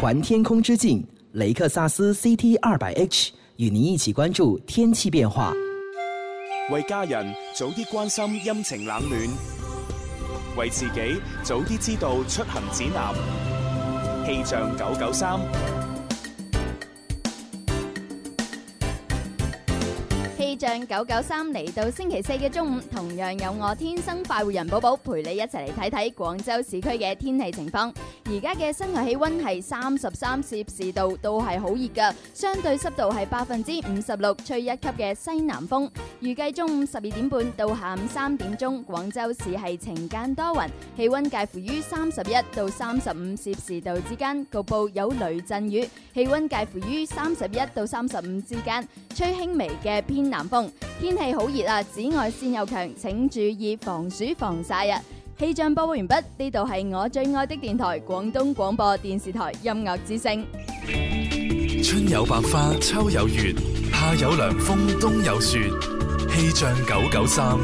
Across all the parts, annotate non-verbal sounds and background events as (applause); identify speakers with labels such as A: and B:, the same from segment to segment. A: 环天空之境，雷克萨斯 CT 二百 H 与您一起关注天气变化。
B: 为家人早啲关心阴晴冷暖，为自己早啲知道出行指南。气象九九三，
C: 气象九九三嚟到星期四嘅中午，同樣有我天生快活人寶寶陪你一齊嚟睇睇廣州市區嘅天氣情況。而家嘅室外氣温係三十三攝氏度，都係好熱噶，相對濕度係百分之五十六，吹一級嘅西南風。預計中午十二點半到下午三點鐘，廣州市係晴間多雲，氣温介乎於三十一到三十五攝氏度之間，局部有雷陣雨，氣温介乎於三十一到三十五之間。吹輕微嘅偏南風，天氣好熱啊，紫外線又強，請注意防暑防曬啊！氣象播報完畢，呢度係我最愛的電台——廣東廣播電視台音樂之聲。
D: 春有百花，秋有月，夏有涼風，冬有雪。氣象九九三，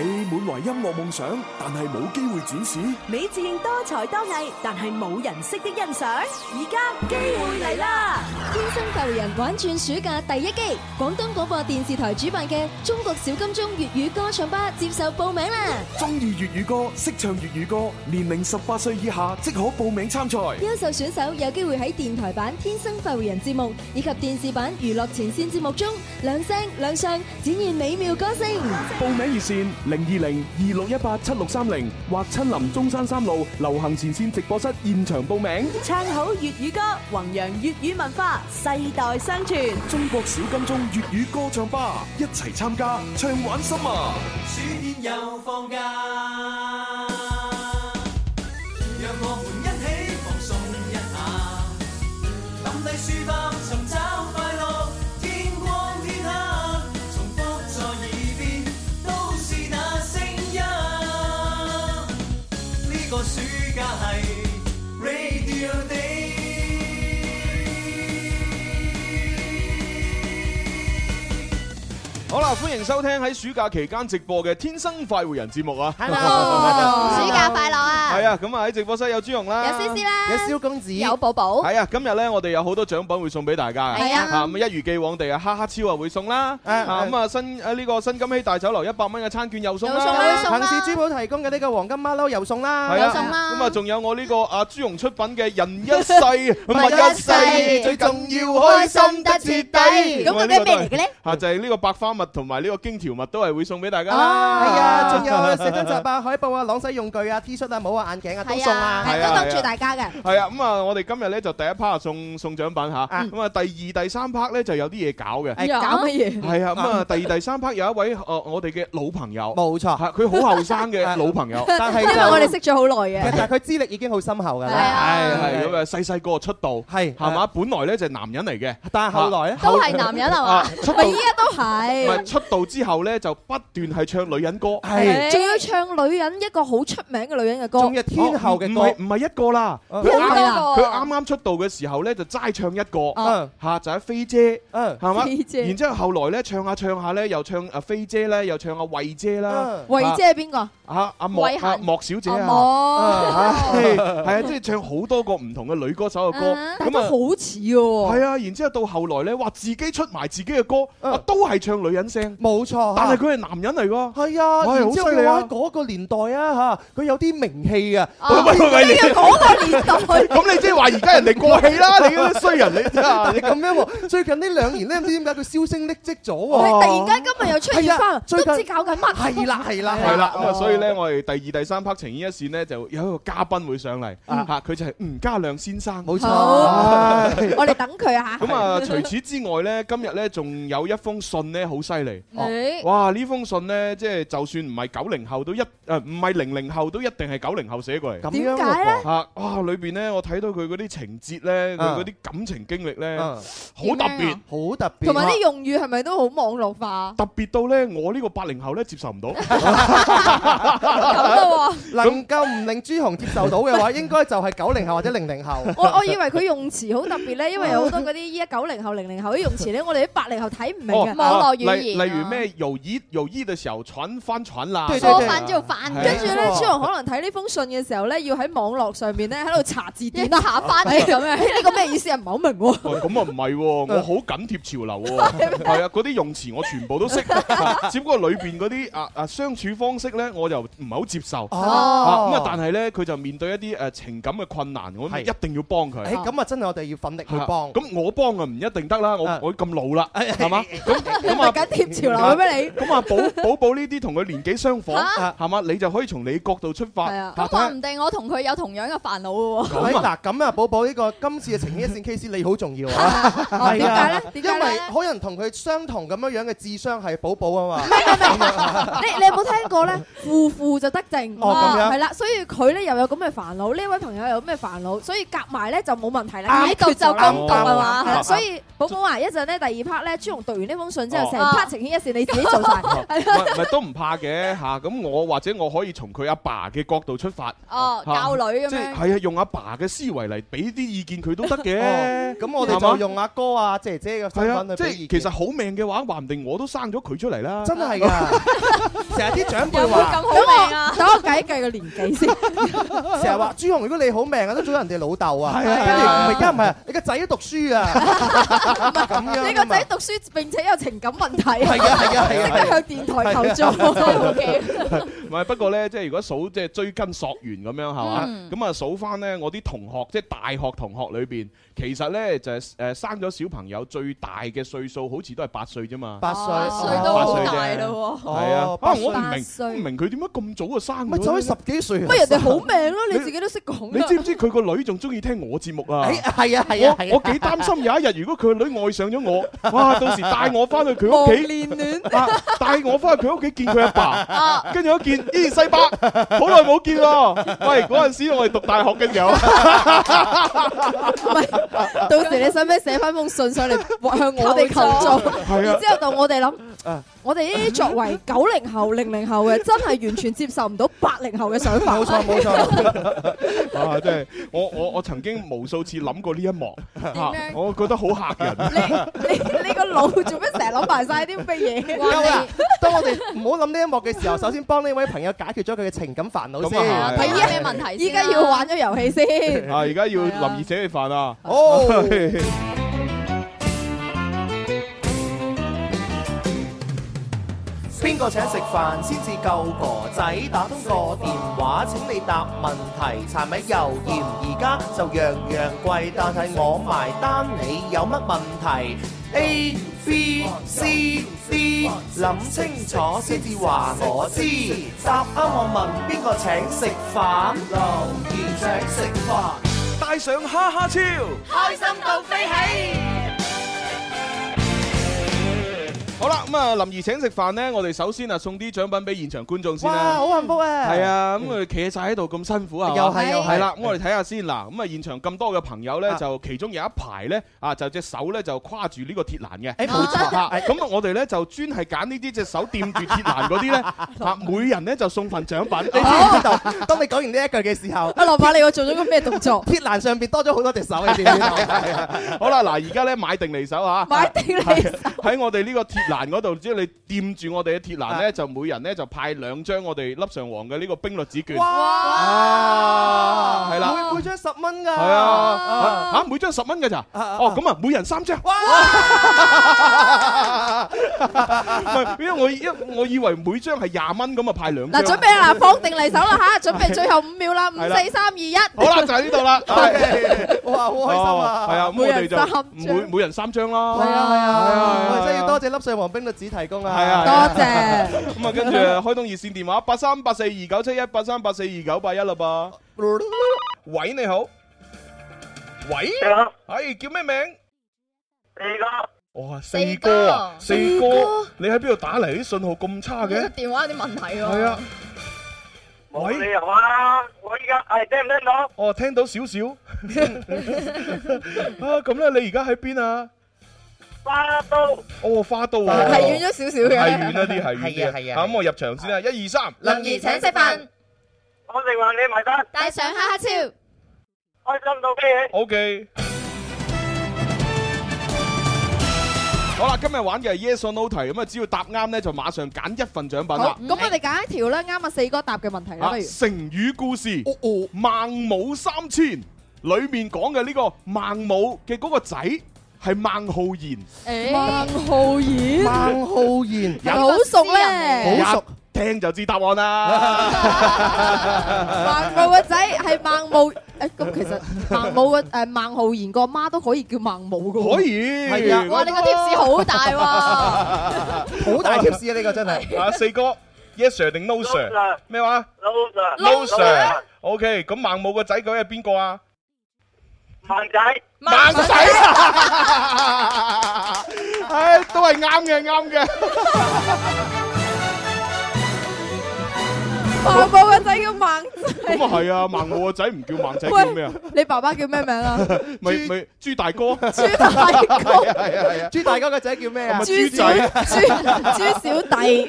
E: 你滿懷音樂夢想，但係冇機會展示。
F: 美自認多才多藝，但係冇人識得欣賞。而家機會嚟啦！
G: 天生快活人玩轉暑假第一季，廣東廣播電視台主辦嘅中國小金鐘粵語歌唱吧接受報名啦！
E: 中意粵語歌，識唱粵語歌，年齡十八歲以下即可報名參賽。
G: 優秀選手有機會喺電台版《天生快活人》節目以及電視版《娛樂前線》節目中亮聲亮相，展現美妙歌聲。
E: 報名熱線零二零二六一八七六三零或親臨中山三路流行前線直播室現場報名。
F: 唱好粵語歌，弘揚粵語文化，世代相傳。
E: 中國小金鐘粵語歌唱吧，一齊參加，唱玩心啊！
H: 暑天又放假，讓我們一起放鬆一下，抌低書包尋找快樂。天光天黑，重複在耳邊，都是那聲音。呢個暑假係 Radio Day。
I: 好啦，歡迎收聽喺暑假期間直播嘅《天生快活人》節目啊！
C: 暑假快樂啊！
I: 係啊，咁啊喺直播室有朱容啦，
C: 有詩詩啦，
I: 蕭公子
C: 有寶寶，
I: 係啊，今日咧我哋有好多獎品會送俾大家嘅，
C: 係啊
I: 咁一如既往地啊，哈哈超啊會送啦，
J: 啊
I: 啊咁啊新誒呢個新金禧大酒樓一百蚊嘅餐券又送啦，
J: 恒氏珠寶提供嘅呢個黃金馬騮又送啦，
I: 係啊，咁啊仲有我呢個啊朱容出品嘅人一世物一世，最重要開心得徹底。
J: 咁究竟咩嚟嘅咧？
I: 啊就係呢個百花蜜同埋呢個荊條蜜都係會送俾大家啦。
J: 係啊，仲有寫真集啊、海報啊、朗西用具啊、T 恤啊、帽啊、眼鏡啊都送啊，
I: 係啊係啊都當住大
J: 家嘅。
I: 係啊，咁啊，我哋今日咧就第一 part 送送獎品吓，咁啊第二、第三 part 咧就有啲嘢搞嘅，
J: 係搞乜嘢
I: 係啊，咁啊第二、第三 part 有一位誒呃我哋嘅老朋友，
J: 冇錯，啊
I: 佢好後生
J: (laughs)
I: 嘅老朋友，
J: 但係
C: 因為我哋識咗好耐嘅。
J: 但係佢資歷已經好深厚㗎
I: 係
J: 啦。 (laughs)
I: 係咁啊，細細個出道係係嘛，本來咧就係男人嚟嘅，
J: 啊但係後來咧
C: 都係男人係嘛
I: 啊出？道
C: 哦咪依家都
I: 唔係
C: 係，
I: 出道之後咧就不斷係唱女人歌，
C: 仲要唱女人一個好出名嘅女人嘅歌，
I: 哦唔係唔係一個啦，
J: 哦
C: 啊
I: 佢啱
C: 好多
I: 佢
C: 個
I: 啱啱出道嘅時候咧就齋唱一個
C: 啊，
I: 嚇就係飛姐，係嘛
C: 哦飛？姐
I: 然之後後來咧唱下唱下咧又唱啊飛姐咧又唱阿慧姐啦，
C: 慧
I: 啊
C: 姐係邊個？
I: 啊阿莫
C: 慧嫻
I: 啊莫小姐啊，
C: 哦
I: 唉係啊，即係唱好多個唔同嘅女歌手嘅歌，啊
C: 但啊都好似喎
I: 係啊，然之後到後來咧，哇自己出埋自己嘅歌，啊都係唱女人聲，
J: 冇錯，
I: 但係佢係男人嚟㗎，
J: 係啊，
I: 哇
J: 然
I: 好
J: 之後
I: 犀利
J: 嘅話，
I: 啊！
J: 嗰個年代啊嚇，佢有啲名氣
I: (laughs)
J: 啊。
I: 喂喂喂喂你你要嗰個年代 (laughs) 咁你即係話而家人哋過氣啦你嗰啲衰人你真係
J: 但係咁樣喎，最近呢兩年咧，唔知點解佢銷聲匿跡咗
I: 喂
J: 喎。
I: 突然
C: 間今日又出現
J: 係
C: 返
J: 啊最近
C: 都唔知搞緊乜
J: 係啦
C: (laughs)
J: 係啦
I: 係啦，咁啊，
J: 哦
I: 所以咧，我哋第二、第三 part 情牽一線咧，就有一個嘉賓會上嚟嚇，佢就係吳家亮先生，冇
J: 錯好
I: 咁
K: 我哋等佢啊
I: 啊，除此之外咧，今日咧仲有一封信咧，好犀利
K: 哦誒！
I: 哇，呢封信咧，即係就算唔係九零後都一誒，唔係零零後都一定係九零後寫過嚟。
J: 咁樣嘅喎點解咧
I: 嚇哇！裏邊咧，我睇到佢嗰啲情節咧，佢
J: 啊
I: 嗰啲感情經歷咧，好
C: 點
I: 特
C: 樣啊
I: 別，
J: 好特
C: 同埋啲用語係咪都好網絡化？
I: 特別到咧，我呢個八零後咧接受唔到。
J: 能
I: (laughs)
J: 夠唔令朱紅接受到嘅話，應該就係九零後或者零零後。
C: 我我以為佢用詞好特別咧，
K: 咧，因為有好多嗰啲依家九零後、零零後啲用詞咧，我哋啲八零後睇唔明
I: 哦
K: 嘅，
I: 啊例例如咩友谊友谊的小船翻船啦，
K: 坐翻之後翻，
I: 係啊
K: 跟住咧，朱紅可能睇呢封信嘅時候咧，要喺網絡上面咧喺
J: (laughs)
K: 度查字典啦，
C: 查翻
K: 咁樣，呢個咩意思啊？唔係好明喎。
I: 喂咁啊唔係喎，我好緊貼潮流喎，係啊，嗰啲用詞我全部都識， (laughs) 只不過裏邊嗰啲啊啊相處方式咧，我就唔係好接受。
J: 哦
I: 啊咁啊，但係咧佢就面對一啲誒情感嘅困難，我
J: 係
I: 一定要幫佢。
J: 誒咁啊，真係我哋要奮力去幫。
I: 咁我幫啊唔一定得啦，我我咁老啦，係嘛？咁啊
J: 你
K: 啊
J: 咪緊貼潮流嘅咩你
I: 咁啊，寶寶寶呢啲同佢年紀相仿，
C: 嚇
I: 係嘛？你就可以從你角度出發。
C: 係啊，
I: 嚇
C: 咁話唔定我同佢有同樣嘅煩惱嘅
J: 喂
C: 喎。
J: 嗱咁啊，寶寶呢個今次嘅情牽一線 case 你好重要啊，係啊，因為可能同佢相同咁樣樣嘅智商係寶寶啊嘛，
C: (laughs)
K: 你
J: (laughs)
K: 你有冇聽過咧？負負就得正，
J: 哦咁樣
K: 係啦，所以佢咧又有咁嘅煩惱，呢位朋友又有咩煩惱，所以夾埋咧就冇問題啦。
C: 啱啱啱啱
K: 係啦
C: 啱
K: 所以寶寶啊，一陣咧第二 part 咧，朱紅讀完呢封信之後，
I: 哦
K: 成 part 情牽一線你自己
J: (laughs)
K: 做晒。
I: 唔係唔係都唔怕嘅嚇，咁我或者我可以從佢阿爸嘅角度出發，
C: 哦
I: 嚇
C: 教女咁樣
I: 即係係啊，用阿爸嘅思維嚟俾啲意見佢都得
J: (laughs) 哦
I: 嘅。
J: 咁我哋
I: 係嘛
J: 就用阿哥啊姐姐嘅
I: 係
J: 身
I: 啊
J: 份，
I: 即
J: 去俾
I: 係
J: 意見嗯
I: 其實好命嘅話，話唔定我都生咗佢出嚟啦。
J: 真係㗎，成日啲長輩
F: Dạ,
K: 等
J: 話，
K: 我啊等我計一計個年紀 (laughs) 先。
J: 成日話朱紅，如果你好命啊，都做人哋老豆啊，
I: 係啊
J: 跟住而家唔係啊，你個仔都讀書啊，
K: 你個仔讀書並且有情感問題，
I: 啊
K: (laughs)
I: 係啊係啊係啊啊
K: 即刻向電台求助。
I: (laughs) 係
K: OK
I: 唔啊係，不過咧，即係如果數即係追根溯源咁樣係嘛，
K: 嗯
I: 咁啊數翻咧，我啲同學即係大學同學裏邊，其實咧就係誒生咗小朋友最大嘅歲數，好似都係八歲啫嘛。
J: 八歲
I: 八
J: 八歲都好
I: 歲啫
J: 大咯喎
I: 係啊
J: 哦，
I: 啊
J: 八
I: 我唔
J: 八
I: 明，唔明佢點解咁早就生咗咧？
J: 咪就喺十幾歲啊
K: 乜人哋好命咯，你自己都識講啊
I: 你
K: 啦。
I: 知唔知佢個女仲中意聽我節目
J: (laughs)
I: 啊？
J: 係啊係啊
I: 我
J: 係啊
I: 我幾擔心有一日如果佢個女愛上咗我， (laughs) 哇！到時帶我翻去佢屋企，
K: 忘年戀
I: 啊帶我翻去佢屋企見佢
J: (laughs)
I: 阿
K: 啊
I: 爸，跟住一見，咦西伯，好耐冇見喎！喂，嗰陣時我哋讀大學嘅
J: (laughs)
I: 時候，
K: 到時你使唔使寫翻封信 (laughs) 上嚟向我哋求助？
I: 係啊啊
K: 然之後到我哋諗，我哋呢啲作為九零後、零零後嘅，真係完全接受唔到八零後嘅想法。冇錯
J: 冇錯，
I: (laughs) 啊真係我我我曾經無數次諗過呢一幕，啊
K: 樣
I: 我覺得好嚇人。
K: (laughs)
J: (laughs)
K: 你個腦做咩成日諗埋晒啲咩嘢？
J: 夠啦！當我哋唔好諗呢一幕嘅時候，首先幫呢位朋友解決咗佢嘅情感煩惱先。
I: 咁啊係睇
K: 依家咩
C: 問題
K: 依家要玩咗遊戲先。
I: 啊！而家要林怡請你飯啊！
J: 哦邊個請食飯先至夠哥仔？打通個電話請你答問題，柴米油鹽而家就樣樣貴，但係我埋單，你有乜問題？A B C D，諗清楚先至話我知。答啱我問邊個請食飯？留言請食飯，帶上哈哈超，
H: 開心到飛起。
I: (laughs) 好啦，咁啊，林怡請食飯呢，我哋首先啊送啲獎品俾現場觀眾先啦。
J: 幸福啊
I: 係啊，咁佢企晒喺度咁辛苦啊，
J: 又係又係
I: 係啦，咁我哋睇下先嗱，咁啊現場咁多嘅朋友咧，就其中有一排咧啊，就隻手咧就跨住呢個鐵欄嘅，
J: 誒冇錯
I: 啊咁我哋咧就專係揀呢啲隻手掂住鐵欄嗰啲咧，
J: (laughs)
I: 啊每人咧就送份獎品，
J: 你知唔知道？當你講完呢一句嘅時候，
K: 阿羅伯，你又做咗個咩動
I: 啊
K: 作？
J: 鐵欄上邊多咗好多隻手，你知唔
I: (laughs)
J: 知道？
I: (laughs) 好啦，嗱，而家咧買定離手啊！
K: 買定離
I: 手喺我哋呢個鐵欄嗰度，只要你掂住我哋嘅鐵欄
J: 啊
I: 咧，就每人咧就派兩張我哋粒上皇嘅呢個冰律紙券。啊！係啦，
J: 每每張十蚊㗎。
I: 係啊，嚇每張十蚊嘅咋？哦，咁啊，每人三張。唔係，因為我因我以為每張係廿蚊咁啊，派兩張。
K: 嗱，準備啦，放定離手啦吓，準備最後五秒啦，五
I: 係啦
K: 四三二一。
I: 好啦，就喺呢度啦。
J: 哇，好開心啊！
I: 係啊，咁我哋
K: 每人三張
I: 就每每人三張啦。
J: 係啊係啊，
I: 係
J: 我
I: 啊
J: 哋真係要多謝粒上黃冰律子提供
I: 係啊
J: 啊！
I: 係啊
K: 多謝。
I: 咁啊，跟住開通熱線電話八三八四二九七一八三八四二九八一啦噃。喂，你好。喂。你好。哎，叫咩名？哇，四哥啊，四
C: 四
I: 哥
C: 哥，
I: 你喺邊度打嚟？啲信號咁差
C: 你個
I: 嘅。
C: 電話有啲問題喎。
I: 係啊。喂，
L: 你好啊！我依家係聽唔聽到？
I: 哦，聽到少少。啊，咁咧，你而家喺邊啊？
L: 花都。
I: 哦，花都啊。
L: 係遠咗少少嘅
I: 係遠一啲，係
L: 係
I: 遠啲。
L: 啊係啊
I: 啊咁我入場先啊，一二三。
L: 怡請食飯。我食飯你埋單。
C: 帶上哈哈超，
L: 開心到飛起。
I: O K。啦，今日玩嘅係 Yes or No 題，咁啊，只要答啱咧就馬上揀一份獎品
K: 好，
I: 啦。
K: 咁我哋揀一條啦，啱啊四哥答嘅問題啦，
I: 啊
K: 不如。
I: 成語故事《孟母三遷》裏面講嘅呢個孟母嘅嗰個仔係孟浩然。
K: 孟浩然，
I: 孟浩然
K: 係咪好熟咧，
I: 好熟，聽就知答案 (laughs) 啦。
K: 孟母個仔係孟母，誒咁其實孟母個誒孟浩然個媽都可以叫孟母噶喎。
I: 可以係啊
K: 哇！你個 tips 好大
I: (laughs)
K: 喎。
I: 好
J: 大 tips 啊呢個真
I: 係。啊，四哥，Yes sir 定 No sir？咩話
L: ？No
I: No sir。OK，咁孟母個仔究竟係邊個啊？
L: 孟仔，
I: 孟仔， (laughs) 唉，都係啱嘅，啱嘅。
K: 孟母個仔叫孟仔。
I: 咁啊係啊，孟母個仔唔叫孟仔，à, 叫咩啊？
K: 你爸爸叫咩名
I: (laughs)
K: 啊？
I: 咪咪朱大哥。
K: 朱大哥
I: 係啊係啊係啊。
J: 朱大哥個仔叫咩啊？
K: 豬仔豬豬小弟，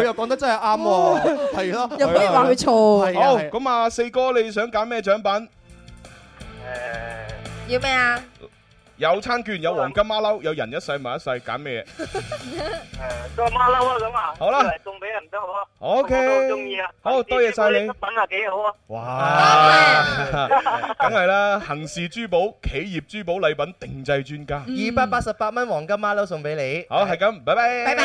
J: 佢又講得真係啱喎，係咯，
K: 又唔可以話佢錯
J: 係啊
I: 好，
J: 係啊
I: 咁啊，四哥你想揀咩獎品？
J: Dạ,
L: 要咩
J: à。
L: 啊？
I: 有餐券，有黃金馬騮，有人一世物一世，揀咩嘢
L: 誒，都係馬騮啊咁啊，
I: 好啦
L: 嚟送俾人得唔得？
I: ？O
L: 我
I: K，
L: 都好中意
M: à，
L: 啊！
I: 好多謝晒你
L: 啲。品啊幾好啊！
J: 啊
I: 哇， (laughs) 梗係啦，行事珠寶、企業珠寶禮品定製專家。
J: 二百八十八蚊黃金馬騮送俾你。
I: 好，係咁，拜拜。
J: 拜拜。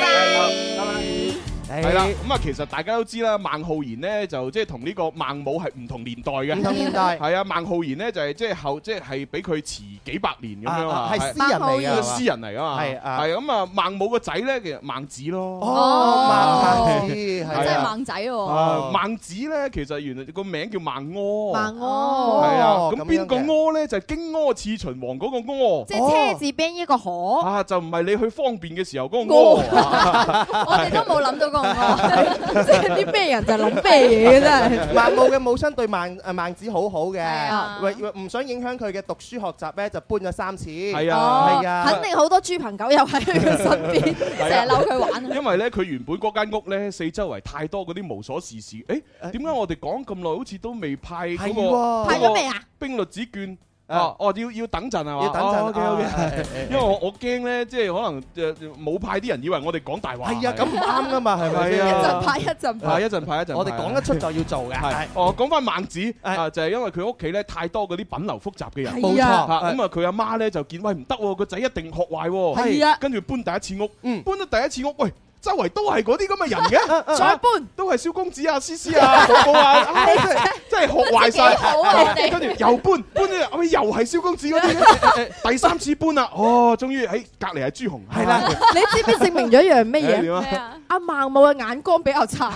I: 係啦，咁啊，其實大家都知啦，孟浩然呢就即係同呢個孟母係唔同年代嘅，
J: 唔同年代
I: 係啊，孟浩然呢就係即係後即係係比佢遲幾百年咁樣啊
J: 啊，係詩人嚟㗎
I: 係詩人嚟㗎嘛，
J: 係啊
I: 係咁啊，孟母個仔呢，其實孟子咯，
J: 哦孟子
I: 係啊
C: 真
J: à.
C: 係孟仔
I: 啊
C: 喎。
I: 孟子咧，其實原來個名叫孟柯。
C: 孟柯
K: 哦
I: 係啊，咁
J: 咁
I: 邊
J: 樣
I: 個
J: 嘅
I: 柯咧？就係荊軻刺秦王嗰個柯。
K: 即係車字邊一個 (laughs) 河，
I: 啊，就唔係你去方便嘅時候嗰個柯。
C: 我哋都冇諗到個我。
K: 即係啲咩人就諗咩嘢嘅真係。
J: 孟母嘅母親對孟誒孟子好好
K: 啊
J: 嘅，為為唔想影響佢嘅讀書學習咧，就搬咗三次。係
C: Ờ,
I: 啊
J: 係啊，
K: 肯定好多豬朋狗友喺
C: (laughs)
K: 佢身邊，
I: Dạ.
K: 成日扭佢玩。
I: 因為咧，佢原本嗰間屋咧，四周圍太多嗰啲無所事事。誒，點解我哋講咁耐，好似都未派嗰
J: 係喎
I: 個
J: 派咗未啊？
I: 兵律子券啊！哦，要要等陣係嘛？
J: 要等陣
I: O K
J: 啊係
I: O
J: 係
I: K。因為 (laughs) 我我驚咧，即係可能誒冇派啲人以為我哋講大 (laughs) 話。
J: 係啊，咁唔啱噶嘛，係咪
I: 係
J: 先？
C: Ờ.
I: 啊一陣
K: 派一陣派
I: 啊！一陣派一陣派，
J: 我哋講得出就要做嘅。
I: 係
J: 係
I: 哦，講翻孟子啊，就係因為佢屋企咧太多嗰啲品流複雜嘅人，
J: (laughs) 冇錯
I: 嚇
J: 係
I: 咁啊，佢阿媽咧就見喂唔得喎，個仔一定學壞喎，
J: 係啊嗯
I: 跟住搬第一次屋，搬咗第一次屋，喂。周圍都係嗰啲咁嘅人
J: (laughs)
I: 嘅，
K: 再搬
I: 都係蕭公子啊、思思啊、 (laughs) 寶寶啊，啊真係真係學壞晒
K: 真係幾好啊
C: à.
K: 你哋
I: 跟住又搬，搬咗後尾又係蕭公子嗰啲，第三次搬啦，哦，終於喺隔離係朱紅，係啦，
K: 你知唔知證明咗一樣乜
I: 係點啊
K: 嘢？阿孟母嘅眼光比較差，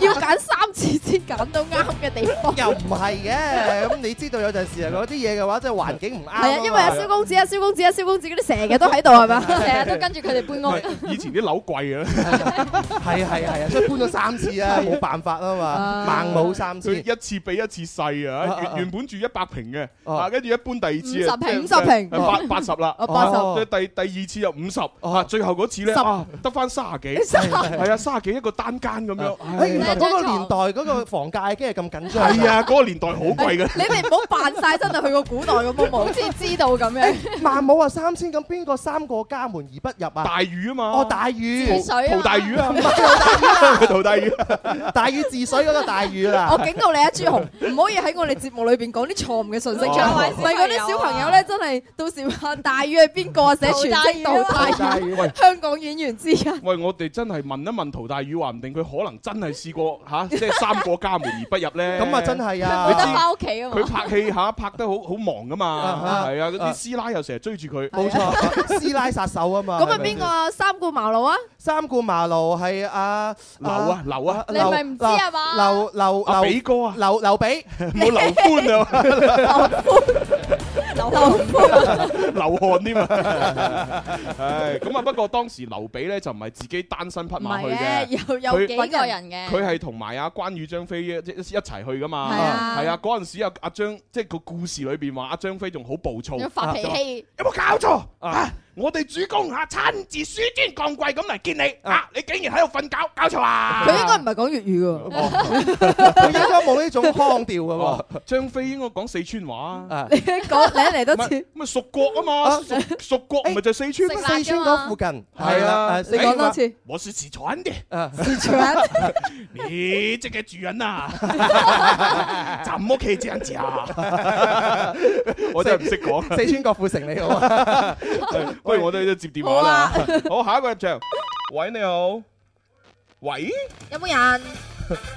K: 要揀三次先揀到啱嘅地方。
J: 又唔係嘅，咁你知道有陣時嗰啲嘢嘅話，即係環境唔啱。
K: 係啊，因為阿蕭公子、阿蕭公子、阿蕭公子嗰啲成日都喺度係嘛，
C: (laughs) 成日都跟住佢哋搬
I: (laughs) 唔
C: 屋。
I: 係以前啲樓貴 (laughs) 啊。
J: 係啊係啊係啊，所以搬咗三次啊，冇辦法啊嘛，孟母三次。
I: 佢一次比一次細啊！原原本住一百平嘅，啊，跟住一搬第二次
K: 50
I: 啊
K: 平
I: 即係
K: 50平
I: 誒八八十啦，
K: 哦80
I: 哦即係第第二次又五十，啊，最後嗰次咧
K: 十
I: 啊，得翻卅 (laughs) 幾，
K: 30
I: 係啊，卅幾一個單間咁 (laughs) 樣，
J: 誒，原來
I: 唉
J: 嗰個年代嗰個房價已經係咁緊張。
I: 係啊，嗰個年代好貴嘅。
K: 你哋唔好扮晒真係去過古代咁好冇？好似知道咁樣。
J: 孟母啊三千，咁邊個三個家門而不入啊？
I: 大禹啊嘛，
J: 哦大禹，
K: 治水啊嘛
I: 陶大禹啊
K: (laughs)
J: 唔係
I: 陶大禹，
K: 啊
J: 大禹治水嗰個大禹啦。
K: (laughs) 我警告你啊，朱紅，唔可以喺我哋節目裏邊講啲錯誤嘅信息出嚟，
C: 哦
K: 唔係嗰啲小朋友咧，真係到時話大宇係邊個啊？寫全職
I: 陶
K: 到
I: 大
K: 大
I: 宇
K: 宇
I: 喂，
K: 香港演員之一。
I: (laughs) 喂，我哋真係問一問陶大禹，話唔定佢可能真係試過
K: (laughs)
I: 嚇，即係三個家門而不入咧。
J: 咁啊真係啊
I: 你知
C: 得翻屋企啊嘛
I: 佢拍戲嚇拍得好好忙噶嘛，
J: 啊
I: 係啊，嗰
J: 啊
I: 啲師奶又成日追住佢。
J: 冇錯，師奶殺手啊嘛。
K: 咁啊，
J: 係咪先
K: 邊個？啊三顧茅廬啊？
J: 三顧茅廬係啊，
I: 劉啊劉啊
J: 劉
K: 你咪唔知
C: Dạ,
K: 啊嘛
J: 劉劉
I: 阿
J: 劉
I: 比哥啊， (laughs)
J: 劉劉備，
I: 冇劉歡啊， (laughs)
K: 劉歡
I: 劉漢添啊。 (laughs) 唉，咁啊，不過當時劉備咧就唔係自己單身匹
K: 唔
I: 馬
K: 係
I: 去
K: 嘅，
I: 嘅。
K: 有
I: 佢
K: 有幾個人嘅。
I: 佢係同埋阿關羽、張飛一一一齊去噶嘛，
K: 係啊
I: 係啊，嗰陣時阿阿張即係個故事裏邊話阿張飛仲好暴躁，
C: 仲發脾氣
I: 有冇搞錯啊？我哋主公吓親自紆尊降貴咁嚟見你啊！你竟然喺度瞓覺，搞錯啊！
K: 佢應該唔係講粵語㗎。
I: 佢應該冇呢種腔調嘅喎。哦張飛應該講四川
K: (laughs)
I: 話啊。
K: 你講你嚟多次，
I: 咪屬國啊嘛，屬屬國
K: 哎
I: 咪就四川。
J: 四川嗰附近
I: 係啊，
J: 你講多
K: 次。
I: 我是四川的，
J: 四
K: 川，
I: 你這個主
K: (laughs)
I: 人啊， (laughs) 怎麼可以這樣
K: (laughs)
I: 子啊？我真係唔識講。
J: (laughs) 四川郭富城你好啊，
I: 不如我哋都接電話啦。 (laughs) 好，啊下一個入場。喂，你好。喂，
N: 有冇人？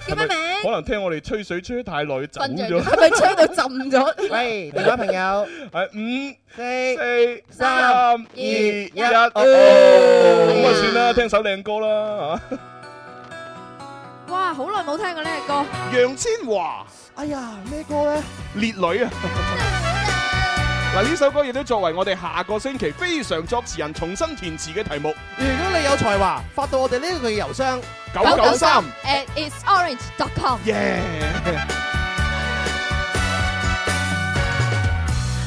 I: 叫咩名？可能聽我哋吹水吹得太耐，走
N: 瞓
I: 咗。
N: 着，係咪吹到浸咗？
J: (laughs) 喂，電話朋友，
I: 係五
J: 四
I: 三二
N: 一
I: 一，哦咁啊算啦，聽首靚歌啦啊嚇。
K: 哇，好耐冇聽過呢隻歌。
I: 楊千嬅
J: 哎呀，咩歌咧？
I: 烈女 (laughs) 啊！嗱，呢首歌亦都作為我哋下個星期非常作詞人重新填詞嘅題目。
J: 如果你有才華，發到我哋呢個郵箱
I: 993
C: at isorange.com。
I: 耶！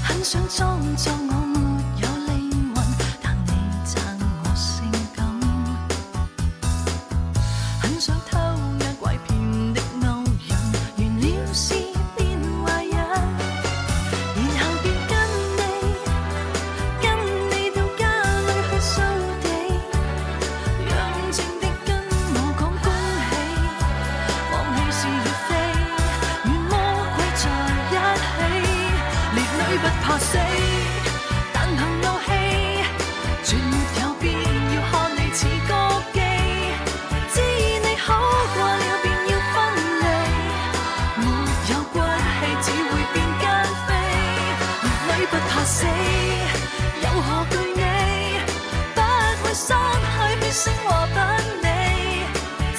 M: 很想裝作我沒有靈魂，但你讚我性感。很想偷約拐騙的歐人，完了事變壞人，然後便跟你，跟你到家裏去掃地，讓情敵跟我講恭喜，放棄是與非，與魔鬼在一起。烈女不怕死，但憑怒氣，絕沒有必要看你似歌姬。知你好過了，便要分離，沒有骨氣，只會變奸妃。烈女不怕死，有何懼你？不會失去血性和品味。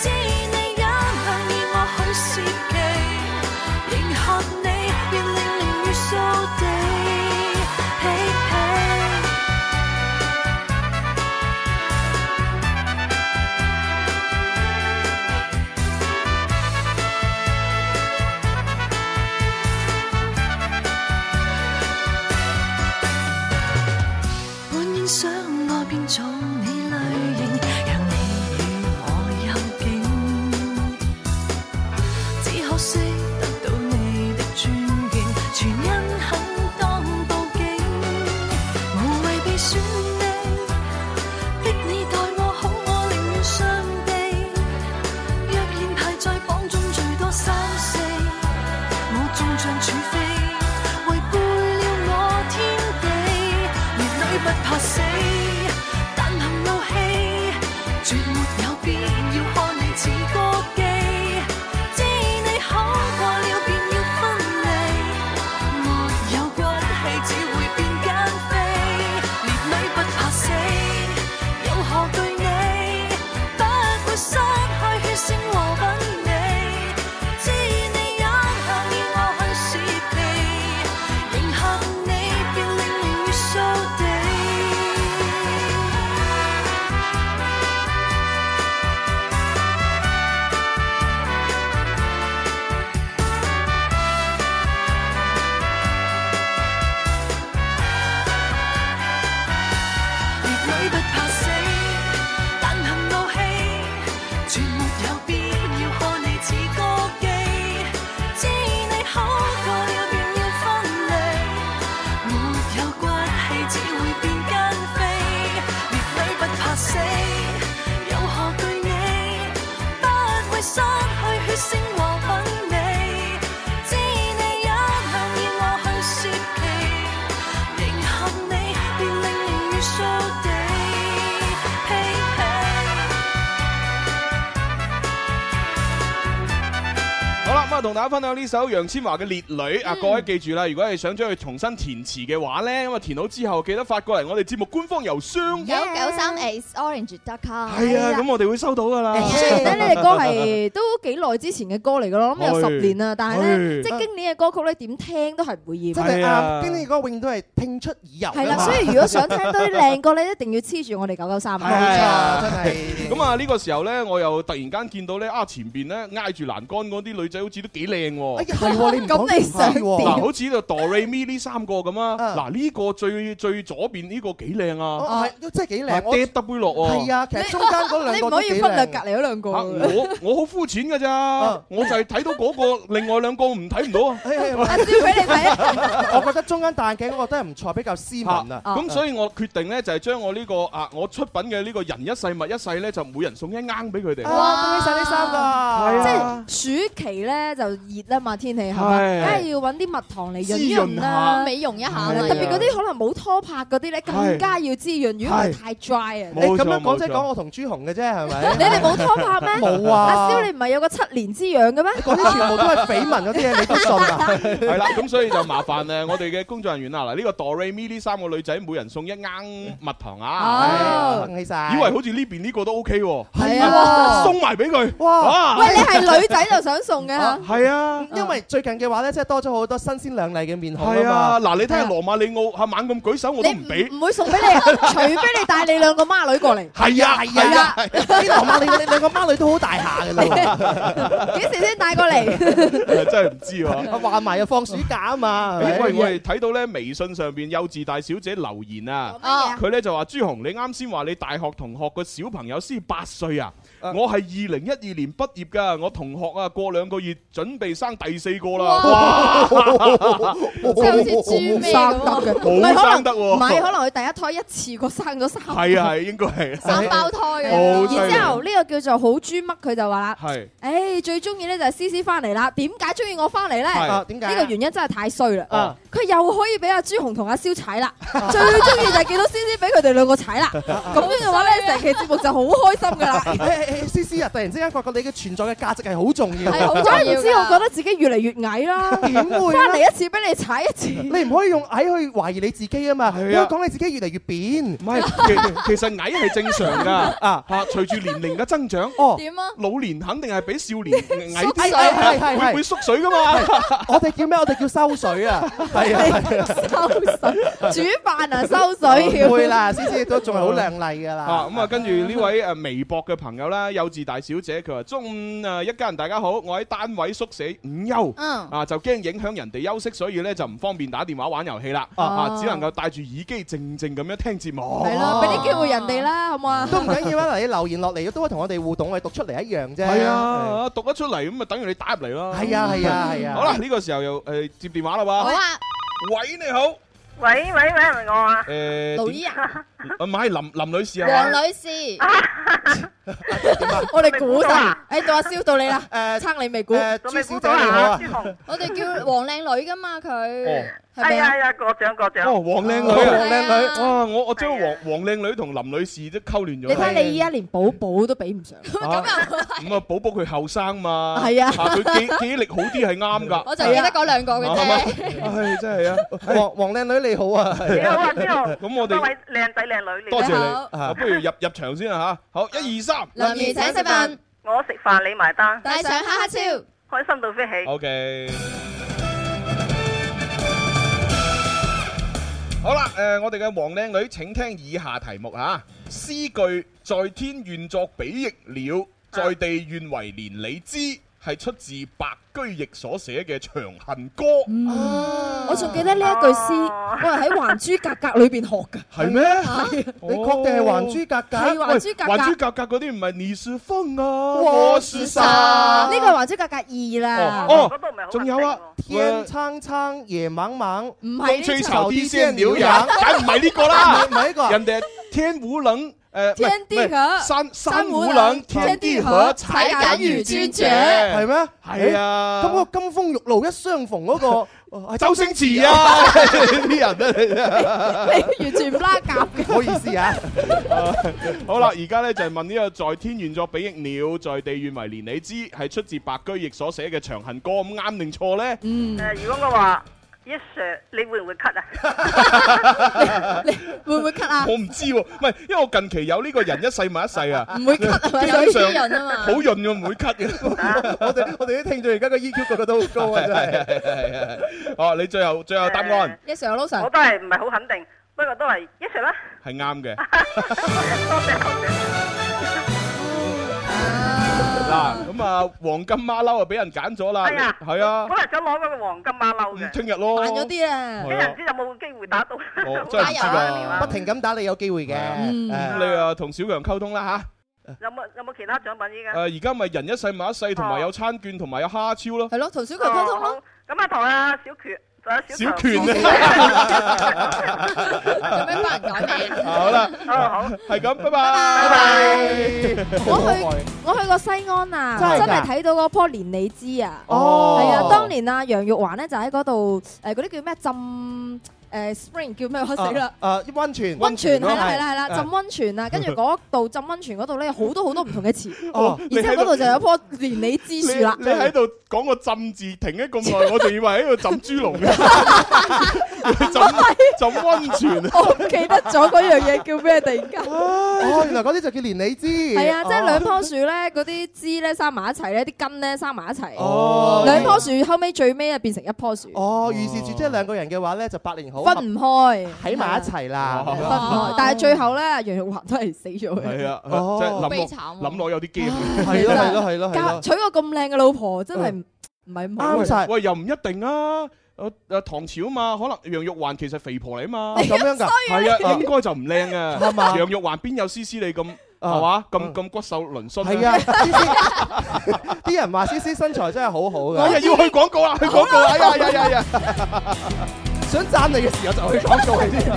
M: 知你也能以我好泄氣。迎合你，便令名譽掃地。嘿嘿半夜想我變做你類型，讓你與我有景。只可惜得到你的尊敬，全因肯當報警。無謂被選定，逼你待我好，我寧願傷悲。若然排在榜中最多三四，我終將處飛，違背了我天地。烈女不怕死，但憑怒氣，絕沒有必要看你似歌姬。知你好過了，便要分離，沒有骨氣，只會變奸妃。烈女不怕死，有何懼你？不會失去血性和品味。知你也能以我去泄氣，迎合你便令名譽掃地。烈女不怕死，但行怒氣，絕沒有必要看你似歌姬。知你好過了，便要分離，沒有骨氣，只會變奸妃。烈女不怕死，有何懼你？不會失去血性和品味。知你一向以我去泄氣。迎合你，便令名譽掃地。嘿嘿，
I: 好啦，咁啊，同大家分享呢首楊千嬅嘅《烈女》啊，各位記住啦，如果係想將佢重新填詞嘅話咧，咁啊填好之後記得發過嚟我哋節目官方郵箱。
C: 993 at isorange.com。
I: 係啊，咁我哋會收到噶啦。
J: 啊
K: 雖然咧呢隻歌係都幾耐之前嘅歌嚟㗎咯，我諗有
I: 係
K: 十年啦，但係
I: 係
J: 嗯
K: 咧即係經典嘅歌曲咧點聽都係唔會厭。
J: 真係啱，經理嗰個永遠都係聽出耳油㗎嘛。
K: 係啦，所以如果想聽多啲靚歌咧，一定要黐住我哋九九三
I: 啊
K: 啊！
J: 真係。
I: 咁啊，呢個時候咧，我又突然間見到咧啊，前邊咧挨住欄杆嗰啲女仔好似都幾靚喎。
J: 哎呀係喎你唔講咁你想點
I: 嗱，好似呢度 Do Re Mi 呢三個咁啊。嗱，呢個最最左邊呢個幾靚啊。
J: 係，真係幾哦靚。我
I: 跌得杯落喎。
J: 係啊，其實中間嗰兩個都幾靚
K: 離嗰兩個
I: 嚇我我好膚淺㗎
J: 哦
I: 咋，我就係睇到嗰個，另外兩個唔睇唔到啊。
J: 阿朱俾你睇，我覺得中間戴鏡嗰個真係唔錯，比較斯文啊。
I: 咁所以我決定咧就係將我呢個啊我出品嘅呢個人一世物一世咧就每人送一罌俾佢哋。
J: 哇！恭喜晒呢三
K: 即係
J: 個，
K: 暑期咧就熱啦嘛，天氣係嘛，
I: 係
K: 梗係要揾啲蜜糖嚟
C: 滋潤
K: 潤潤啦
C: 下，美容一下
K: 係
C: 嘛
K: 特別嗰啲可能冇拖拍嗰啲咧，更加要滋潤，如果唔係
J: 係
K: 太 dry 啊。
J: 你咁樣講即係講我同朱紅嘅啫，係咪？
K: (laughs) 你哋冇拖拍咩？
I: (laughs)
J: 冇啊！
K: 阿蕭你唔係有個七年之癢嘅咩？
J: 嗰啲全部都係緋聞嗰啲嘢，你都信啊？
I: 係啦，咁所以就麻煩誒我哋嘅工作人員啦，嗱呢個 Do Re Mi 呢三個女仔每人送一罌蜜糖啊！
J: 恭喜晒！
I: 以為好似呢邊呢個都 OK 喎，
J: 哦係啊
I: 送埋俾佢。啊
J: 哇！
K: (laughs) 喂，你係女仔就想送嘅嚇。
I: 係啊，
J: 因為最近嘅話咧，即係多咗好多新鮮亮麗嘅面孔
I: 係
J: 啊
I: 啊，
J: 嘛。
I: 嗱你睇下羅馬里奧嚇猛咁舉手，我都唔俾。
K: 唔會送俾你， (laughs) 除非你帶你兩個孖女過 (laughs) 嚟。
I: 係啊
J: 係啊，呢羅馬你你兩個孖女都好大下
K: (laughs)
J: 㗎啦，
K: 幾時先帶過嚟？
I: 真係唔知喎。
J: 話埋又放暑假啊嘛， (laughs) 係咪
K: (laughs)
I: 喂，我哋睇到咧微信上邊幼稚大小姐留言啊，佢咧就話朱紅，你啱先話你大學同學個小朋友先八歲啊，我係二零一二年畢業噶，我同學啊過兩個月準備生第四個啦，哇，好生
J: (laughs)
K: 啊
I: 得
K: 唔係，可
I: 喎，
K: 能佢第一胎一次過生咗三個。
I: 係啊係應該係
K: (laughs)
I: 啊
K: 三胞胎
I: 好犀利
K: 然之後呢個叫做好豬乜，佢就話啦，
I: 係
K: 誒最中意咧就係思思翻嚟啦。點解中意我翻嚟咧？
I: 係啊
K: 呢
I: 點解啊
K: 個原因真係太衰啦
I: 啊。
K: 佢又可以俾阿朱紅同阿蕭踩
I: (laughs)
K: 啦，最中意就係見到思思俾佢哋兩個踩啦。咁樣嘅話咧，成期節目就好開心 (laughs) 㗎啦。
I: (laughs)
J: 誒誒思思啊，突然之間發覺你嘅存在嘅價值係好重要，
K: 怪唔知我覺得自己越嚟越矮啦。
J: 點會
K: 翻嚟一次俾你踩一次？
J: 你唔可以用矮去懷疑你自己啊嘛，你要講你自己越嚟越扁。唔
I: 係，其其實矮係正
K: (laughs)
I: 常噶啊嚇，隨住年齡嘅增長，哦
J: 點
K: 啊，
I: 老年肯定係比少年矮
K: (laughs)
J: 係
K: 哎
I: 啲，
J: 係係係
I: 會會縮水噶嘛。
J: 我哋叫咩？我哋叫收水啊！係啊，
I: (laughs)
K: 收水，煮飯啊，收水要
J: 唔會啦，思思都仲係好靚麗噶啦。
I: 啊，咁啊，跟住呢位誒微博嘅朋友啦，幼稚大小姐，佢話中午啊，一家人大家好，我喺單位宿舍午休，
J: 嗯
I: 啊就驚影響人哋休息，所以咧就唔方便打電話玩遊戲啦，
J: 啊
I: 啊只能夠戴住耳機靜靜咁樣聽節目，
K: 係咯，俾啲機會人哋啦，好唔好啊？
J: 都唔緊要啊！嗱，你留言落嚟都係同我哋互動，我哋讀出嚟一樣啫。
I: 係啊，讀得出嚟咁咪等於你打入嚟啦，
J: 係啊係啊係啊
I: 好啦，呢個時候又誒接電話啦喎，
L: 好啊，
I: 喂你好，
L: 喂喂喂，係咪我啊？
I: 誒
L: 盧
I: 點
L: 姨啊，
I: 啊唔係林林女士啊，
C: 黃女士，
K: 我哋估晒，誒到阿蕭到你啦，撐你未估？
J: 誒
K: 朱小
J: 姐你好啊
C: 我哋叫黃靚女噶嘛佢
I: 哦，
C: 係咪啊？
L: 啊，過獎過獎。
I: 哦，黃靚女啊，
L: 黃
I: 靚女，哇！我我將黃黃靚女同林女士都溝亂咗。
K: 你睇你依家連寶寶都比唔上，
I: 啊咁啊，寶寶佢後生嘛，
K: 係啊
I: 佢記記憶力好啲係啱㗎。
C: 我就記得嗰兩個嘅
I: 係
C: 啫。
I: 咪唉，真係啊！
J: 黃黃靚女你好啊！
L: 你好啊，朱紅。
I: 咁我
L: 各位
I: 哋
L: 靚仔靚女，
I: 多謝
L: 哋
I: 你，啊不如入入場先啊嚇。好，一二三，
L: 好。
C: 林怡請食飯，
L: 我食飯你埋單。
C: 帶上哈哈超，
L: 開心到飛起。
I: OK。好啦，誒、我哋嘅黃靚女，請聽以下題目嚇。詩句在天願作比翼
L: 啊
I: 鳥，在地願為連理枝，係出自白居易所寫嘅《長恨歌》。
K: 我仲記得呢一句詩，我係喺《還珠格格》裏邊學㗎。
I: 係咩？ (laughs)
J: 你確定係還珠格格？
K: 啊係還珠格格
I: 喂還珠格格嗰啲唔係你是風啊，
K: 呢個係《啊還珠格格二》啦。
I: 哦哦，仲有啊，
J: 天蒼蒼，野茫茫，
K: 唔
I: 風吹草低見牛羊
J: 羊，，
I: 梗唔係呢
K: (laughs)
I: 個啦，
J: 唔係呢個啊
I: 人哋係天無冷。誒，唔係
K: 天地合
I: 唔係山山
K: 山
I: 無
K: 無
I: 冷
K: 冷，
I: 天地合
K: 合，
I: 踩緊
K: 踩緊
I: 如
K: 如專
I: 專雀，
K: 雀
J: 係咩？
I: 係啊
J: 誒咁個金風玉露一相逢 (laughs) 嗰個哦係
I: 周星馳啊， (laughs) 啲人啊，
K: 你完全唔拉夾嘅。
J: 唔好意思啊，
I: 好啦，而家咧就係問呢個在天願作比翼鳥，在地願為連理枝，係出自白居易所寫嘅《長恨歌》，咁啱定錯咧？
K: 嗯
L: 誒，如果我話 Yes sir，你會唔會 cut 啊？
K: 會唔會 cut à. 啊？
I: 我唔知喎，唔係，因為我近期有呢個人一世物一世
J: (laughs)
I: 啊，
K: 唔會 cut à. 係咪有
I: 基本
K: 啲
I: 上
K: 人啊嘛
I: 好潤嘅，唔會 cut 嘅。
J: (laughs) 我哋我哋啲聽眾而家個 E EQ 個個都好高啊，真係。
I: 係係係係哦，你最後最後答案
K: Yes sir 老 sir，
L: 我都係唔係好肯定，不過都係 Yes sir 啦。
J: (laughs)
I: 係啱嘅。
L: 多謝多謝。
I: 嗱，咁啊，黃金馬騮啊，俾人揀咗啦，
O: 係啊
I: 係啊
O: 本，嚟想攞嗰個黃金馬騮嘅，
I: 聽日咯，
K: à.
O: 啲人唔知有冇機會打到。 (laughs)
I: 我真係唔知㗎，
L: 啊
J: 不停咁打你有機會嘅。誒
K: 嗯
I: 咁你啊同小強溝通啦吓。
O: 有冇有冇其他獎品依家？
I: 誒而家咪人一世物一世，同埋有餐券，同埋有蝦超咯。係
O: 咯，同小強溝通咯。咁啊，同阿小權，同阿
I: 小
O: 小
I: 權
O: 啊，
I: 做
O: 咩幫人改名？
I: (laughs) 好啦，
O: 好，
I: 係咁，拜拜，拜拜。
K: 我去我去過西安啊，
I: 真係㗎
K: 真係睇到嗰棵連理枝啊！
I: 哦
K: 係啊，當年啊楊玉環咧就喺嗰度誒嗰啲叫咩浸誒 spring 叫咩我死啦！
J: 誒誒啊温泉，
K: 温泉係啦係啦係啦，
J: 係
K: 浸温泉啊，跟住嗰度浸温泉嗰度咧有好多好多唔同嘅池，
I: 哦
K: 然之後嗰度就有棵連理枝樹啦。
I: 你你喺度講個浸字停咗咁耐，我就以為喺度浸豬籠嘅，浸浸温泉。
K: (laughs) 我唔記得咗嗰樣嘢叫咩，突然間。
J: 哦，原來嗰啲就叫連理枝。
K: 係啊，即係
J: 哦
K: 兩棵樹咧，嗰啲枝咧生埋一齊咧，啲根咧生埋一齊。
J: 哦
K: 兩棵樹後尾最尾啊變成一棵樹。
J: 哦，預示住即係兩個人嘅話咧，就百年好
K: 分唔開，
J: 喺埋一齊啦。
K: 係啊。分唔開，但係最後咧，楊玉環都係死咗嘅。
I: 係啊，即
J: 哦
I: 係諗
K: 悲
I: 落
K: 慘啊
I: 諗落有啲驚。
J: 係咯係咯係咯係
K: 嫁
J: 咯。
K: 娶個咁靚嘅老婆，真係唔唔係冇。
I: 喂，喂又唔一定啊！誒誒，唐朝啊嘛，可能楊玉環其實肥婆嚟啊
J: (laughs)
I: 嘛，
K: 哎
J: 咁
I: 係
J: 樣㗎衰
I: 啊，
J: 啊
I: 應該就唔靚啊。
J: 係嘛
I: 楊玉環邊有思思你咁
J: Ờ.
I: 係嘛？咁咁骨瘦嶙峋。
J: 啊嗯係啊，思思 (laughs) 啲人話思思身材真係好好嘅。
I: 哎呀，要去廣
J: 啊
I: 告啦，去廣告啦！哎呀哎呀哎呀哎呀！
J: (laughs) 想讚你嘅時候就去廣告呢啲，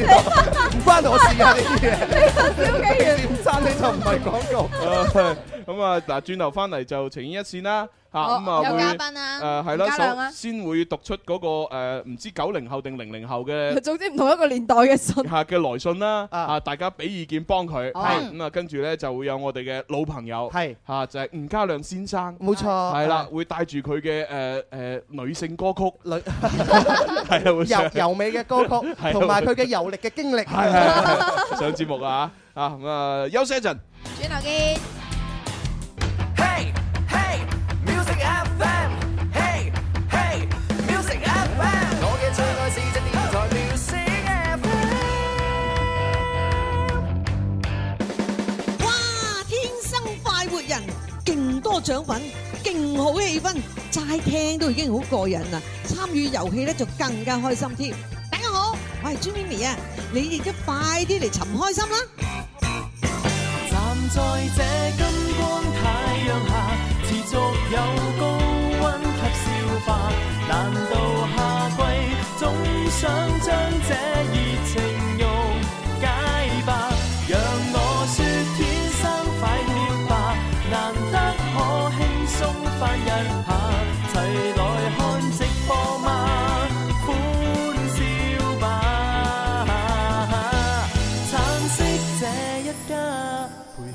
J: 唔關我事啊呢啲嘢。你唔讚你就唔係廣告。
I: 哎 (laughs) 咁啊，嗱，轉頭翻嚟就呈現一線啦，嚇
J: 好
I: 咁啊
J: 哦有
I: 會
J: 嘉賓啊
I: 誒係
J: 嘉亮啊
I: 啦，首先會讀出嗰個誒唔知九零後定零零後
J: (laughs)
K: (laughs)
I: 嘅
K: 總之唔同一個年代嘅信。
I: 嚇嘅來信啦，啊大家俾意見幫
J: 哦
I: 佢，
K: 好啊
I: 係咁啊，跟住咧就會有我哋嘅老朋友，
J: 係
I: 嚇就係吳嘉亮先生，
J: 冇錯，
I: 係啦，會帶住佢嘅誒誒女性歌曲，女 (laughs) 係啊會上
J: 柔柔美嘅歌曲，
I: 係啊
J: 同埋佢嘅遊歷嘅經歷。
I: 係係係上節目啊啊咁啊休息一陣。
K: 轉頭見。
M: Hey hey music FM Hey hey music FM 我嘅最愛是隻電台 music FM
F: 哇！天生快活人，勁多獎品，勁好氣氛，齋聽都已經好過癮啦！參與遊戲咧就更加開心添。大家好，我係朱咪咪啊！你哋都快啲嚟尋開心啦！
M: 站在這金光太陽下，持續有高溫及消化。難道夏季總想將這熱情溶解吧？讓我説天生快活吧，難得可輕鬆翻一下，齊來看直播嗎？歡笑吧，橙色這一家。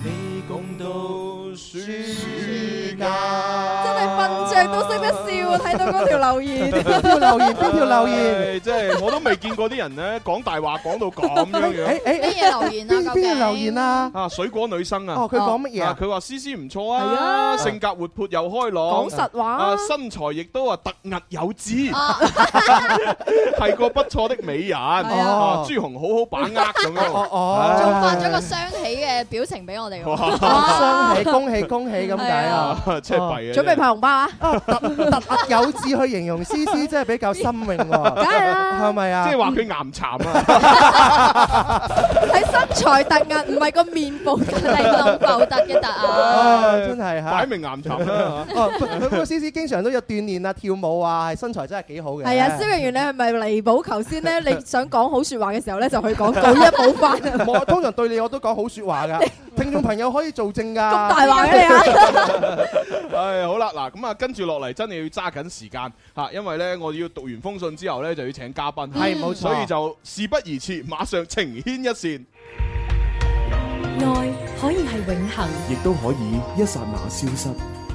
M: 你共度暑假，
K: 真係瞓着都識得笑啊！睇到嗰條留言，
J: 邊條留言？邊條留言？
I: 唉，即哎係我都未見過啲人咧講大話講到咁樣樣。
J: 誒
K: 嘢留言啊
J: 邊
K: 究竟
J: 邊條留言啊？
I: 啊，水果女生啊！
J: 哦佢講乜嘢啊
I: 啊佢話思思唔錯
J: 係啊
I: 啊，性格活潑又開朗，
J: 講實話
I: 啊，身材亦都啊突兀有致，
K: 啊
I: (laughs) 係個不錯的美人。啊朱紅好好把握咁樣。
J: 哦哦
I: 唉
J: 仲
C: 發咗個雙喜嘅表情俾我哋喎。
J: 恭喜恭喜恭喜咁解啊！
I: 真係弊啊！
K: 準備派紅包啊！
J: 有字去形容思思，真係比較新穎喎。梗係啦，係咪啊？
I: 即係話佢岩殘啊！
J: (laughs)
K: 睇身材突兀，唔係個面
C: (laughs)
K: 部突兀，
C: 林浮特嘅特啊！
J: 啊，真係嚇，
I: 擺明岩殘啊啦嚇
J: 哦，不不過思思經常都有鍛鍊啊、跳舞啊，係身材真係幾好嘅。
K: 係啊，蕭敬元，你係咪彌補頭先咧？你想講好説話嘅時候咧，就去講舉一補翻
J: (laughs)
K: 啊！
J: 我通常對你我都講好説話 (laughs) 㗎，聽眾朋友可以做證㗎。咁
K: 大話嘅你啊！
I: 唉，好啦，嗱咁啊，跟住落嚟真係要揸緊時間嚇，因為咧我要讀完封信之後咧就要請嘉賓，
J: 係冇錯
I: 所以就事不宜遲，馬上情牽一線。
P: 愛可以係永恒，
Q: 亦都可以一刹那消失，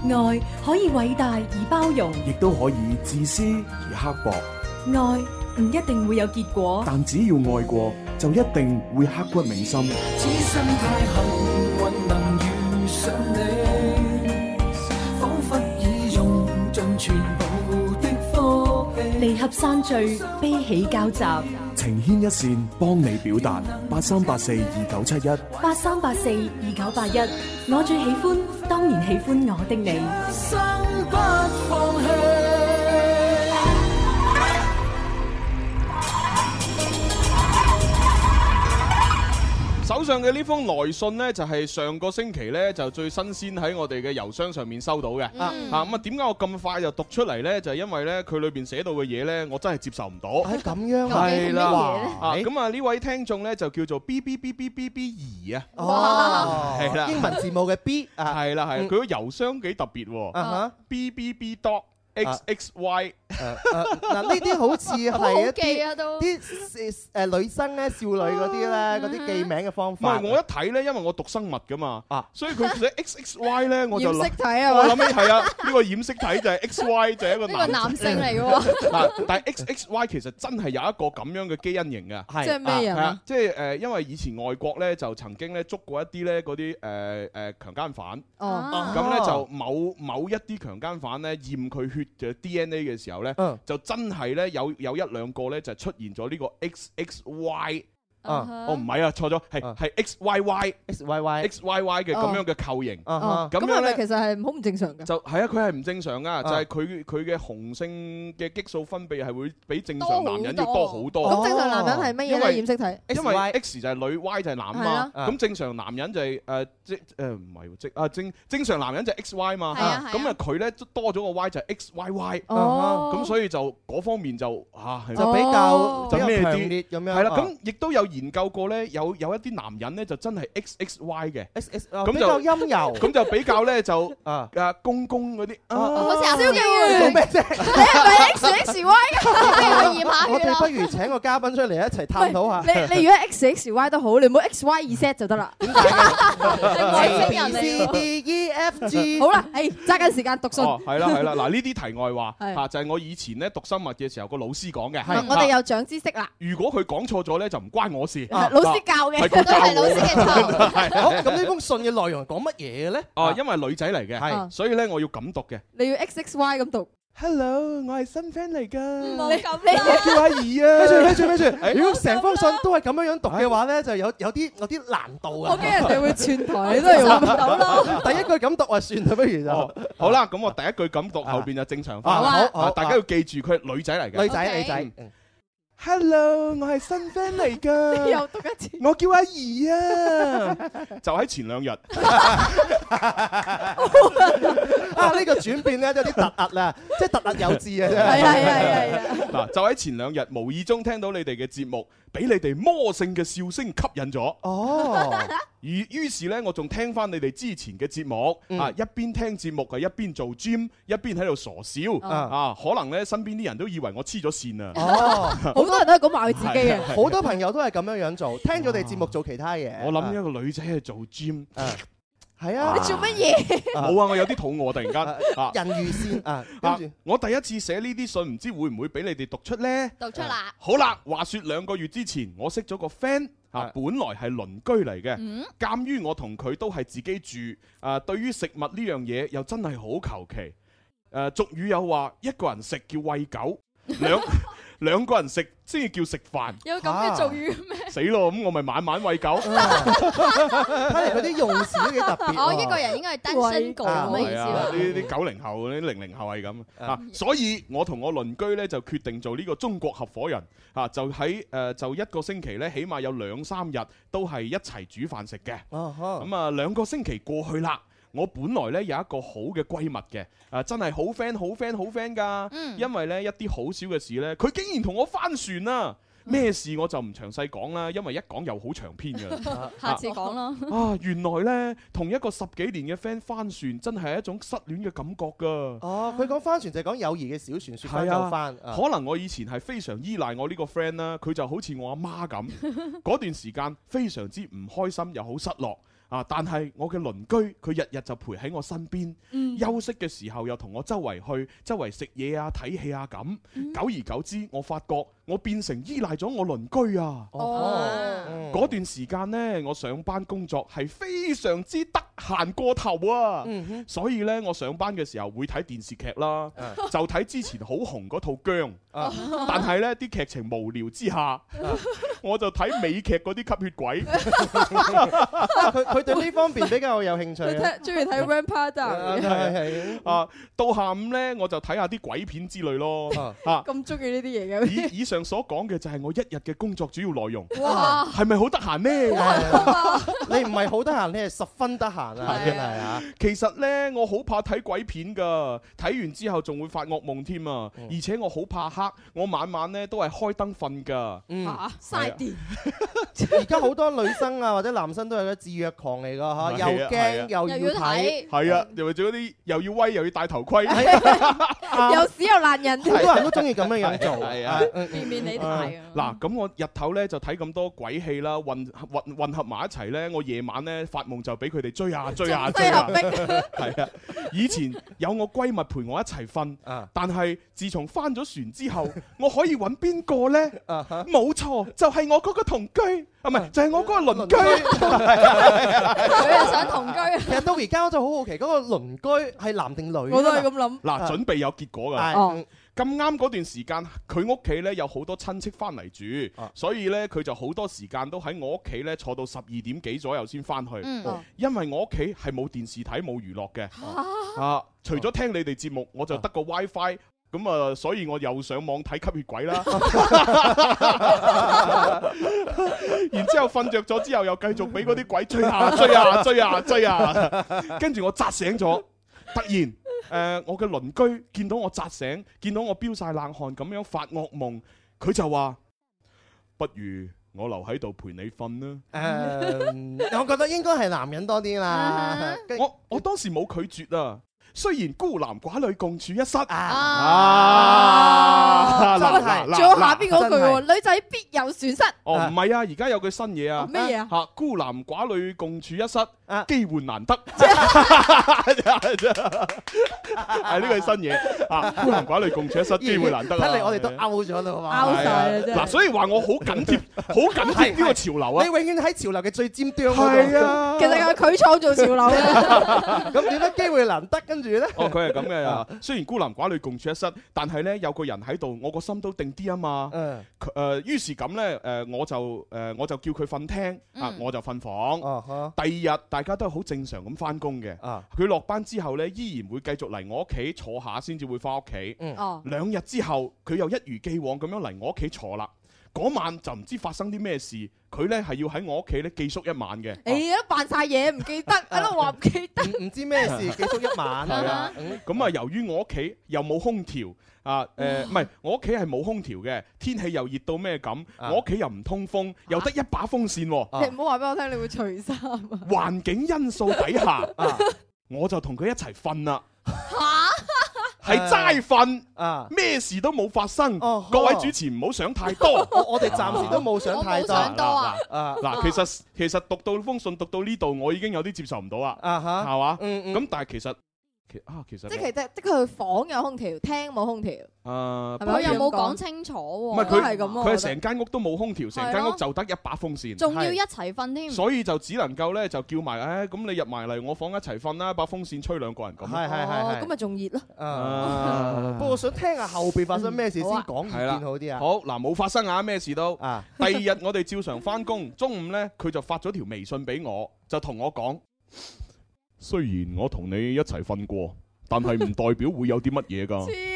P: 愛可以偉大而包容，
Q: 亦都可以自私而刻薄。
P: 愛
F: ừ,
P: 唔一定會有結果。
Q: 但只要愛過，就一定會刻骨銘心。
M: 此生太幸運能遇上你，彷彿已用盡全部的福氣。
P: 離合散聚，悲喜交集，
R: 情牽一線，幫你表達。八三八四二九七一。
S: 八三八四二九八一，我最喜歡，當然喜歡我的你。
H: 生不放棄。
I: 手上嘅呢封來信呢，就係、上個星期呢，就最新鮮喺我哋嘅郵箱上面收到嘅。啊
J: 嗯
I: 咁啊，點解我咁快就讀出嚟呢？就係因為呢，佢裏邊寫到嘅嘢呢，我真係接受唔到。
J: 係咁樣啊
I: 係啦。
J: 究竟係乜嘢呢
I: 啊，咁啊呢位聽眾呢，就叫做 B B B B B B 二啊。
J: 哦
I: 係啦，
J: 英文字母嘅 B 啊，
I: 係啦係啦，佢
J: 嗯
I: 個郵箱幾特別
J: 啊
I: 喎。
J: 哈
I: B B B dot x x y。
J: 嗱呢啲好似係一
C: 記
J: 啲啲誒女生咧、少女嗰啲咧，嗰啲記名嘅方
I: 唔
J: 法
I: 係。我一睇咧，因為我讀生物噶嘛，所以佢 (laughs) 寫 X X Y 咧，我就諗
J: 染色體啊嘛
I: 我諗起係啊，呢個染色體就係 X Y 就係一個
C: 呢個
I: (laughs)
C: 男性嚟嘅喎
I: 嗱，但係 X X Y 其實真係有一個咁樣嘅基因型嘅，
J: 即係咩人啊
I: 係即係誒，因為以前外國咧就曾經咧捉過一啲咧嗰啲誒誒強姦犯，
K: 啊
J: 哦
I: 咁咧就某某一啲強姦犯咧驗佢血嘅 D N A 嘅時候咧，就真係咧有有一兩個咧就出現咗呢個 X X Y。
J: 啊
I: 哦，唔係啊，錯咗，係係 X Y Y
J: X Y Y
I: X Y Y 嘅咁樣嘅構型，
K: 哦
I: 咁樣
K: 係咪其
I: 咧
K: 實係好唔正常㗎？
I: 就係啊，佢係唔正常噶，就
K: 啊
I: 係佢佢嘅雄性嘅激素分泌係會比正
K: 多哦
I: 常
K: 好
I: 男人要多
K: 多
I: 好多。
K: 咁正常男人係乜嘢
I: 因為
K: 咧？染色體。
I: 因為 X 就係女，Y 就係男
K: 係
I: 嘛
K: 啊。
I: 咁正常男人就係誒即誒唔係喎，即啊正正常男人就係 XY 嘛。咁啊佢咧多咗個 Y 就係 XYY。
J: 哦
I: 咁所以就嗰方面就啊係
J: 就比較
I: 哦
J: 比較
I: 咩
J: 強烈
I: 啲
J: 咁樣
I: 係啦，
J: 啊
I: 咁亦都有研究過咧，有有一啲男人咧就真係 XXY 嘅。
J: 啊
I: 咁
J: 比
I: 就
J: 較陰柔
I: 咁就比較咧就啊公公嗰啲啊，
J: 好
C: 似阿蕭敬
J: 你
C: 騰
J: (laughs) 做咩啫？
C: 你係咪 X X Y 啊？你可以驗下
J: 我
C: 佢
J: 哋
C: 啦。
J: 不如請個嘉賓出嚟一齊探討下。
K: 你你如果 X X Y 都好，你唔好 X Y 二 set 就得啦。
J: 外星
K: 人嚟
J: C
K: 喎
J: D E
K: (laughs)
J: F G
K: 好啦，誒揸緊時間讀信。
I: 哦，係啦係啦，嗱呢啲題外話
K: (laughs) 係
I: 嚇，就係我以前咧讀生物嘅時候個老師講嘅。啊
K: 嗱我哋又長知識啦。
I: 如果佢講錯咗咧，就唔關我事。
K: 啊
I: 啊
K: (laughs) 老師教嘅
I: 係佢教我
K: 都係老師嘅錯
I: 係
J: 好，咁呢封信嘅內容講乜嘢咧？
I: 哦，因為女仔嚟嘅，
J: 係
I: 所以咧我要咁讀嘅。
K: 你要 X X Y 咁讀。
I: Hello，我係新 friend 嚟㗎。
K: 冇咁
J: 我叫阿怡啊！咪住咪住咪
I: 哎
J: 住，如果成封信都係咁樣樣讀嘅話咧，就有有啲有啲難度啊！
K: 我驚人哋會串台
J: 你
K: 都係用唔到咯。
J: 第一句咁讀啊，算啦，不如就
I: 好啦，咁我第一句咁
K: 啊
I: 讀，後邊就正常翻。
J: 好啊好好
I: 大家要記住佢係女仔嚟嘅。嗯
J: 女仔女仔。
H: Hello，我係新 friend 嚟
K: (laughs)
H: 噶，
I: 又
K: 讀一次，
H: 我叫阿怡
K: (laughs)
H: 啊。
I: 就喺前兩日。
J: 啊！呢個轉變咧有啲突兀
I: (laughs)
J: 啦，即係突兀有致啊！真係
I: 係啊係啊係啊！嗱，就喺前兩日無意中聽到你哋嘅節目，俾你哋魔性嘅笑聲吸引咗。
J: 哦，
I: 於於是呢，我仲聽翻你哋之前嘅節目，啊，一邊聽節目係一邊做 gym，一邊喺度傻笑，
J: 嗯
I: 啊，可能呢，身邊啲人都以為我黐咗線啊。
J: 哦，
K: 好多人都係咁話佢自己嘅。
J: (laughs) 好多朋友都係咁樣樣做，聽咗我哋節目做其他嘢。啊
I: 我諗一個女仔係做 gym，
J: 係啊，
K: 你做乜嘢
C: (laughs)
I: 冇啊，我有啲肚餓，突然間 (laughs) 啊，
J: 人魚線啊，
I: 啊我第一次寫呢啲信，唔知會唔會俾你哋讀出呢？
C: 讀出啦。
I: 好啦，話說兩個月之前，我識咗個 friend 啊，本來係鄰居嚟嘅
C: 嗯。
I: 鑑於我同佢都係自己住，啊，對於食物呢樣嘢又真係好求其。誒，俗語有話，一個人食叫喂狗，
C: (laughs)
I: 兩兩個人食先至叫食飯。
C: 有咁
J: 啊
C: 嘅俗語咩？
I: 死咯！咁我咪晚晚喂狗。
J: 睇嚟佢啲用詞都幾特別。
C: 我一哦個人應該係單身狗咁嘅哦意
I: 係
C: 思
I: 啊，
C: 啦。
I: 呢。啲九零後、呢啲零零後係咁啊，所以我同我鄰居咧就決定做呢個中國合伙人啊，就喺誒、呃就一個星期咧，起碼有兩三日都係一齊煮飯食嘅。
J: 哦
I: 咁啊，兩個星期過去啦。我本來咧有一個好嘅閨蜜嘅，啊真係好 friend 好 friend 好 friend 噶，因為咧一啲好少嘅事咧，佢竟然同我翻船啦！咩事我就唔詳細講啦，因為一講又好長篇噶啦
C: 下次講咯。
I: 啊，原來呢，同一個十幾年嘅 friend 翻船，真係一種失戀嘅感覺噶。
J: 哦，佢講帆船就係講友誼嘅小船，説翻就翻。啊
I: 可能我以前係非常依賴我呢個 friend 啦，佢就好似我阿媽咁，嗰段時間非常之唔開心又好失落。啊！但係我嘅鄰居，佢日日就陪喺我身邊，休息嘅時候又同我周圍去，周圍食嘢啊、睇戲啊咁。久而久之，我發覺我變成依賴咗我鄰居啊。
H: 哦
I: 嗰段時間呢，我上班工作係非常之得行過頭
J: 嗯
I: 啊！所以呢，我上班嘅時候會睇電視劇啦，就睇之前好紅嗰套《姜》，
J: 啊
I: 但係呢啲劇情無聊之下，我就睇美劇嗰啲吸血鬼。
J: 啊佢佢對呢方面比較有
C: (laughs)
J: 興趣
K: 佢
J: 啊
K: 睇。中意睇 Rampa Down 嘅，
I: 係啊，到下午呢，我就睇下啲鬼片之類咯。啊，
K: 咁中意呢啲嘢嘅。
I: 以以上所講嘅就係我一日嘅工作主要內容。
J: 哇
I: 係咪好得閒呢？
J: 你唔係好得閒，你係十分得閒啊！真係啊！
I: 其實呢，我好怕睇鬼片㗎，睇完之後仲會發噩夢添啊！而且我好怕黑，我晚晚呢都係開燈瞓㗎。
J: 嗯，
I: 嘥電。
J: 而家好多女生啊或者男生都係咧啊自虐狂嚟噶嚇，又驚又要睇，
I: 係啊，又或者嗰啲又要威又要戴頭盔，
K: (laughs) 又屎又爛人，
J: 好多人都中意咁樣樣做。
I: 係啊，
K: 便便你
I: 啊
K: 睇啊。
I: 嗱，咁我日頭咧就睇咁多鬼戲啦，混混混合埋一齊咧，我夜晚咧發夢就俾佢哋追 (laughs) 啊追啊追啊，係啊！以前有我閨蜜陪我一齊瞓，
J: 啊
I: 但係自從翻咗船之 (laughs) 後，我可以揾邊個咧？
J: 啊
I: 冇錯，就係我嗰個同居，啊唔係就係我嗰個鄰居。
J: 佢
K: 又想同居。
J: 其實到而家我就好好奇，嗰個鄰居係男定女？啊
K: 我都係咁諗
I: 嗱，準備有結果
J: 係
I: 㗎。咁啱嗰段時間，佢屋企呢有好多親戚翻嚟住，所以呢，佢就好多時間都喺我屋企呢坐到十二點幾左右先翻去
H: 嗯哦，
I: 因為我屋企係冇電視睇、冇娛樂嘅。啊，除咗聽你哋節目，我就得個 WiFi。咁啊，所以我又上網睇吸血
H: (laughs)
I: 鬼啦，然之後瞓着咗之後，又繼續俾嗰啲鬼追啊追啊追啊追啊，跟住我扎醒咗，突然誒、呃我嘅鄰居見到我扎醒，見到我飆晒冷汗咁樣發惡夢，佢就話：不如我留喺度陪你瞓啦。
J: 嗯誒， (laughs) 我覺得應該係男人多啲啦。
I: 我我當時冇拒絕啊，雖然孤男寡女共處一室
K: 啊
I: 啊，嗱嗱嗱
K: 仲有下邊嗰句
I: 嗱嗱
K: 喎，女仔必有損失。
I: 哦，唔係啊，而家有句新嘢啊，
K: 咩嘢啊
I: 嚇孤男寡女共處一室，機會難 (laughs) 得，係呢句新嘢啊！孤男寡女共處一室，機會難得啊！
J: 睇嚟我哋都 out 咗啦嘛。
I: 係啊嗱，所以話我好緊 (laughs) 貼，好緊貼呢個潮流啊
J: 你！永遠喺潮流嘅最尖端嗰度。
I: 係啊
K: 其實係佢創造潮流
I: (laughs)
K: 嘅。
J: 咁點咧？機會難得，跟住咧。
I: 哦，佢係咁嘅啊！雖然孤男寡女共處一室，但係咧有個人喺度，我個心都定啲啊嘛。
J: 嗯。
I: 誒，於是咁咧，誒我就誒我就叫佢瞓廳啊
J: 嗯，
I: 我就瞓房。第二日大家都係好正常咁翻工嘅。
J: 啊。
I: 佢落班之後咧，依然會繼續嚟我屋企坐下，先至會翻屋企。
J: 嗯
K: 哦
I: 兩日之後，佢又一如既往咁樣嚟我屋企坐啦。嗰晚就唔知發生啲咩事，佢咧係要喺我屋企咧寄宿一晚嘅。
K: 誒，都扮晒嘢，唔
I: (laughs)
K: 記得，喺度話唔記得，
J: 唔知咩事寄宿一晚
I: 係啊，咁啊，由於我屋企又冇空調啊，誒，唔係我屋企係冇空調嘅，天氣又熱到咩咁，我屋企又唔通風，又得一把風扇
K: 你唔
I: 喎，
K: 好話俾我聽，你會除衫
I: (laughs)
K: 啊！
I: 環境因素底下，
J: 啊
I: 我就同佢一齊瞓啦。係齋瞓
J: 啊，
I: 咩事都冇發生。
J: 哦
I: 各位主持唔好想太多，
J: 我我哋暫時都冇想太多我冇想多啊
I: 嗱嗱，嗱其實其實讀到封信讀到呢度，我已經有啲接受唔到啦，
J: 啊哈
I: 係嘛？
J: 嗯嗯
I: 咁但係其實其啊其實
K: 即係其實即係佢房有空調，廳冇空調，
I: 誒
K: 係咪可以咁講？
C: 又冇講清楚
I: 唔
C: 喎，
I: 係
K: 都
I: 佢
K: 係咁啊
I: 啊佢
K: 我
I: 係
K: 覺得
I: 成間屋都冇空調，成間屋就得一把風扇，
C: 仲要一齊瞓添。
I: 所以就只能夠咧就叫埋，唉，咁你入埋嚟我房一齊瞓啦，把風扇吹兩個人咁。
J: 係係係係
K: 咁咪仲熱咯。
I: 啊
J: 不過我想聽下後邊發生咩事先講意
I: 係啦
J: 見好啲啊。
I: 好嗱，冇發生啊，咩
J: (laughs)
I: 事都。第二日我哋照常翻工，中午呢，佢就發咗條微信俾我，就同我講：雖然我同你一齊瞓過，但係唔代表會有啲乜
J: (laughs)
I: 嘢㗎。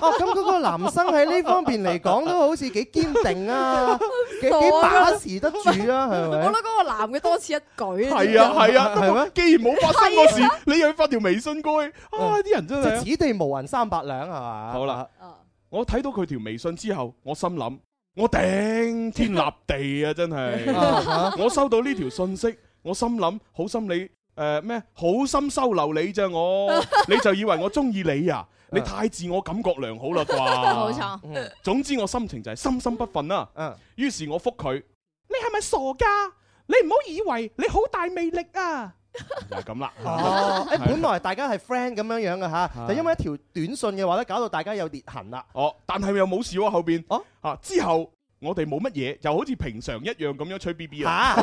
J: 哦，咁嗰個男生喺呢方面嚟講都好似幾堅定啊，幾幾把持得住啊，
K: (laughs) 我
J: 係
K: 覺得？
J: 咪
K: 嗰個男嘅多此一舉。
I: 係啊係啊，
J: 係
I: 係
J: 咩
I: 咩？既然冇發生過事
J: 係啊，
I: 你又要發條微信過去，啊啲人真係
J: 就。此地無銀三百兩係嘛？
I: 好啦，我睇到佢條微信之後，我心諗：我頂天立地啊！真
J: 啊
I: 係，我收到呢條信息，我心諗好心你誒咩？好心收留你咋我，你就以為我中意你啊？你太自我感覺良好啦啩？
H: 冇
C: 啊
H: 錯嗯
I: 總之我心情就係心心不忿啦。於是我覆佢
H: 你係咪傻噶？你唔好以為你好大魅力啊！
I: 就係咁啦。
J: 哦，誒，
I: 係
J: 本來大家係 friend 咁樣樣嘅嚇，就因為一條短信嘅話咧，搞到大家有裂痕
I: (laughs)
J: 啦。
I: 哦，但係又冇事喎後邊。哦，啊之後我哋冇乜嘢，就好似平常一樣咁樣吹 B B 啊。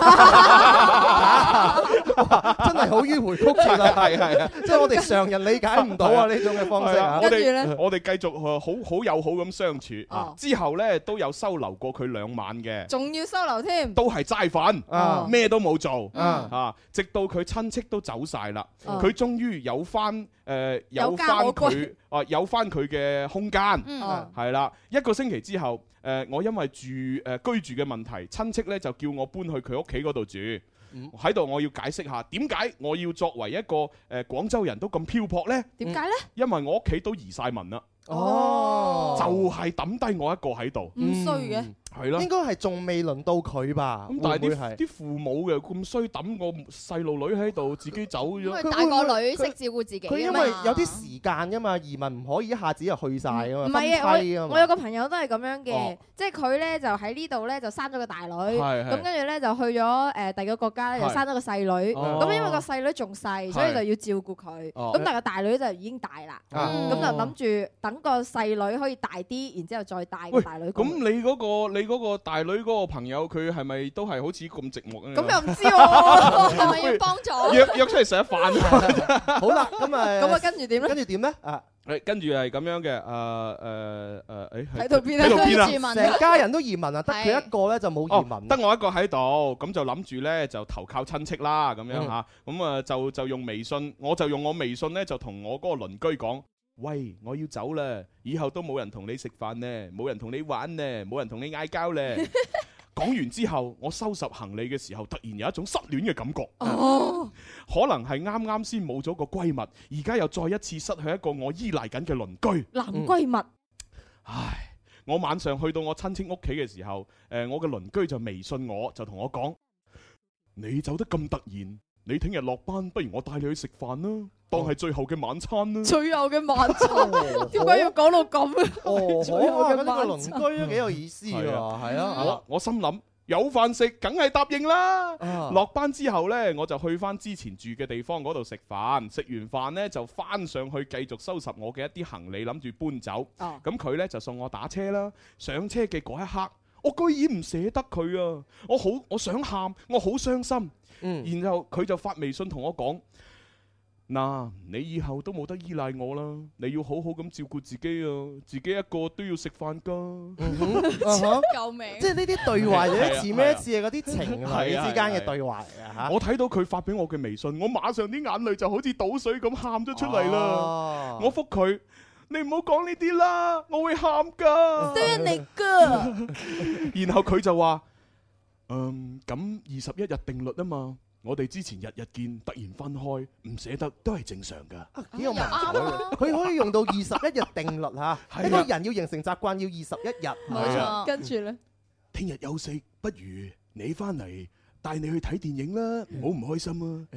J: 哇真係好迂迴曲折啊！
I: (laughs) 係係係
J: 即係我哋常人理解唔到啊呢種嘅方式
I: 係啊
J: 啊。
I: 我哋我哋繼續呃好好友好咁相
K: 啊
I: 處，之後呢，都有收留過佢兩晚嘅。
K: 仲要收留添。
I: 都係齋
K: 啊
I: 飯，咩都冇做
K: 嗯
I: 啊！直到佢親戚都走晒啦，
K: 哦
I: 佢終於有翻誒有
K: 有家
I: 翻
K: 可
I: 佢
K: 歸
I: 啊有翻佢嘅空間，
K: 嗯
C: 啊
K: 哦
I: 係啦。一個星期之後，誒我因為住誒居住嘅問題，親戚呢就叫我搬去佢屋企嗰度住。喺度我要解釋下點解我要作為一個誒廣州人都咁漂泊呢？
K: 點解呢
I: 因為我屋企都移晒民啦，
J: 哦
I: 就係抌低我一個喺度，
J: 咁衰嘅
I: 係啦
J: 應。該係仲未輪到佢吧？
I: 咁但係
J: 會唔會
I: 啲
J: 係
I: 啲父母嘅咁衰抌個細路女喺度，自己走
C: 因為
I: 咗。
C: 大個女識照顧自己
J: 佢因
C: 啊
J: 為
C: 嘛。
J: 有啲時間噶嘛，移民唔可以一下子就去晒噶嘛，
K: 唔
J: 分
K: 係啊，
J: 批啊
K: 我
J: 嘛。
K: 我有個朋友都係咁樣嘅
J: 哦，
K: 即係佢咧就喺呢度咧就生咗個大女，
J: 係係
K: 咁跟住咧就去咗誒第二個國家咧就
J: 係
K: 生咗個細女，
J: 哦
K: 咁因為個細女仲細，所以就要照顧佢，
J: 哦
K: 咁但係個大女就已經大啦，
I: 哦
K: 咁就諗住等個細女可以大啲，然之後再帶個大女過
I: 咁
K: 嚟。
I: 你嗰、個你嗰個大女嗰個朋友，佢係咪都係好似咁寂寞咧？
K: 咁又唔知
J: (laughs)
C: 哦
K: 喎係咪要幫助
I: 約約出嚟食一飯。
J: (laughs) 好啦，咁啊，
K: 咁啊跟住點
J: (laughs)
K: 咧？
J: 跟住點咧？啊，
I: 誒跟住係咁樣嘅，誒誒誒，誒誒
J: 喺度邊啊
I: 喺度邊
J: 居住
I: 啊？
J: 民成家人都移民啊得佢一個咧就冇移
I: 民，哦得我一個喺度，咁就諗住咧就投靠親戚啦，咁樣嚇，咁啊就就用微信，我就用我微信咧就同我嗰個鄰居講。喂，我要走啦！以後都冇人同你食飯呢，冇人同你玩呢，冇人同你嗌交呢。講完之後，我收拾行李嘅時候，突然有一種失戀嘅感覺。
J: 哦
K: 哦
I: 可能係啱啱先冇咗個閨蜜，而家又再一次失去一個我依賴緊嘅鄰居。
J: 嗯
K: 男閨蜜，
I: 我晚上去到我親戚屋企嘅時候，誒、我嘅鄰居就微信我，就同我講：你走得咁突然，你聽日落班，不如我帶你去食飯啦，當係最後嘅晚餐啦。
K: 最後嘅
J: 嗯
K: 晚
J: 哦
K: 餐，點解要講到咁啊？最後
J: 呢
K: 嘅
J: 個
K: 晚
J: 鄰
K: 餐。
J: 居都幾有
K: (laughs)
J: 意思喎，係啊。
I: 我我心諗有飯食，梗係答應啦。
K: 嗯
J: 啊哦
I: 落班之後呢，我就去翻之前住嘅地方嗰度食飯，食完飯呢，就翻上去繼續收拾我嘅一啲行李，諗住搬走。
K: 哦
I: 咁佢呢，就送我打車啦。上車嘅嗰一刻，我居然唔捨得佢啊！我好，我想喊，我好傷心。
J: 嗯
I: 然後佢就發微信同我講。嗱，你以後都冇得依賴我啦，你要好好咁照顧自己啊，自己一個都要食飯
J: 嗯
I: 噶。
J: 救命！啊即係呢啲對話有啲似咩？似係嗰啲情
I: 啊
J: 侶之間嘅對話。
I: 我睇到佢發俾我嘅微信，我馬上啲眼淚就好似倒水咁喊咗出嚟
J: 哦
I: 啦。我覆佢：你唔好講呢啲啦，我會喊噶。
K: (laughs) 你
J: (laughs)
K: 哥。
I: 然後佢就話：嗯，咁二十一日定律啊嘛，我哋之前日日見，突然分開，唔捨得都係正常噶。
J: 幾有文采喎佢可以用到二十一日定律嚇，
I: 啊
J: 一個人要形成習慣要二十一日。
I: 冇
J: 啊
I: 錯
K: 跟住咧，
I: 聽日休息，不如你翻嚟帶你去睇電影啦，唔好唔開心啊！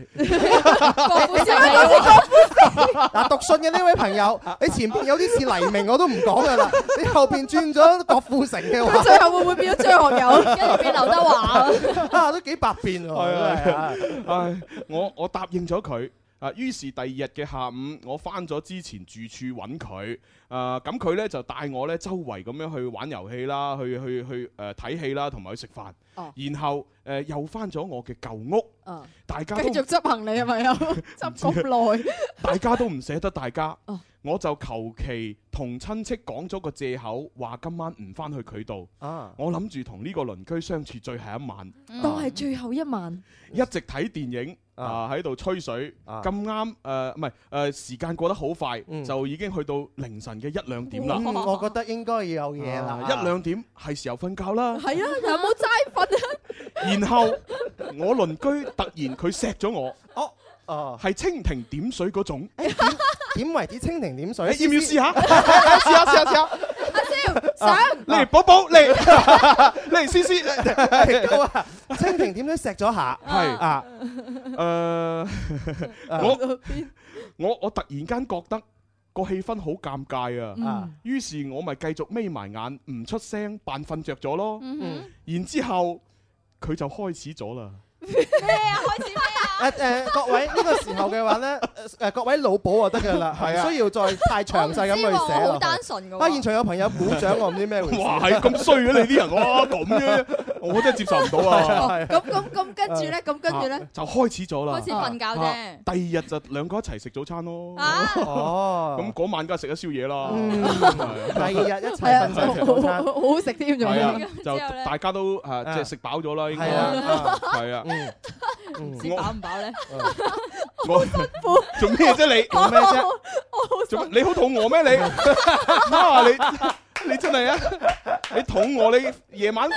J: 嗱，讀信嘅呢位朋友，你前邊有啲似黎明，我都唔講噶啦。你後邊轉咗郭富城嘅話，
K: 佢最後會唔會變咗張
J: (laughs)
K: 學友跟住變劉德華
J: 啊，都幾百變喎。
I: 係
J: 真係
I: 啊，唉，我我答應咗佢。啊，於是第二日嘅下午，我翻咗之前住處揾佢。啊，咁佢呢就帶我呢周圍咁樣去玩遊戲啦，去去去誒睇戲啦，同埋去食飯。
K: 哦
I: 然後誒、呃又翻咗我嘅舊屋，
K: 嗯，
I: 大家
K: 繼
I: 都
K: 續執行李係咪有執咁耐？
I: (laughs) 大家都唔捨得
K: (laughs)
I: 大家，
K: 哦
I: 我就求其同親戚講咗個借口，話今晚唔翻去佢度。
J: 啊，
I: 我諗住同呢個鄰居相處最後一晚。
K: 當係最後一晚，
I: 一直睇電影啊，喺度吹水，咁啱誒，唔係誒，時間過得好快，就已經去到凌晨嘅一兩點啦。
J: 嗯我覺得應該要有嘢啦
I: 啊。一兩點係時候瞓覺啦。
K: (laughs) 係啊，有冇齋瞓啊？
I: 然後我鄰居突然佢錫咗我，
J: 哦，哦，
I: 係蜻蜓點水嗰種。
J: 點為之蜻蜓點水？
I: 誒要唔要試下？
J: 試下試 (laughs) 下試下。
K: 阿蕭想
I: 嚟寶寶
J: (laughs)
I: (laughs) 嚟嚟試試。
J: 夠啊！蜻蜓點水錫咗下，
I: 係
J: 啊，
I: 誒，呃我我我突然間覺得個氣氛好尷尬啊
J: 嗯！
I: 於是我咪繼續眯埋眼，唔出聲，扮瞓着咗咯
J: 嗯哼。
I: 然之後佢就開始咗啦。
J: 誒誒，各位呢個時候嘅話咧，誒各位老保啊得㗎啦，
I: 係啊
J: 唔需要再太詳細咁去寫
C: 我唔
J: 落去。
C: 知喎我好單純㗎喎
J: 啊，現場有朋友鼓掌，我唔知咩回事。
I: 哇，係咁衰嘅你啲人，哇咁嘅，我真係接受唔到啊！
K: 咁咁咁跟住咧，咁跟住咧
I: 啊，就開始咗啦，
K: 哦開始瞓覺啫
I: 啊第二日就兩個一齊食早餐咯。
K: 啊
I: 哦，咁嗰晚梗係食咗宵夜啦。
J: 嗯
I: 第
J: 第二日一齊
K: 係啊
J: 瞓，晒
K: 好好好好食 (laughs) 添，仲
I: 係
K: 要
I: 啊，就大家都誒即係食飽咗啦，應該
J: 係啊嗯
I: 係
J: (laughs)
I: 啊。
K: 唔
C: (laughs)
K: 知飽唔飽咧？
I: 我做咩啫你？
K: 做咩啫
I: 做咩？你好肚餓咩你？啊你你真係啊！你肚餓你夜晚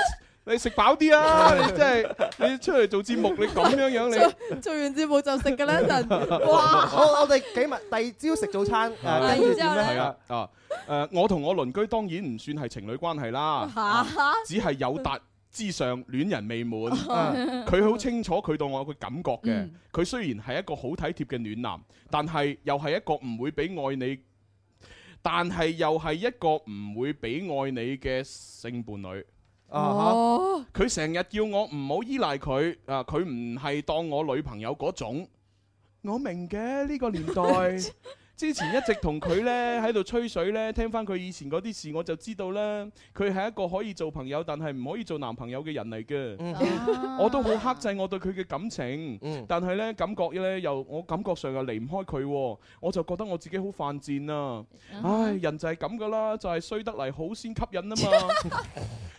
I: 你食飽啲 (laughs) 啊！你真係你出嚟做節目你咁樣 (laughs) 樣你。
K: 做做完節目就食㗎啦 (laughs) 一陣，哇！
J: 我我哋幾日第二朝食早餐，誒跟住點
I: 係
J: 咧？
I: 啊啊誒，我同我鄰居當然唔算係情侶關係啦，啊只係有達之上戀人未滿。
J: 嗯
I: 佢好清楚佢對我嘅感覺嘅。佢雖然係一個好體貼嘅暖男，但係又係一個唔會俾愛你，但係又係一個唔會俾愛你嘅性伴侶。
K: 哦，
I: 佢成日叫我唔好依賴佢，啊，佢唔係當我女朋友嗰種。我明嘅呢個年 (laughs) 代，之前一直同佢呢喺度吹水呢，聽翻佢以前嗰啲事，我就知道啦。佢係一個可以做朋友，但係唔可以做男朋友嘅人嚟嘅。我都好克制我對佢嘅感情，但係呢感覺呢又我感覺上又離唔開佢喎，我就覺得我自己好犯賤啊！唉，人就係咁噶啦，就係衰得嚟好先吸引啊嘛，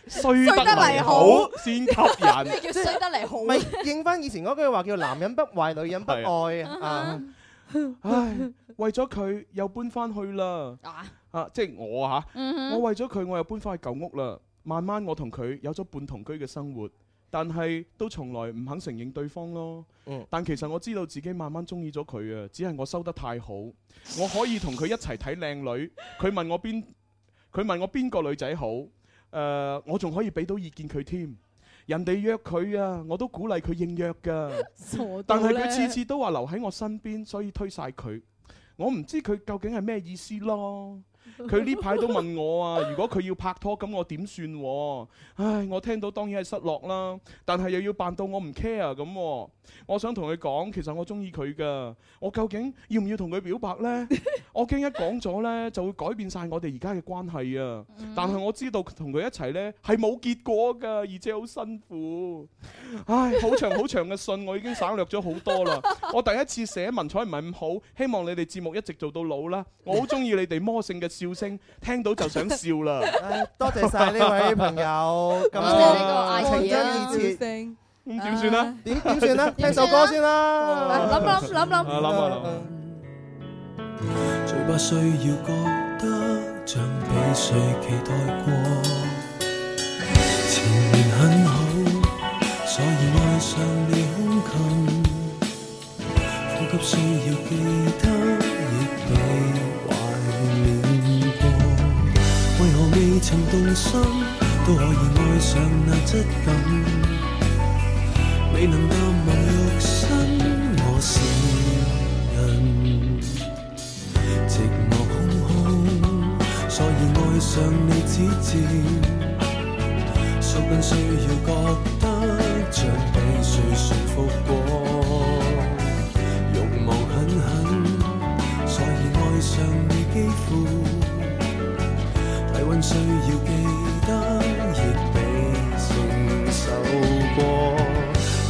I: 衰得嚟好先吸 (laughs) 引。
J: 即係
C: 衰得嚟好
J: 咪應翻以前嗰句話叫男人不壞，女人不愛啊！
I: 唉，為咗佢又搬翻去啦。啊，即係我吓，
J: 嗯哼
I: 我為咗佢我又搬翻去舊屋啦。慢慢我同佢有咗半同居嘅生活，但係都從來唔肯承認對方咯。但其實我知道自己慢慢中意咗佢啊，只係我收得太好，我可以同佢一齊睇靚女。佢問我邊，佢問我邊個女仔好，誒、我仲可以俾到意見佢添。人哋約佢啊，我都鼓勵佢應約㗎。但係佢次次都話留喺我身邊，所以推晒佢。我唔知佢究竟係咩意思咯。佢呢排都問我啊， (laughs) 如果佢要拍拖，咁我點算喎？唉，我聽到當然係失落啦，但係又要扮到我唔 care 咁喎。我想同佢講，其實我中意佢噶，我究竟要唔要同佢表白呢？我驚一講咗呢，就會改變晒我哋而家嘅關係啊。但係我知道同佢一齊呢係冇結果噶，而且好辛苦。唉，好長好長嘅信，我已經省略咗好多
J: (laughs)
I: 啦。我第一次寫文采唔係咁好，希望你哋節目一直做到老啦。我好中意你哋魔性嘅笑聲，聽到就想笑啦。
J: (laughs) 唉多謝晒呢位朋友，
C: 哦
J: 咁
I: 謝你個 idea
J: 情
C: 啊
J: 真意切，
I: 咁點算啊呢？
J: 點點算呢？聽首歌先
C: 啊哦
J: 啦，嗯
K: 諗諗諗諗
I: 啊諗啊諗啊。
M: 最不需要覺得像比誰期待過。前面很好，所以愛上了胸襟。呼吸需要記得，亦被懷念過。為何未曾動心，都可以愛上那質感？未能淡忘肉身，我是人。寂寞空空，所以愛上你指尖。數緊需要覺得，像被誰馴服過。慾望狠狠，所以愛上你肌膚。體温需要記得，亦被承受過。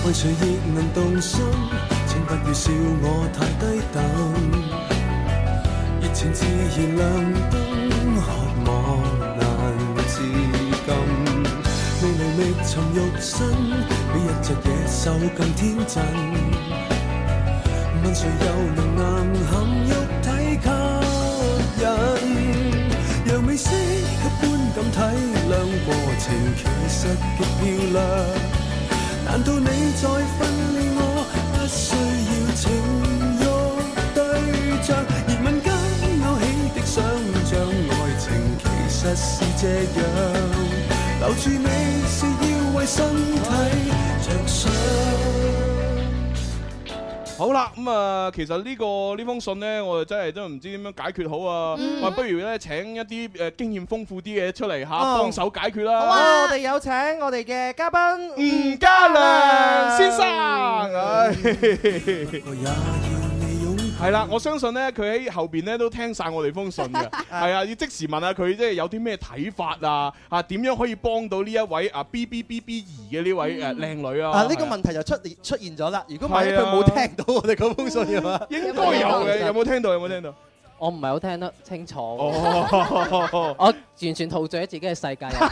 M: 為誰亦能動心，請不要笑我太低等。熱情自然亮燈，渴望難自禁。未來覓尋肉身，比一隻野獸更天真。問誰又能硬撼肉體吸引？讓美色一般咁體諒過程，其實極漂亮。難道你在訓練我，不需要情慾？對象，熱吻間勾起的想像，愛情其實是這樣，留住你是要為身體着想。
I: 好啦，咁、啊，其實呢、個呢封信呢，我就真係都唔知點樣解決好啊！
J: 嗯
I: 喂，不如呢，請一啲誒、呃、經驗豐富啲嘅出嚟嚇，
J: 哦
I: 幫手解決
J: 好啊，我
I: 啦。
J: 哋有請我哋嘅嘉哎賓
I: 吳嘉良先生，唉，
M: 我也要你擁
I: (laughs) 係啦，我相信咧，佢喺後邊咧都聽晒我哋封信
J: (laughs)
I: 嘅，係啊，要即時問下佢即係有啲咩睇法啊，啊點樣可以幫到呢一位啊 B B B B 二嘅呢位誒靚女啊？
J: 啊，呢個問題就出出現咗啦。如果萬一
I: 係
J: 佢
I: 啊
J: 冇聽到我哋嗰封信嘅話，
I: 應該有嘅，有冇聽到？有冇聽到？
M: 我唔係好聽得清楚，(laughs)
I: 哦
M: 我完全陶醉喺自己嘅世界入邊。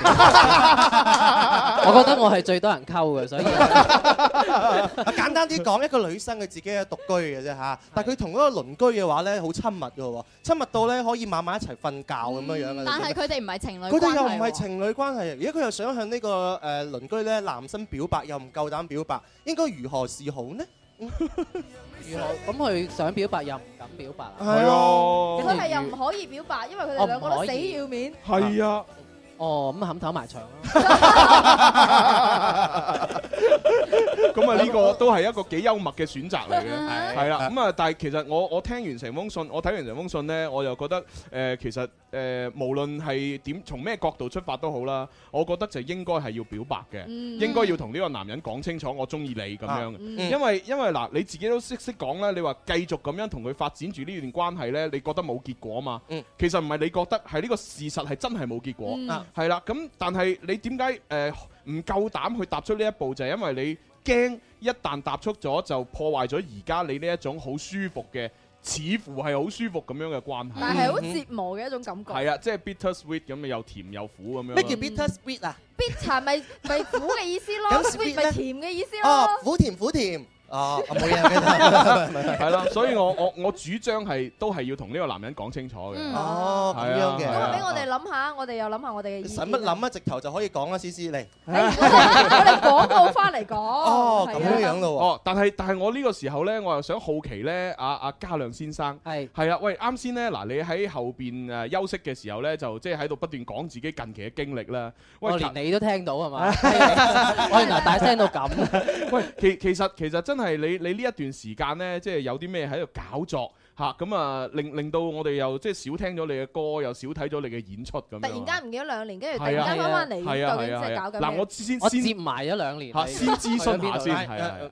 M: 我覺得我係最多人溝嘅，所以
J: (laughs) 簡單啲講，一個女生佢自己嘅獨居嘅啫嚇，但係佢同嗰個鄰居嘅話咧，好親密嘅喎，親密到咧可以晚晚一齊瞓覺咁樣
M: 嗯啊
J: 樣嘅。
C: 但係佢哋唔係情侶
J: 佢哋又
C: 關
J: 唔
C: 係
J: 係
C: 喎
J: 情侶關係，而家佢又想向呢個誒鄰居咧男生表白，又唔夠膽表白，應該如何是好呢？嗯
M: 咁佢想表白又唔敢表白啊。
J: 係啊
M: 跟
G: 佢
M: 住
G: 係又唔可以表白，因為佢
M: 我
G: 哋
M: 唔
G: 兩個都
M: 可
G: 死
M: 以
G: 要面。
I: 係啊。
M: 哦，咁冚頭埋牆啦。
I: 咁啊，呢個都係一個幾幽默嘅選擇嚟
C: 嗯
I: 嘅，
M: 係
I: 係啦。咁啊，但係其實我我聽完成封信，我睇完成封信呢，我又覺得誒、呃其實誒、呃，無論係點從咩角度出發都好啦，我覺得就應該係要表白嘅，
B: 嗯
I: 應該要同呢個男人講清楚我中意你咁樣嘅
B: 啊，嗯
I: 因為因為嗱你自己都識識講啦，你話繼續咁樣同佢發展住呢段關係呢，你覺得冇結果嘛？其實唔係你覺得，係呢個事實係真係冇結果
B: 嗯啊，
I: 係啦。咁但係你點解誒唔夠膽去踏出呢一步？就係因為你驚一旦踏出咗，就破壞咗而家你呢一種好舒服嘅，似乎係好舒服咁樣嘅關係。
K: 但係好折磨嘅一種感覺。
I: 係啊，即係 bitter sweet 咁，又甜又苦咁樣。
J: 咩叫 bitter sweet à? 啊？
G: bitter 咪咪苦嘅意思咯
J: 咁
G: ，sweet 咪甜嘅意思
K: Dạ.
J: 哦
G: 咯，。
J: 苦甜苦甜。哦，冇嘢嘅。
I: 係啦，所以我我我主張係都係要同呢個男人講清楚嘅。
G: 嗯
J: 哦咁樣嘅
I: 係啊
J: 咁
I: 係
J: 啊
I: 啊
G: 俾我哋諗下，我哋又諗下我哋嘅意
J: 使
G: 見。
J: 乜
G: (laughs)
J: 諗啊？直頭就可以講啦，思思你。
G: 我哋廣告翻
K: (laughs)
G: 嚟講。
K: Ờ,
J: Ờ,
G: 哦
J: 咯喎
I: 哦，但係但係我呢個時候咧，我又想好奇咧，阿阿嘉亮先生
M: 係
I: 係啊，喂，啱先咧嗱，你喺後邊誒休息嘅時候咧，就即係喺度不斷講自己近期嘅經歷啦。喂，
J: 哦
M: 我連你都聽到係
J: (laughs)
M: 嘛？
I: 我原來大聲到咁。喂，其其實其實真係你你呢一段時間咧，即係有啲咩喺度搞作嚇咁啊，令令到我哋又即係少聽咗你嘅歌，又少睇咗你嘅演出咁樣啊。
G: 突然間唔見咗兩年，跟住突
I: 係
G: 然
I: 啊
G: 間翻翻嚟，
I: 係啊
G: 究竟
I: 係啊
G: 即係
I: 係啊
G: 搞緊咩？
I: 嗱，我先
M: 我
I: 先
M: 接埋咗兩年
I: 嚇
M: 嚟。
I: 先諮詢下先係啊係啊。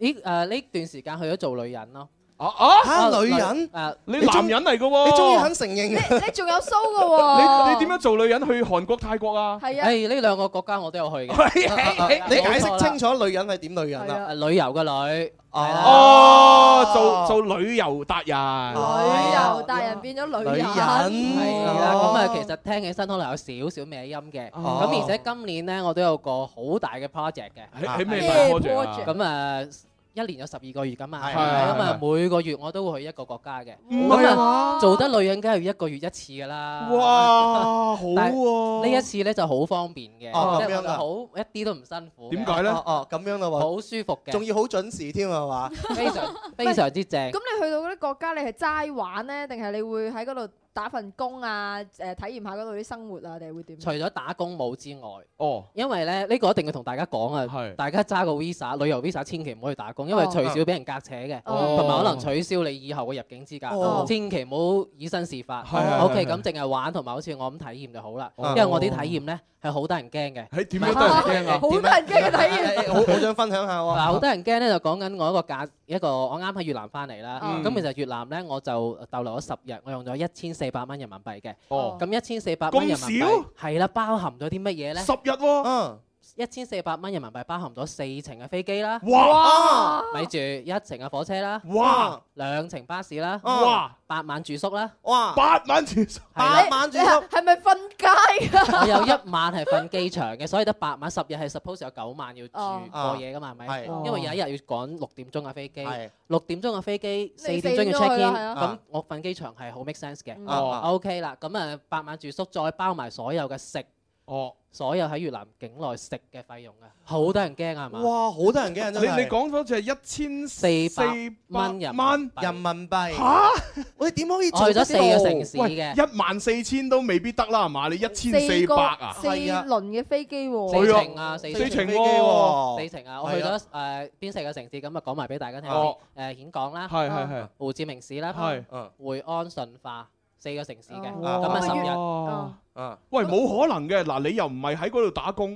M: 咦誒呢段時間去咗做女人咯。
I: 哦哦
M: Ờ,
J: 嚇女人
M: 誒
I: 你男人嚟嘅喎，
J: 你終於肯承認
G: 你你仲有 show 嘅
I: 你
G: 喎？
I: 你點樣做女人去韓國、泰國啊？
G: 係啊
M: 誒呢兩個國家我都有去嘅。
J: 你解釋清楚女人係點女人啦。
M: 旅遊嘅女。
J: Ờ.
I: 哦，做做旅遊達人。
M: 哦
G: 旅遊大人變咗女人，
M: 係啦，咁啊，其實聽起身可能有少少咩音嘅，
I: 哦
M: 咁而且今年咧，我都有個好大嘅 project 嘅，
I: 喺喺咩
M: 係
I: 大 project 啊咩 project？
M: 咁啊，一年有十二個月噶嘛，
I: 係
M: 係咪咁啊，
I: 係
M: 每個月我都會去一個國家嘅，
I: 唔
F: 嗯
M: 咁
I: 係啊
M: 啊，做得女人梗係要一個月一次噶啦，
I: 哇好
M: 但
I: 喎
M: 呢一次咧就好方便嘅，
J: 哦
M: 即係
J: 咁
M: 我
J: 樣
M: 就
J: 啊
M: 好一啲都唔辛苦嘅。
J: 點解呢哦哦咁樣啦喎
M: 好舒服嘅，
J: 仲要好準時添啊係嘛？
M: 非常非常之正
K: (laughs)
G: 咁。你去到嗰啲國家，你係齋玩咧，定係你會喺嗰度打份工啊？誒，體驗下嗰度啲生活啊，定係會點？
M: 除咗打工冇之外，
I: 哦，
M: 因為咧呢個一定要同大家講啊，大家揸個 visa 旅遊 visa 千祈唔好去打
K: 嗯
M: 工，因為
I: 哦
M: 隨時會俾人隔扯嘅，
I: 哦
M: 同埋可能取消你以後嘅入境資
I: 哦
M: 格，千祈唔好以身試法
I: 係係。
M: OK，
I: 係係
M: 咁淨係玩同埋好似我咁體驗就好啦，
I: 哦
M: 因為我啲體驗咧係好得人驚嘅。
I: 係點樣得人驚啊好得人驚嘅體驗
J: 哦 (laughs) 好好想分享下喎。
M: 嗱，好得人驚咧，就講緊我一個假一個，我啱喺越南翻嚟啦。
J: 嗯
M: 咁其實越南咧，我就逗留咗十日，我用咗一千四百蚊人民幣嘅。
I: 哦
M: 咁一千四百蚊人民
I: 咁
M: 幣
I: 少
M: 係啦，包含咗啲乜嘢咧？
I: 十日
J: 啊
I: 喎，
M: 一千四百蚊人民幣包含咗四程嘅飛機啦，
I: 哇！
M: 咪住一程嘅火車啦，
I: 哇！
M: 兩程巴士啦，
I: 哇！
M: 八晚住宿啦，
J: 啊哇！
I: 八晚住宿，
M: 八
J: 晚住
G: 你係係咪瞓街㗎？
M: 我有一晚係瞓機場嘅，所以得八晚，十日係 suppose 有九晚要
G: 哦
M: 住過夜噶嘛，係咪？
G: 係
M: 因為有一日要趕六點鐘嘅飛機
J: 係，
M: 六點鐘嘅飛機四
G: 你
M: 點
G: 四點
M: 鐘
G: 鐘
M: 要
G: 去
M: check
G: 啦
M: in，
G: 係啊
M: 咁我瞓機場係好 make sense 嘅。
I: 哦
M: OK 啦，咁誒八晚住宿再包埋所有嘅食，
I: 哦，
M: 所有喺越南境內食嘅費用啊，好得人驚啊，係嘛？
J: 哇！好得人驚啊真係。
M: 你你
I: 講咗就係一千
M: 四百蚊人蚊
J: 人民幣
I: 嚇！
J: 我哋點可以
M: 我去咗四個城市啊
I: 喂
M: 嘅
I: 一萬四千都未必得啦，係嘛？你一千四百啊，
G: 四輪嘅飛機喎，
M: 四程啊，四
I: 四程
M: 飛機
I: 喎
M: 四程啊，我去
I: 係
M: 咗
I: 啊
M: 誒邊四個城市，咁啊講埋俾大家聽
I: 哦
M: 先。誒顯港啦，
I: 係係係
M: 胡志明市啦，
I: 係哦
M: 會安順化四個城市嘅，
I: 哇
M: 咁啊十日。
I: 啊，喂，冇可能嘅嗱，你又唔係喺嗰度打工。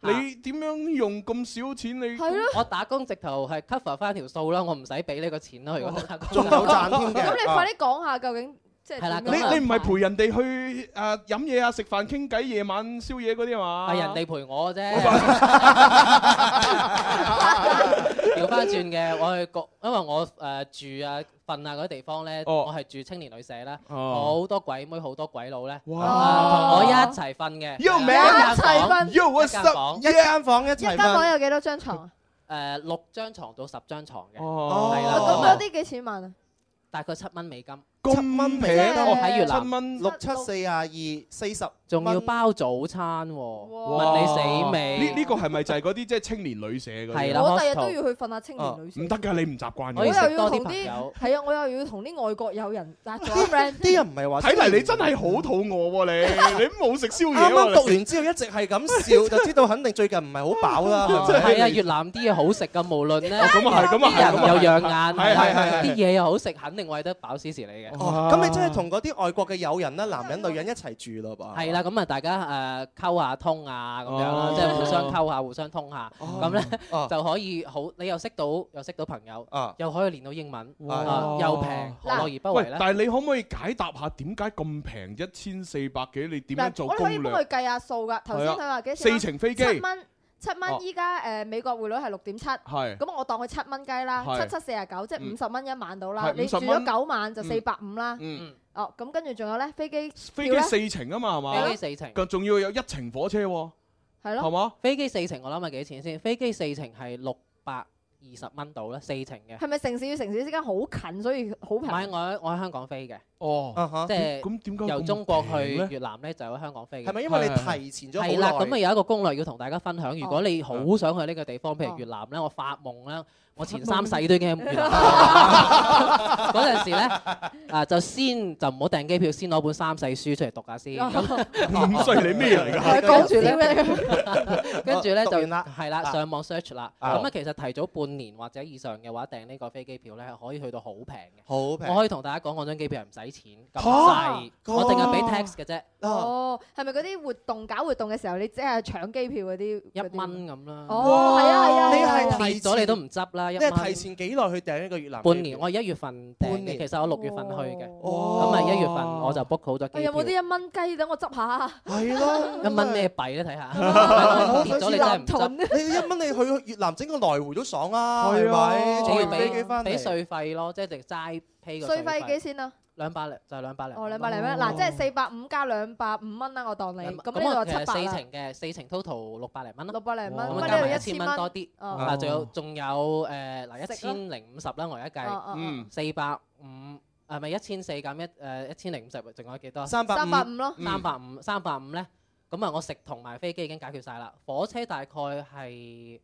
I: 你點樣用咁少錢？你
M: 我打工直頭係 cover 翻條數啦，我唔使俾呢個錢咯。如果打工
I: 哦仲有賺添嘅
K: 咁你
J: 啊
K: 快啲講下究竟即係
M: 係啦
K: 點
I: 你
K: 樣
I: 你唔係陪人哋去啊飲嘢啊食飯傾偈夜晚宵夜嗰啲嘛？
M: 係人哋陪我啫， (laughs) 調翻轉嘅，我去國，因為我誒、呃住啊瞓啊嗰啲地方咧，
I: 哦
M: 我係住青年旅社啦，好、
I: 哦
M: 多鬼妹，好多鬼佬咧，
I: 哇
M: 啊同我一齊瞓嘅，
I: Yo, man！
M: 間
I: 一齊
M: 房
I: 瞓 Yo, what's
M: 一間房
I: up？一間房一齊
K: 間房有幾多張床啊？
M: 誒六張床到十張床嘅，
I: 哦
M: 係
K: 咁
M: 啦，
K: 嗰啲幾錢萬啊？
M: 大概七蚊美金。
I: 咁蚊
J: 皮
M: 係
K: 啊
J: 咯，
M: 喺越南
J: 七蚊啊六七四廿二四十，
M: 仲要包早餐喎，問你死未？
I: 呢呢個係咪就係嗰啲即係青年旅社嗰啲？啊
M: 係啦
K: 我第日都要去瞓下青年旅社。
I: 唔得㗎，你唔習慣㗎。
K: 我又要同啲係啊，我又要同啲外國友人搭咗
I: (laughs)
K: friend。
J: 啲人唔係話
I: 睇嚟你真係好啊肚餓喎！你你冇食宵夜
J: 啱啱
I: 喎
J: 讀完之後一直係咁笑， (laughs) 就知道肯定最近唔係好飽啦，係咪
M: 係啊，越南啲嘢好食噶，無論
J: (laughs)
M: 咧，
J: 咁啊係咁啊係
M: 啲人又養眼，
J: 係係係係
M: 啲嘢又好食，肯定喂得飽屎時你嘅。
J: 哦咁你真係同嗰啲外國嘅友人啦，男人女人一齊住咯噃。
M: 係啦，咁啊，大家誒溝下通啊，咁樣啦
J: 哦，
M: 即係互相溝下，互相通下，咁咧
J: 哦
M: 就可以好，你又識到又識到朋友
J: 啊，
M: 又可以練到英文，
I: 哇
M: 啊又平，何樂而不為
I: 喂
M: 咧？
I: 但係你可唔可以解答下點解咁平一千四百幾？你點樣做
K: 我哋可以
I: 攻
K: 幫佢
I: 略？
K: 計下數㗎。頭先佢話幾
I: 係啊四程飛機
K: 七蚊，七
I: 哦
K: 蚊依家誒美國匯率係六點七。
I: 係
K: 咁我當佢七蚊雞啦，
I: 係
K: 七七四廿九，即係
I: 嗯
K: 五十蚊一晚到啦
I: 係。
K: 你住
I: 50蚊
K: 咗九晚就四百五啦。
I: 嗯，
K: 哦，咁跟住仲有咧飛機
I: 飛
K: 票
I: 機
K: 呢
I: 四程啊嘛，係嘛？
M: 飛機四程
I: 咁仲要有一程火車喎。
K: 係
I: 係
K: 咯。
I: 嘛？
M: 飛機四程我諗係幾錢先？飛機四程係六百二十蚊到啦，四程嘅。
K: 係咪城市與城市之間好近，所以好
M: 唔
K: 平？
M: 係我喺我喺香港飛嘅，
J: 啊
I: 哦
M: 即係
I: 咁點解
M: 由
I: 咁
M: 中國
I: 平咧
M: 去越南咧就喺香港飛嘅。
J: 係咪因為你提前咗好耐哦
M: 係啦，咁啊有一個攻略要同大家分享。如果你好想去呢個地方，譬如越南咧，我發夢啦，我前三世都已經喺越
J: (laughs)
M: 南。嗰陣時咧，啊就先就唔好訂機票，先攞本三世書出嚟讀下先。
J: 哦
K: 哦
M: 咁
I: 咁犀利
K: (laughs)
I: 咩嚟㗎
M: 係
I: 講啊住
M: 咧，跟住咧
J: 讀
M: 就
J: 完啦
M: 係啦，
J: 啊
M: 上網 search 啦。
J: 啊
M: 咁啊，其實提早半年或者以上嘅話，訂呢個飛機票咧，可以去到好平嘅。
J: 好平
M: 我可以同大家講，我張機票係唔使錢咁
J: 嚇
M: 細，我淨係俾 tax 嘅啫。
J: 啊
K: 哦，係咪嗰啲活動搞活動嘅時候，你即係搶機票嗰啲一
M: 蚊咁啦？
K: 哦，係啊係啊，
J: 你
K: 係啊
J: 係
K: 係啊
J: 提
M: 跌咗你都唔執啦，一
J: 你
M: 蚊
J: 係提前幾耐去訂呢個越南？
M: 半年，我係一月份訂
J: 半
M: 嘅，
J: 年哦
M: 其實我六月份去嘅，
I: 哦
M: 咁啊一月份我就 book 好咗
K: 哦哎
M: 機
K: 有冇啲
M: 票。
K: 一蚊雞等我執下？
J: 係咯，
M: (laughs) 一蚊咩幣咧？睇下
J: (laughs)
M: 跌咗
J: 我想
M: 你真係唔執，
J: 你一蚊你去越南整個來回都爽啊，係
M: 係
J: 咪？
M: 仲
J: 坐
M: 要
J: 完飛機翻
M: 俾俾
J: 嚟，
M: 税費咯，即係淨齋 pay 個
K: 税費幾？錢啊？
M: 兩百零就係兩百零。
K: 哦，兩百零蚊，嗱，即係四百五加兩百五蚊啦，我當你，咁
M: 咁我
K: 呢度
M: 其
K: 七百
M: 實四
K: 啦。
M: 程嘅，四程 total 六百零蚊啦。
K: 六百零蚊，
M: 咁
K: 咁
M: 啊
K: 呢
M: 加
K: 度
M: 埋一
K: 千
M: 千蚊多啲，
K: 哦
M: 嗱仲有
J: 啊
I: 哦
M: 仲有誒嗱一
K: 食啦
M: 千零五十啦，我而家
K: 哦哦哦
M: 計
K: 嗯，
M: 四百五係咪一千四減一呃誒一千零五十，仲有幾多？
J: 350 350咯
M: 三百五三百五咧，咁啊我食同埋飛機已經解決晒啦，火車大概係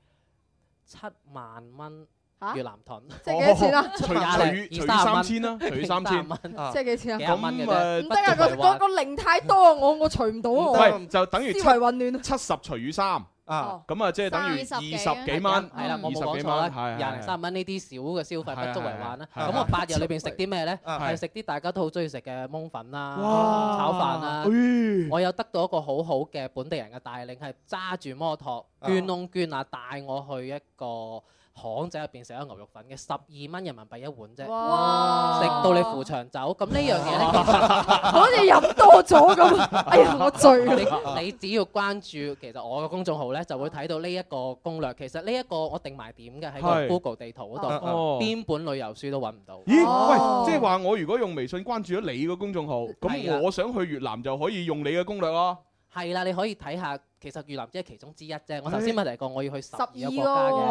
M: 七萬蚊
K: 嚇
M: 越南盾，
K: 即係幾多錢啊
M: (laughs)
I: 除
M: 廿
I: 除
M: 零
I: 除
M: 二
I: 三
M: 蚊
I: 千啦，除三
M: 三
I: 千
M: 蚊，
K: 即係幾錢啊
M: 幾廿蚊嘅
I: 咁啊
M: 啫，
K: 唔得啊！個個個零太多啊，我我除唔到啊！我
I: 喂，就等於
K: 思
I: 七
K: 維混亂
I: 七十除以三
M: 哦
J: 啊，
I: 咁啊，即係等於
K: 三
I: 二
K: 十
I: 十
K: 幾
I: 幾蚊，
M: 係啊啦，我冇講
I: 呃二十
M: 錯
I: 幾蚊，
M: 啦，廿零三蚊呢啲小嘅消費
I: 係
M: 不足為
I: 係
M: 患啦。
I: 係
M: 咁我八日裏邊食啲咩咧？
J: 啊
I: 係
M: 係食啲大家都好中意食嘅檬粉啦、
I: 哇
M: 炒飯啦
I: 哎。
M: 我有得到一個好好嘅本地人嘅帶領，係揸住摩托捐窿捐啊，帶我去一個巷仔入邊食咗牛肉粉嘅，十二蚊人民幣一碗啫。
K: 哇
M: 食到你扶牆走，咁呢樣嘢咧，其實
K: 好似飲多咗咁，哎呀，我醉啦！
M: (laughs) 你你只要關注其實我嘅公眾號咧，就會睇到呢一個攻略。其實呢一個我定埋點嘅喺個
I: 係
M: Google 地圖嗰
I: 哦
M: 度，邊本旅遊書都揾唔到。
I: 咦，喂，即係話我如果用微信關注咗你個公眾號，
M: 係啦
I: 咁我想去越南就可以用你嘅攻略咯。
M: 係啦，你可以睇下，其實越南只係其中之一啫。我頭先咪提過，我要去十二個國
K: 十二
M: 家
K: 個
J: 啊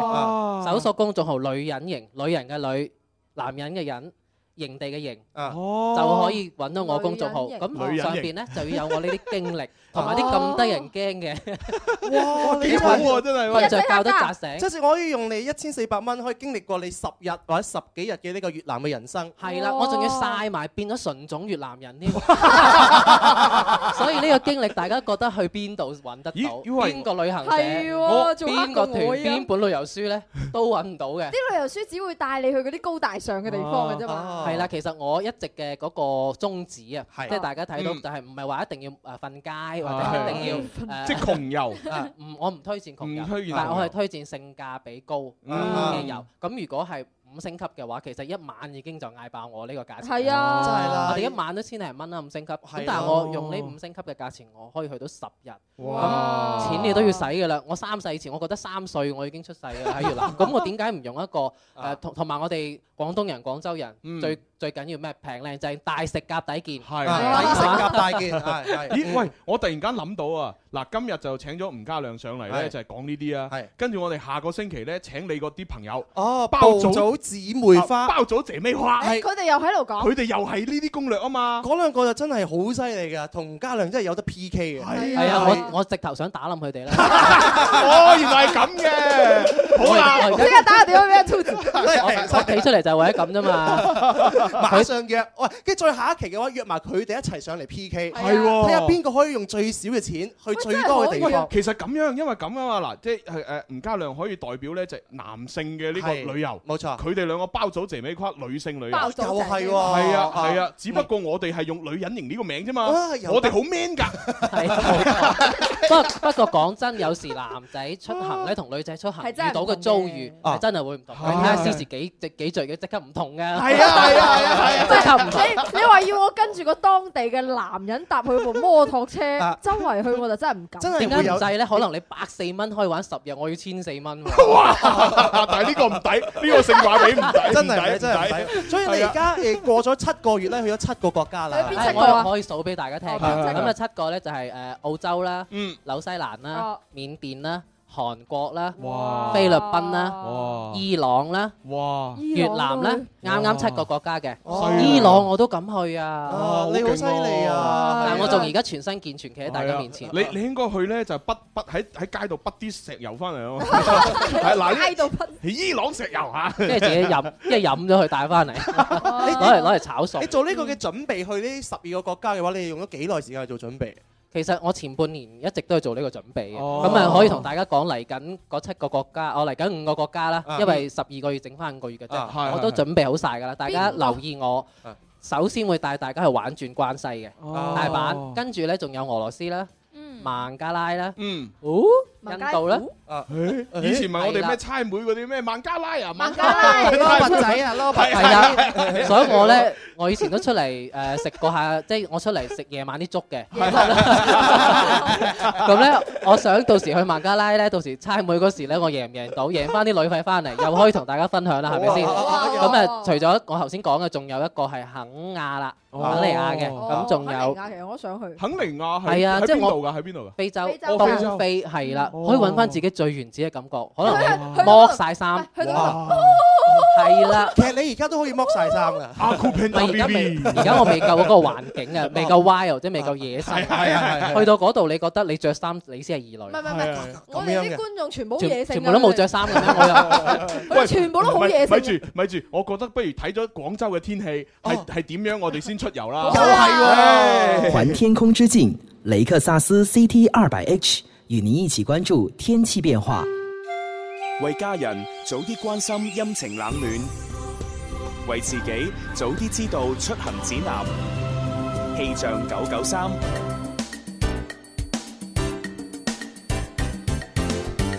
K: 哇
M: 嘅。搜索公眾號女人型，女人嘅女，男人嘅人，營地嘅營，
J: 啊哦
M: 就可以揾到我公眾號。
K: 女人型哦
M: 咁
K: 女人型
M: 上邊咧就要有我呢啲經
K: (laughs)
M: 歷，同埋啲咁得人驚嘅。
J: 哇，你
M: 幾好
I: 哦
M: 喎
J: 真係啊
M: 瞓著覺都扎醒
J: 即係我可以用你一千四百蚊，可以經歷過你十日或者十幾日嘅呢個越南嘅人生。
M: 係啦，我仲要晒埋變咗純種越南
K: (laughs)
M: 人添， (laughs) 所以呢個經歷大家覺得去邊度揾得到？
I: 以為
M: 邊個旅行社？
K: 係喎
M: 我
K: 仲黑
M: 邊
K: 過
M: 個
K: 我
M: 團？
K: 啊
M: 邊本旅遊書呢？都揾唔到嘅。
K: 啲旅遊書只會帶你去嗰啲高大上嘅地方嘅啫嘛。
M: 係啦，其實我一直嘅嗰個宗旨啊，
I: 哦係
M: 即係大家睇到
I: 嗯啊
M: 就係唔係話一定要誒瞓街或者一定要誒
I: 即係窮遊
M: 啊唔我唔推薦窮
I: 唔推薦
M: 遊，
I: 窮
M: 但係我係
I: 遊
M: 推薦性價比高嘅
I: 嗯
M: 遊。咁如果係五星級嘅話，其實一晚已經就嗌爆我呢個價錢。
K: 係啊真係啦
M: 我哋一晚都千零蚊啦，五星級。咁
K: 係
M: 但係
K: 咯
M: 我用呢五星級嘅價錢，我可以去到十日。
I: 啊
K: 哇
M: 咁錢你都要使㗎啦。我三世前，我覺得三歲我已經出世㗎啦喺越南。咁我點解唔用一個
J: 啊
M: 誒同同埋我哋廣東人、廣州人
I: 嗯
M: 最最緊要咩平靚正大食夾底見，係啊
I: 大
M: 嘛
I: 食夾大
M: (laughs)
I: 件係係咦喂我突然間諗到啊，嗱，今日就請咗吳家亮上嚟
M: 係
I: 咧，就係講呢啲啊。跟住我哋下個星期咧，請你嗰啲朋友，
J: 哦，
I: 包
J: 爆
I: 組
J: 組姊妹花，
I: 包組姐妹花，
T: 佢哋又喺度講，
I: 佢哋又係呢啲攻略啊嘛。
J: 嗰兩個就真係好犀利㗎，同家亮真係有得 PK 嘅。
M: 係啊，我我直頭想打冧佢哋啦！
I: 哦，原來係咁
M: (laughs)
I: 嘅，好啦，
M: 我
T: 即刻打個電話俾阿 t u
M: (laughs)
T: t
M: 我企出嚟 (laughs) 就係為咗咁啫 (laughs) 嘛。
J: 馬上約，喂，跟住再下一期嘅話，約埋佢哋一齊上嚟 PK，
I: 係喎
M: 哦
J: 睇下邊個可以用最少嘅錢去最多嘅地方。
I: 其實咁樣，因為咁啊嘛，嗱，即係誒吳家亮可以代表咧就係男性嘅呢個
J: 係
I: 旅遊，
J: 冇錯。
I: 佢哋兩個包組姐妹跨女性旅遊，
J: 包組又係姐妹跨
I: 係啊
J: 啊
I: 係啊，只不過我哋係用女人型呢個名啫嘛
M: 啊，又
I: 我哋
M: 得
I: 好 man 㗎，
M: 不過不過講真，有時男仔出行咧同女仔出行
T: 哦係
M: 遇
T: 真係
M: 到嘅遭遇係真啊係會唔同。你睇下詩時幾幾幾罪嘅，即刻唔同㗎。係
I: 啊係啊
M: 即
K: Dạ,
M: 刻唔同。
K: 你你話要我跟住個當地嘅男人搭佢部摩托車周圍去，我就真係唔敢。
M: 點解唔制
I: 啊
M: 咧？可能你百四蚊可以玩十日，我要千四蚊 (laughs) 喎。
I: 但係呢個唔抵，呢個性價比唔抵，
J: 真
I: 唔
J: 係
I: 抵
J: 真係唔抵，所以你而家
I: 啊
J: 誒過咗七個月咧，去咗七個國家啦。
M: 係哎我又可以數俾大家聽。
J: 哦邊七個
M: 啊咁啊，嗯七個咧就係誒澳洲啦、紐西蘭啦
K: Ờ.
J: 哦、
M: 緬甸啦、韓國啦
I: 哇、
M: 菲律賓啦
J: 哦
I: 哇、
M: 伊朗啦。
I: 哇！
M: 越南咧，啱啱七個國家嘅
J: 哦
I: 哇
J: 啊
I: 犀，利
M: 伊朗我都敢去啊！
I: 你好犀利啊
M: 但我仲而家全身健全，企喺大
J: 啊
M: 家面前。
I: 你你應該去咧就筆筆喺喺街度筆啲石油翻嚟咯， (laughs) 係嗱呢
T: 度噴，
I: 伊朗石油嚇，
M: 跟住自己飲，
J: (laughs)
M: 跟住飲咗佢帶翻嚟，
J: 哦
M: 攞嚟攞嚟炒餸。
J: (laughs) 你做呢個嘅準備去呢十二個國家嘅話，你用咗幾耐時間去做準備？
M: 其實我前半年一直都係做呢個準備嘅，
J: 哦
M: 咁啊可以同大家講嚟緊嗰七個國家，哦我嚟緊五個國家啦
J: 啊，
M: 因為十二個月剩翻五個月嘅
J: 啊係
M: 啫，我都準備好晒㗎啦，大家
J: 邊個
M: 留意我。首先會帶大家去玩轉關西嘅
J: 哦
M: 大阪，跟住咧仲有俄羅斯啦、
C: 嗯
J: 嗯
M: 孟加拉啦、
I: 嗯、
M: 哦印度啦。
J: 啊！
I: 以前咪我
M: 係
I: 哋
M: 啦
I: 咩差妹嗰啲咩孟加拉啊，孟
T: 加拉
J: 羅拔仔啊羅拔仔
M: 係啦，所以我咧，我以前都出嚟誒食過下，即係我出嚟食夜晚啲粥嘅。咁咧，我想到時去孟加拉咧，到時差妹嗰時咧，我贏唔贏到，贏翻啲旅費翻嚟，又可以同大家分享啦，係咪先？
J: 好啊
M: 咁啊，除咗我頭先講嘅，仲有一個係肯亞啦，肯
I: 哦
M: 尼亞嘅，咁
C: 哦
M: 仲有
K: 肯尼亞其實我都想去。
I: 肯尼亞係
M: 係啊，
I: 喺
M: 即係
I: 邊
M: 我
I: 度㗎？喺邊度㗎？
M: 非洲
K: 非洲非
M: 東
K: 洲
M: 非係啦，可以揾翻自己最原始嘅感覺，可能
J: 去
M: 你
J: 到嗰
M: 剝
J: 度
M: 晒衫，
J: 去到嗰度
M: 哇係啦。
J: 其實你而家都可以剝晒衫
I: (laughs)
J: 㗎。
I: 阿酷拼
M: 而家未，而家我未夠嗰個環境啊，未夠 wild 即係未夠野性。
J: 係係係啊係
M: 去到嗰度，你覺得你着衫你先係異類。
K: 唔係唔係唔係，我哋啲觀眾全部好野
M: 全
K: 性
M: 全部都冇着衫嘅咩？我又
K: 喂全部都好野性
I: 咪住咪住，我覺得不如睇咗廣州嘅天氣係係點樣，我哋先出遊啦。
A: 又
I: 係
A: 环天空之境，雷克萨斯 CT 二百 H 与您一起关注天气变化。
B: 为家人早啲关心阴晴冷暖，为自己早啲知道出行指南。气象九九三，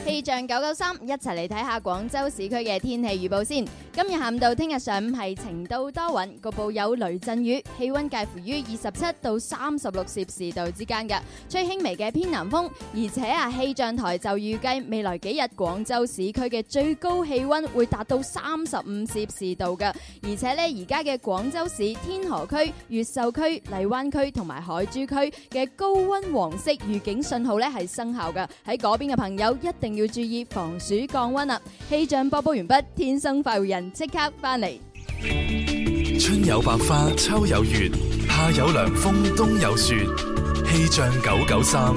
C: 氣象九九三，一齊嚟睇下廣州市區嘅天氣預報先。今日下午到聽日上午係晴到多雲，局部有雷陣雨，氣温介乎於二十七到三十六攝氏度之間嘅，吹輕微嘅偏南風。而且啊，氣象台就預計未來幾日廣州市區嘅最高氣温會達到三十五攝氏度嘅。而且呢，而家嘅廣州市天河區、越秀區、荔灣區同埋海珠區嘅高温黃色預警信號呢係生效嘅。喺嗰邊嘅朋友一定要注意防暑降温啦。氣象播報完畢，天生快活人即刻翻嚟。
D: 春有百花，秋有月，夏有涼風，冬有雪。氣象九九三，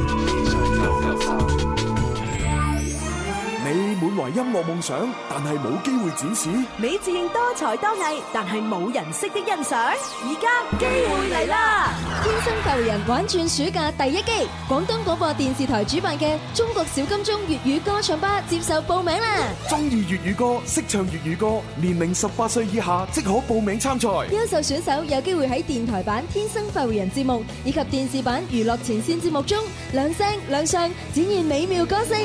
R: 你滿
E: 懷音樂夢想，但係冇機會展示。
F: 你自認多才多藝，但係冇人識得欣賞。而家機會嚟啦！
G: 天生浮人玩轉暑假第一季，廣東廣播電視台主辦嘅中國小金鐘粵語歌唱吧接受報名啦！
E: 中意粵語歌，識唱粵語歌，年齡十八歲以下即可報名參賽。
G: 優秀選手有機會喺電台版《天生快活人》節目以及電視版《娛樂前線》節目中亮聲亮相，展現美妙歌聲。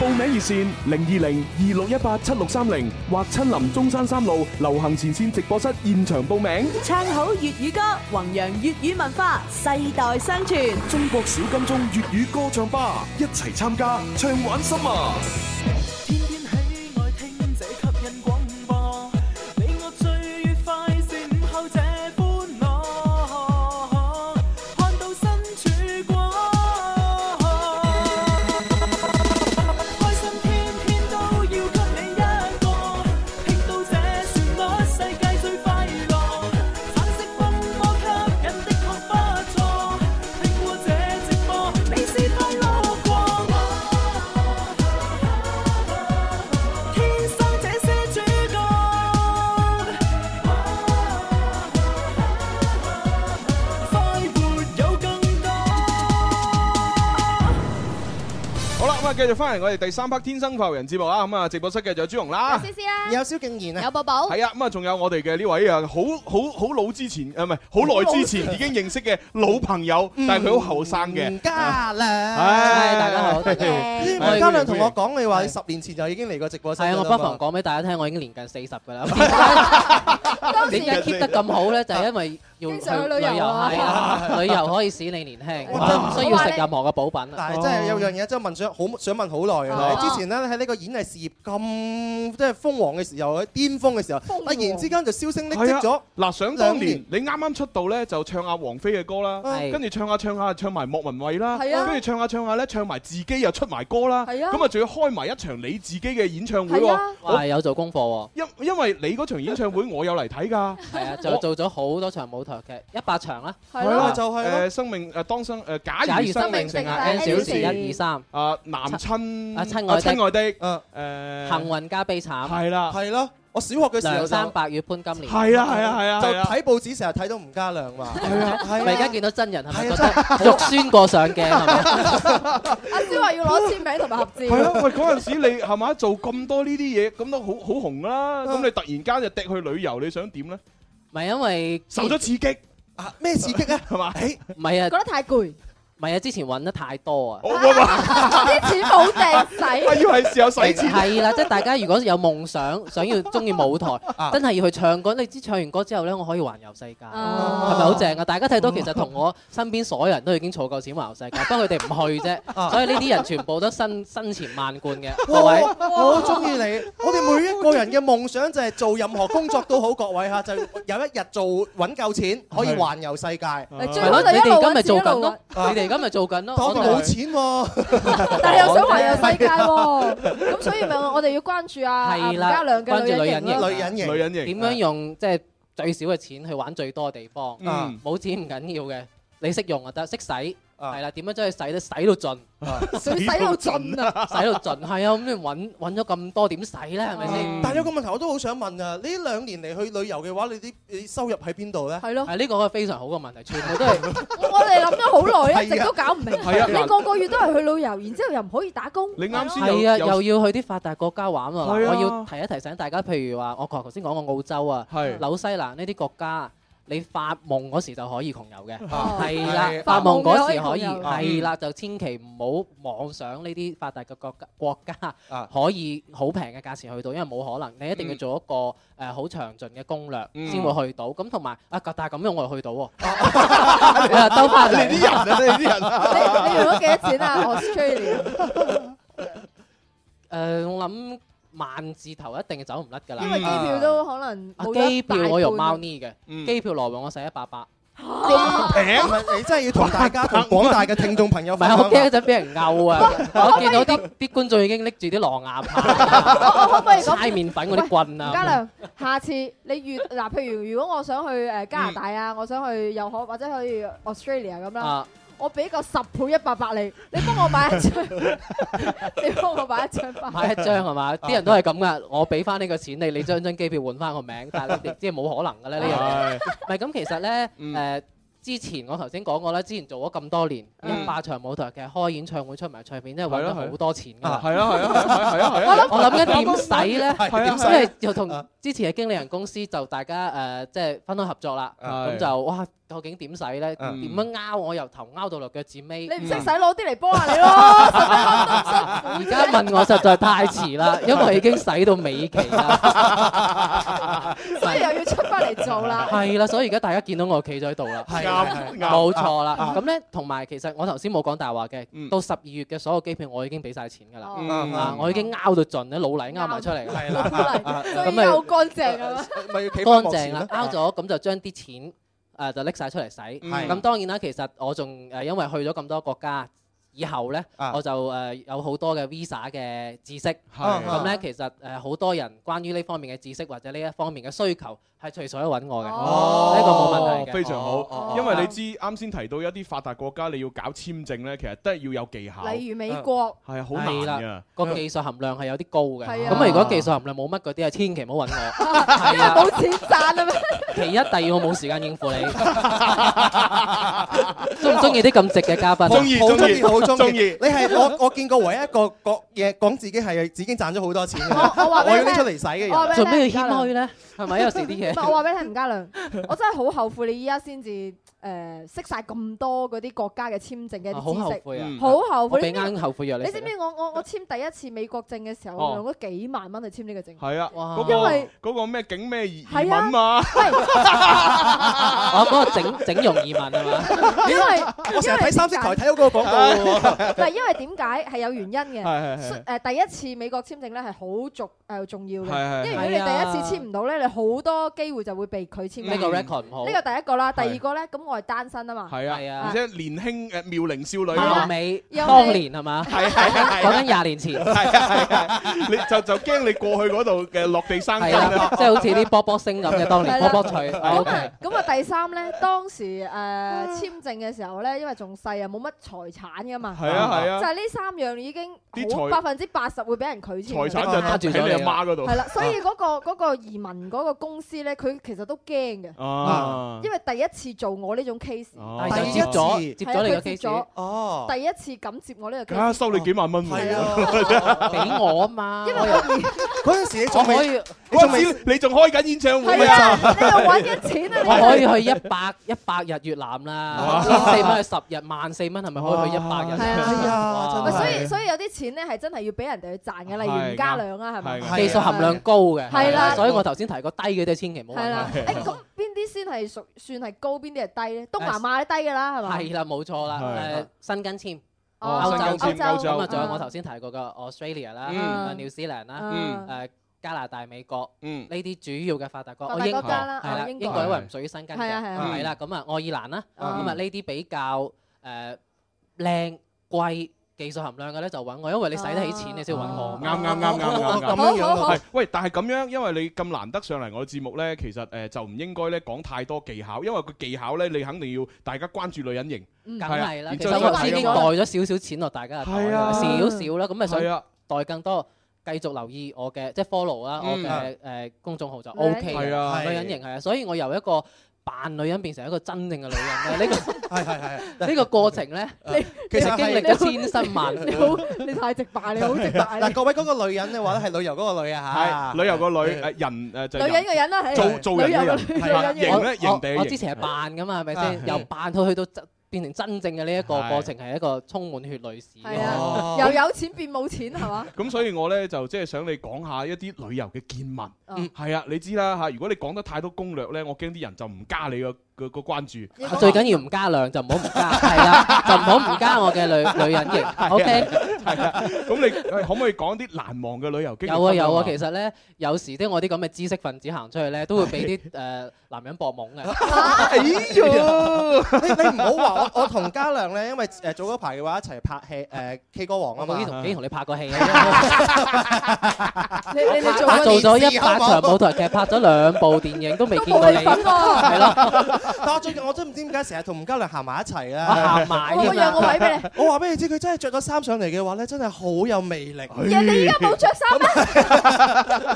E: 報名熱線零二零二六一八七六三零或親臨中山三路流行前線直播室現場報名。
F: 唱好粵語歌，弘揚粵語文化，世代相傳。
E: 中國小金鐘粵語歌唱吧，一齊參加，唱玩心啊！
H: 天天喜愛聽這吸引廣播，你我最愉快是午後這歡樂，看到身曙光，開心天天都要給你一個，聽到這旋律世界最快樂，橙色風波吸引的我不錯，聽過這直播你是快樂過。天生這些主角，快活有更多。
I: 好啦，咁啊，繼續翻嚟我哋第三 part《天生浮人》節目啊，咁啊，直播室嘅就有朱紅啦。
C: 思思啊，
J: 有蕭敬然啊，
C: 有寶寶，
I: 系啊，咁啊，仲有我哋嘅呢位啊，好好好老之前，啊唔係好耐之前已嗯經認識嘅老朋友，但係佢好後生嘅。
J: 嘉亮，
I: 唉大家好多謝
J: 吳嘉亮同我講，你話你十年前就已經嚟過直播室。
M: 係啊，我不妨。講俾大家聽，我已經年近四十㗎啦。 (laughs) 點解 keep 得咁好咧？就係因為要
K: 經
M: 去
K: 常去
M: 旅
K: 旅遊
M: 遊，
K: 啊
M: 係啊，旅遊可以使你年輕，唔需要食任何嘅補品
J: 但
M: 啊。
J: 係真
I: 哦
J: 係有樣嘢真係問想好想問好耐
M: 哦
J: 嘅，你之前咧喺呢個演藝事業咁即係瘋狂嘅時候，喺巔峰嘅時候，突然之間就銷聲匿跡
I: 係
J: 咗
I: 啊。嗱，想當年
J: 兩
I: 你啱啱出道咧，就唱下王菲嘅歌啦
J: 係，
I: 跟住唱下唱下唱埋莫文蔚啦，
J: 係啊
I: 跟住唱下唱下咧，唱埋自己又出埋歌啦，
J: 係啊
I: 咁啊仲要開埋一場你自己嘅演唱會
M: 係
I: 喎
M: 啊。
I: 我
M: 哇有做功課喎。
I: 因因為你嗰場演唱會我有嚟睇㗎，係
M: 啊就做咗好多場舞台劇，一百場啦。
I: 啊
J: 啊
I: 誒生命誒當生誒假
M: 假
I: 如
M: 如
I: 生
M: 生
I: 命
M: 命
I: 剩
M: 剩
I: 下
M: 下
I: N
M: N
I: 小
M: 小
T: (laughs)
I: 時
M: 時一二三
I: 啊男親
M: 啊親愛的
I: 親愛的誒
M: 幸運加悲慘。
I: 係啦
J: 啊係咯，我小學嘅時候就
M: 梁山伯與潘金蓮。
J: 係啊係
I: 啊係啊
J: 就
I: 係啊
J: 睇報紙成日睇到吳嘉亮嘛。係啊係啊
M: 咪而家見到真人係咪覺得肉酸過上鏡係咪？
K: 阿蕭話要攞簽名同埋合照。
I: 係啊，喂嗰陣時你係咪做咁多呢啲嘢，咁都好好紅啦，咁你突然間就滴去旅遊，你想點咧？
M: 咪因為
I: 受咗刺激。
J: 啊咩刺激啊？
I: 係嘛？
M: 唔係啊，覺
K: 得太攰。
M: 唔係啊，之前揾得太多啊，
K: 啲錢冇地使。
I: 哦 (laughs) 我以為係時候哦使錢
M: 係啊啦，即係大家如果有夢想，想要中意舞台，真係要去唱歌。你知唱完歌之後咧，我可以環遊世界，係
I: 哦
M: 咪好正啊？大家睇到其實同我身邊所有人都已經儲夠錢環遊世界，不過佢哋唔去啫。所以呢啲人全部都身 (laughs) 身前萬貫嘅， (laughs) 各位
J: 哇我好中意你。我哋每一個人嘅夢想就係做任何工作都好，各位嚇，就有一日做揾夠錢，可以環遊世界。
I: 啊
M: 係咯，你哋而家咪做
K: (laughs)
M: 緊咯，你哋而家咪做緊咯，
J: 當
M: 我
J: 啊冇
M: 哋
J: 錢喎。
K: 但係又想環遊世界喎，咁所以咪我哋要關注啊吳
M: 係
K: 家
M: 啦，
K: 亮嘅
M: 關注
K: 女
M: 女
K: 人
M: 人
K: 型咯。
I: 人型女人型
M: 點樣用即係最少嘅錢去玩最多嘅地方？
J: 啊
I: 嗯
M: 冇錢唔緊要嘅，你識用就得，識使係啦。點樣將佢使得使到盡？
J: 使到盡
K: à.
J: 啊
M: 使到盡係啊！咁你揾揾咗咁多點使咧？係咪先？
J: 但係有個問題我都好想問啊！呢兩年嚟去旅遊嘅話，你啲你收入喺邊度咧？
K: 係咯
M: 係呢個係非常好嘅問題，全部都 (laughs) 係
K: 我哋諗咗好耐，一直都搞唔明。
M: 係啊
K: 你個個月都係去旅遊，然之後又唔可以打工。
M: 係啊，又要去啲發達國家玩喎。
K: 係啊
M: 我要提一提醒大家，譬如話我頭頭先講過澳洲啊、
I: 係
M: 紐西蘭呢啲國家。你發夢嗰時就可以窮 (laughs) 遊嘅，
I: 啊
M: 係啦
I: 係，
M: 發夢嗰時
I: 發夢
M: 可
I: 你
M: 以，
I: 可以窮遊
M: 係啦，就千祈唔好妄想呢啲發達嘅國家國家
J: 啊
M: 可以好平嘅價錢去到，因為冇可能，你一定要做一個誒好詳盡嘅攻略
J: 嗯
M: 先會去到。咁同埋啊，但係咁樣我又去到 (laughs) 喎，我又兜翻嚟。
I: 你啲人啊你啲人啊
K: 你用咗幾多錢啊？Australia (laughs)
M: 誒，呃我諗萬字頭一定係走唔甩㗎啦。
K: 因為機票都可能
M: 啊
K: 冇得
M: 機票我
K: 大
M: 用
K: 半啊
M: 貓呢嘅，機票來往我使一百八。
T: 哦
J: 唔係你真係要同大家同廣大嘅聽眾朋友
M: 唔
J: 分
M: 係，
J: 享
M: (laughs) 我驚一陣俾人摳啊！我見到啲啲觀眾已經拎住啲狼牙棒啊，
K: (laughs) 我可唔可以 (laughs) 講
M: 猜麵粉嗰啲棍啊！
K: 吳家亮，下次你越呃嗯嗱，譬如如果我想去誒加拿大啊，我想去又可或者去 Australia 咁啦
M: 啊，
K: 我俾個十倍一百百你，你幫我買一 (laughs) 張，你幫我買一張翻。
M: 買一張係嘛？啲人都係咁噶，我俾翻呢個錢你，你將張機票換翻個名，但係你哋即係冇可能噶啦呢
I: 啊
M: 樣嘢。唔係咁，其實咧誒。之前我頭先講過啦，之前做咗咁多年，霸場舞台其實開演唱會出埋唱片，真係揾咗好多錢㗎啦。
I: 係啊係啊係啊係啊係啊
M: 我諗緊點使咧？
I: 係點使
M: 啊
I: 啊
M: 因為就同之前嘅經理人公司就大家誒即係分開合作啦，
I: 啊係
M: 咁就哇究竟點使咧？
I: 嗯
M: 點樣拗我由頭拗到落腳趾尾？
K: 你唔識使攞啲嚟幫下 (laughs) 你
M: (laughs)
K: 咯，
M: 而家問我實在太遲
I: (laughs)
M: 啦，因為已經使到尾期
I: (laughs)
M: 啦，
K: 所以又要出翻嚟做啦。
M: 係啦，所以而家大家見到我企咗喺度啦，
K: 係啱啱
M: 冇錯
I: 啊
M: 啦。
K: 啱
M: 咁咧，同埋其實我頭先冇講大話嘅，
I: 嗯
M: 到十二月嘅所有機票我已經俾晒錢㗎啦
K: 嗯，
M: 啊我已經拗到盡咧，老泥拗埋出嚟㗎啦，
K: 所以
M: 咁
K: 而家好
M: 咪
K: 乾淨啊！
M: 乾
K: 返幕
M: 淨
K: 前
M: 啦
K: 啦，
M: 拗咗咁就將啲錢誒就拎晒出嚟使。
K: 係
M: 咁當然啦，其實我仲誒因為去咗咁多國家。以後咧，我就誒有好多嘅 Visa 嘅知識，
J: 嗯
M: 咁咧其實誒好多人關於呢方面嘅知識或者呢一方面嘅需求係隨手揾我嘅，呢個冇問題嘅，
I: 哦非常
K: 呃
J: 哦
K: 哦
I: 好，因為你知啱先提到一啲發達國家，你要搞簽證咧，其實都係要有技巧。
K: 例如美
J: 嗯
K: 國
I: 係啊好難
M: 係
I: 㗎
M: 啦，個技術含量係有啲高嘅。
K: 係
M: 咁
K: 啊
M: 啊，如果技術含量冇乜嗰啲啊，千祈唔好揾
K: (laughs)
M: 我。
K: 因為冇錢賺啊嘛。
M: 其一，第二我冇時間應付你。中唔中意啲咁直嘅嘉賓？
J: 中意好中意好中意，你係我我見過唯一一個講嘢講自己係自己賺咗好多錢嘅人，
K: (laughs) 我話俾你
J: 要拎出
K: 聽
J: 嚟使嘅
K: 我話俾你
J: 人，
K: (laughs) 做咩要謙虛
M: 咧？係咪有時啲
K: 唔 (laughs) 係，我話俾你聽，吳家良，我真係好後悔你依家先至誒識晒咁多嗰啲國家嘅簽證嘅
M: 啊好
K: 啲知
M: 後
K: 識，
M: 悔啊！
I: 嗯
K: 好後
M: 我
K: 悔。
M: 俾
K: 你知唔知
M: 啱後悔藥你
K: 你知
M: 食啊。
K: 唔知我我我簽第一次美國證嘅時候，我
I: 哦
K: 用咗幾萬蚊去簽呢個證。
M: (laughs)
I: 係啊，嗰
K: 因為
I: 個嗰個咩景咩移移
K: 係
I: 民
K: 啊
I: 嘛，
M: 我嗰個哦
K: (laughs)
M: 整整容移民係嘛？ (laughs)
K: 因為
J: 我成日睇三色台睇嗰個廣告喎。
K: 嗱，因為點解係啊有原因嘅？
J: 係係係
K: 雖呃誒第一次美國簽證咧係好重誒重要
M: 係
K: 嘅，
M: 係係啊
K: 因為如果你第一次簽唔到咧，你好多機會就會被拒簽嘅。
M: 呢個 record 唔好
K: 呢個第一個啦，第
I: 係
K: 二個咧，咁我係單身啊嘛。
I: 係啊，而且年輕誒妙齡少女
M: 貌
I: 啊
M: 美
K: 又
M: 當
K: 係
M: 年係啊嘛？
I: 係係係係
M: 講緊廿年前。
I: 係啊係啊，你就就驚你過去嗰度嘅落地生根
M: 係啊
I: 啊，，
M: 即係好似啲波波星咁嘅，當
K: (laughs)
M: 年
K: 係啦
M: 波波脆。
K: 咁
M: O
K: 啊
M: K，，
K: 咁啊，第三咧，當時誒簽證嘅時候咧，因為仲細啊，冇乜財產噶嘛。
I: 係啊係啊
K: 就係呢三樣已經
I: 啲
K: 好
I: 財
K: 百分之八十會俾人拒簽
I: 財
K: 嘅。
I: 產就攤住喺你阿媽嗰度。
K: 係啦，所以嗰個嗰個移民嗰個公司咧，佢其實都驚嘅。
I: Ờ. 啊，
K: 因為第一次做我呢種 case，
I: 哦
K: 第
M: 但係
K: 一
M: 就接咗
K: 次
M: 接咗你
K: 係
M: 個
K: 啊佢接
M: case，
K: 咗
J: 哦
K: 第一次敢接我呢個
I: 梗係
K: case，
I: 收你幾萬蚊喎。
M: 俾我啊嘛，
K: 因為
M: 我
K: 我
M: 又
J: (laughs) 嗰陣時你仲
M: 我可
J: 未
M: 以，
I: 你仲未你仲開緊演唱會
K: 係啊，你度揾緊錢
I: (laughs)
K: 啊！你
M: 我可以去一百一百日越南
K: 哦
M: 啦，千四蚊去十日，萬四蚊係咪可以去一百日？
K: 係啊係
M: 啊
K: 喂所以所以有啲錢咧係真係要俾人哋去賺嘅，例如吳家良啊，係咪？
M: 技術含量高嘅，啊
K: 係啊啦
M: 所以我頭先提過低嘅都千祈唔好
K: 係啦。誒
M: 揾
K: 咁邊啲先係屬算係高，邊啲係低咧？東南亞都低㗎啦，係
M: 我。
K: 咪？
M: 係啦，冇錯啦，誒新根
K: 哦
M: 簽。歐
K: 申
M: 洲
K: 根簽歐洲
M: 咁啊，仲有
K: 嗯
M: 我頭先提過嘅 Australia 啦、
K: 嗯
M: New Zealand 啦
I: Ừ.
K: 嗯、
M: 誒加拿大、美國
I: 呢
M: 啲主要嘅發達國，
K: 發
M: 我
K: 達
M: 英
K: 國
M: 國
K: 家啦
M: 係啦
K: 哦，英國
M: 英國因為唔屬於新根嘅，
K: 係啊係啊
M: 係啦，咁啊愛爾蘭啦，咁
K: 嗯
M: 啊呢啲比較誒靚貴。技術含量嘅咧就揾我，因為你使得起錢，你先揾我。
I: 啱啱啱啱啱啱，
M: 咁樣樣咯
I: 係。喂，但係咁樣，因為你咁難得上嚟我嘅節目呢，其實誒就唔應該咧講太多技巧，因為個技巧呢，你肯定要大家關注女人型，
M: 梗
I: 係啊
M: 係啦，
I: 然
M: 其
I: 之
M: 實
I: 後
M: 我
I: 再
M: 已經
I: 睇
M: 袋
I: 㗎嘛
M: 咗少少錢落大家嘅袋
I: 係啊
M: 啦，少少啦，咁咪想
I: 係啊
M: 袋更多。繼續留意我嘅即係 follow 啦，我
I: 嗯
M: 嘅誒公眾號就
I: 女人
M: OK
I: 係啊
M: 嘅女人型係啊，所以我由一個扮女人變成一個真正嘅女人咧，呢個係係係呢個過程咧，其實經歷咗千辛萬
K: 你
M: 苦
K: 好，，你太直白，你好直白。
J: (laughs) 嗱，各位嗰個女人嘅話咧，係旅遊嗰個女啊
I: 係
J: 嚇，
I: 旅遊個女誒人誒就係
K: 女人嘅人啦，係
I: 做做人嘅人
K: 女
I: 係啊
K: 人嘅人
I: 型咧型地
M: 我
I: 型
M: 之前係扮噶嘛，係咪
I: 啊
M: 先？由扮到去到真變成真正嘅呢一個
I: 係
M: 過程係一個充滿血淚史。
K: 係啊，
J: 哦
K: 由有錢變冇錢係嘛？
I: 咁所以我呢，就即係想你講下一啲旅遊嘅見聞，
K: 嗯
I: 係啊，你知啦嚇。如果你講得太多攻略呢，我驚啲人就唔加你個個個關注。
M: 啊最緊要唔加量就唔好唔加，係啦，就唔好唔加我嘅女 (laughs) 女人型。OK。
I: 係啊，咁你喂可唔可以講啲難忘嘅旅遊經歷？
M: 有啊有啊，其實咧，有時啲我啲咁嘅知識分子行出去咧，都會俾啲誒男人搏懵啊嘅。
I: (laughs)
J: 哎呦！你你唔好話我我同嘉良咧，因為誒早嗰排嘅話一齊拍戲誒 K 歌王啊
M: 我
J: 嘛，
M: 同幾同你拍過 (laughs) 戲啊
K: 你你
M: (laughs)
K: 你做
M: 拍
K: 咗
M: 做咗一百場舞台劇，拍咗兩部電影，都未見過你。
K: 都冇你份喎
M: 係咯，
J: 但我最近我都唔知點解成日同吳嘉亮行埋一齊
M: 我
J: 啊！
M: 行埋添啊我讓個位俾
J: 你。我話俾你知，佢真係着咗衫上嚟嘅話咧，真係好有魅力。
I: 哎
T: 人哋而家冇着衫啦，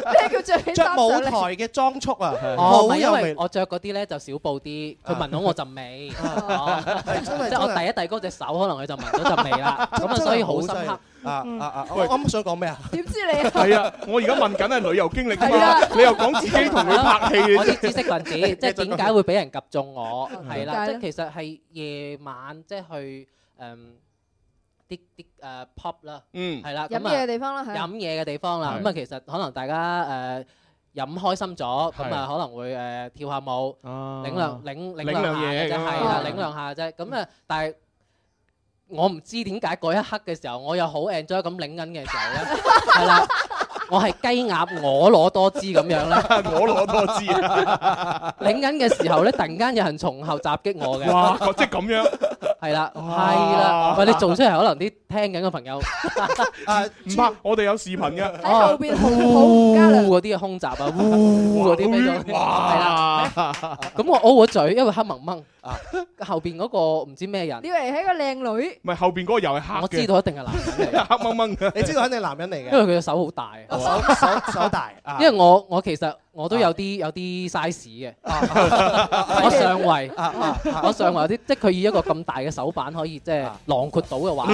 T: (laughs) 咩叫着起衫
J: 着
T: 上嚟
J: 舞台嘅裝束啊，
M: 哦，唔
J: 好
M: 係因
J: 有
M: 為
J: 魅力。
M: 我着嗰啲咧就少布啲，佢聞到我陣味，哦即
J: 真係
M: 係我
J: 真係
M: 遞一遞嗰隻手，可能佢就聞到陣味啦，咁啊
J: 真係
M: 所以好深
J: 犀利
M: 刻。
J: 啊啊啊！
I: 喂
J: 我啱啱想講咩
M: (laughs)
J: 啊？
T: 點知你
I: 係啊，我而家問緊係旅遊經歷
M: 係
I: 啊
M: 啊
I: 嘛，你又講自己同佢拍戲
M: 我啲
I: 嘅
M: 知識分子，即係點解會俾人及中我？係啦，即
I: 點
M: 係其實係夜晚即係去誒啲啲誒 pub 啦，
I: 嗯
M: 係啦，
T: 飲
M: 咁啊
T: 嘢嘅地方啦係啊
M: 飲嘢嘅地方啦。
T: 係
M: 咁啊，其實可能大家誒。飲開心咗，咁啊
I: 係
M: 可能會誒跳下舞，
I: 啊 Ờ.
M: 領兩領領
I: 領兩
M: 兩下嘅
I: 嘢
M: 啫，
I: 咁
M: 係
I: 啊
M: 啦，領兩下啫。咁啊，但係我唔知點解嗰一刻嘅時候，我又好 enjoy 咁領緊嘅時候咧，係啦，我係雞鴨我攞多支咁樣咧，
I: 我攞多支
M: (laughs) 啊！領緊嘅時候咧，突然間有人從後襲擊我嘅，
I: 哇 (laughs) 即係咁樣，
M: 係啦，係啦，喂，你做出嚟可能啲聽緊嘅朋友
J: 啊
I: 唔
M: (laughs)
I: 怕，我哋有視頻嘅。
M: 喺後邊好加嗰啲嘅空襲啊，呼嗰啲咩咗，係啊啦，
I: 啊
M: 咁我 O 咗嘴，因為黑蒙蒙啊，後邊嗰個唔知咩人
T: 你以。為係一個靚女？
I: 唔係後邊嗰個又係黑嘅
M: 我知道一定係男人嚟，
I: (laughs) 黑掹掹嘅。
J: 你知道肯定係男人嚟嘅，
M: 因為佢嘅手好大啊，
J: 手手手大啊
M: 因為我我其實我都有啲有啲 size 嘅，
J: 啊
M: (laughs) 我上圍我上圍有啲，即係佢以一個咁大嘅手板可以即
J: 啊
M: 係囊括到嘅話，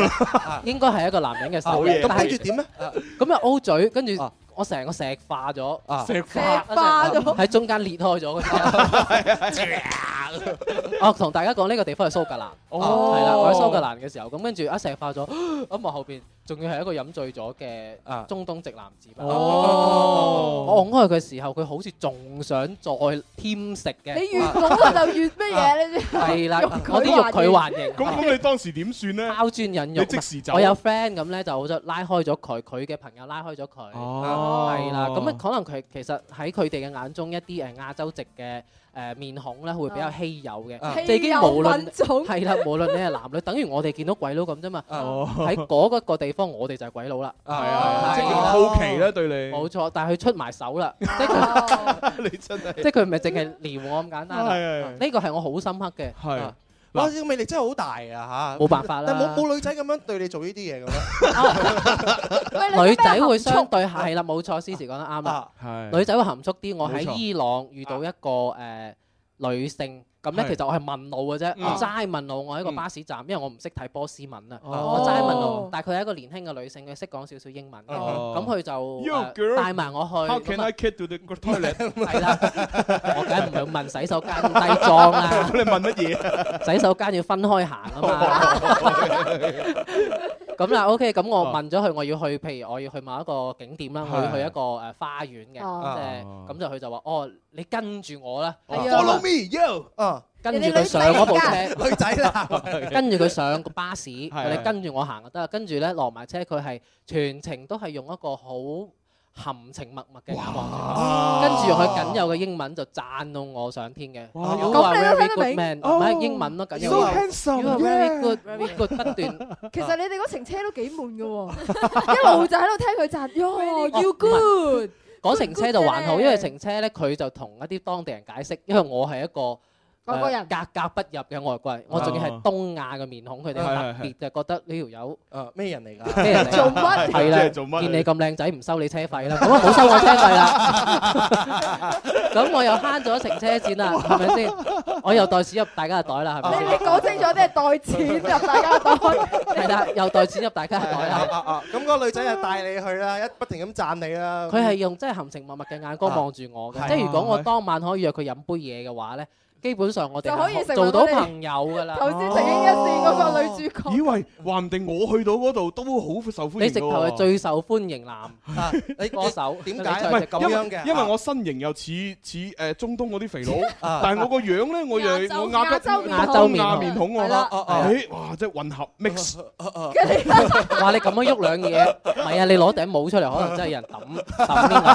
M: 應該係一個男人嘅手。
J: 咁
M: 但係
J: 跟住點啊咧？
M: 咁又 O 嘴，跟住我成個石化咗，
J: 石
M: 化
T: 化咗
M: 啊喺中間裂開
I: (laughs)
M: 咗嗰
I: 啊
M: 啲。我同大家講呢個地方係蘇格蘭，
I: 哦
M: 係啦，我喺蘇格蘭嘅時候，咁跟住一石化咗， (gasps) 咁我後邊仲要係一個飲醉咗嘅中東籍男子吧。
I: 啊哦
M: 我擁開佢嘅時候，佢好似仲想再添食嘅。啊
T: 你越講我就越乜嘢？你知
M: 係啦，
T: 肉
M: 我啲
T: 佢
M: 肉
T: 還形
M: 佢還形。啊
I: 咁咁，你當時點
M: (laughs)
I: 算咧？
M: 拋磚引玉。
I: 你即時走。
M: 我有 friend 咁咧，就好想拉開咗佢，佢嘅朋友拉開咗佢，
I: 哦
M: 係啦。咁啊可能佢其實喺佢哋嘅眼中，一啲誒亞洲籍嘅誒面孔咧，會比較稀有
T: 啊
M: 嘅，即係已經無
T: 稀有
M: 論 (laughs)
T: 品種
M: 係啦，無論你係男女，等於我哋見到鬼佬咁
J: (laughs)
M: 啫嘛。
I: 哦 (laughs)
M: 喺嗰一個地方，我哋就係鬼佬啦。係
I: 啊即係好奇啦對你
M: 冇錯，但係佢出埋手啦，即係佢
I: 你真係
M: 即係佢唔係淨係撩我咁簡單啦。
J: 係係係
M: 呢個係我好深刻嘅。啊
I: 係。
J: 哇！呢個魅力真係好大啊嚇，
M: 冇辦法啦
J: 但冇冇女仔咁樣對你做呢啲嘢咁樣，
M: 女仔會相對
T: 啊
M: 係啦，冇錯，思時講得啱啦。
I: 係
M: 女仔會含蓄啲。我
I: 冇
M: 喺
I: 錯啊
M: 伊朗遇到一個誒女性，咁咧
I: 係
M: 其實我係問路嘅啫，
I: 嗯
M: 齋問路。我喺個巴士站，因為我唔識睇波斯文啊，
I: 哦
M: 我齋問路。但係佢係一個年輕嘅女性，佢識講少少英文嘅，
I: 哦
M: 咁佢就誒
I: Yo girl，
M: 帶埋我去。
I: How
M: 咁
I: can
M: 啊
I: I get to the toilet？
M: 係啦，我梗係唔係問洗手間 (laughs) 咁低裝啊啦。
I: 你問乜
M: (laughs)
I: 嘢？
M: 洗手間要分開行啊
J: (laughs)
M: 嘛。咁啦，OK，咁我問咗佢，我要去，譬如我要去某一個景點啦，我要去一個誒花園嘅，即
J: 哦
M: 係咁就佢就話：哦，你跟住我啦
T: 啊
J: ，follow me，yo，啊，
M: 跟住佢上嗰部車，
J: 女仔
M: (laughs)
J: 啦，
M: 跟住佢上個巴士，
J: 係
M: 你跟住我行就得啦。跟住咧落埋車，佢係全程都係用一個好含情脈脈嘅眼
T: 哦
M: 望住我，跟住佢僅有嘅英文就讚到我上天嘅。
I: 哇
M: You are
T: 咁你都
M: very
T: 聽得
M: good
T: 明
M: man，
T: 哦
M: 唔係英文咯，緊要
T: So
M: You are-
T: handsome,
M: You are very
T: 啊 yeah.
M: good, very good，不斷。 (laughs)
T: 其實你哋嗰程車都幾悶嘅喎，一路就喺度聽佢讚，喲，you good，
M: 嗰程車就還好，因為程車咧佢就同一啲當地人解釋，因為我係一個
T: 外國人
M: 呃格格不入嘅外國人，我仲要係東亞嘅面孔，佢哋
J: 哦係係
M: 特別就覺得呢條友
J: 誒咩人嚟㗎？
T: (laughs)
M: 咩人嚟㗎
J: 做乜
M: 係啦，
J: 即係做乜
M: 見你咁靚仔唔收你車費啦，咁啊冇收我車費啦，
T: (laughs)
M: 咁我又慳咗程車錢啦，係咪先？我又袋錢入大家嘅袋啦，係
T: 你
M: 咪
T: 你
M: 先？
T: 講清楚啲係袋錢入大家袋，
M: 係啦，又袋錢入大家嘅袋啦。
J: 咁個女仔就帶你去啦，一不停咁讚你啦。
M: 佢係用真係含情脈脈嘅眼光望住我
J: 嗯啊
M: 嘅，即係如果
J: 係
M: 我當晚可以約佢飲杯嘢嘅話咧，基本上我哋
T: 就可以成為
M: 做到
T: 我哋
M: 朋友㗎啦。
T: 頭先曾經一試嗰個女主角，
I: 以為話唔定我去到嗰度都好受歡迎
M: 你直頭係最受歡迎男歌手，
J: 點
M: 你
J: 解
M: 就係咁
I: 因為
M: 樣嘅
I: 因為我身形又似似誒中東嗰
M: (laughs)
I: 啲肥佬
J: 啊，
I: 但係我個樣咧，我又
M: 亞洲
I: 我亞
M: 亞洲面孔
I: 亞洲亞面孔我
M: 係啦
I: 嚇，誒哇！即係混合
M: (laughs)
I: mix，
M: 話你咁樣喐兩嘢，唔係啊！你攞頂帽出嚟，可能真係有人抌抌啲銀。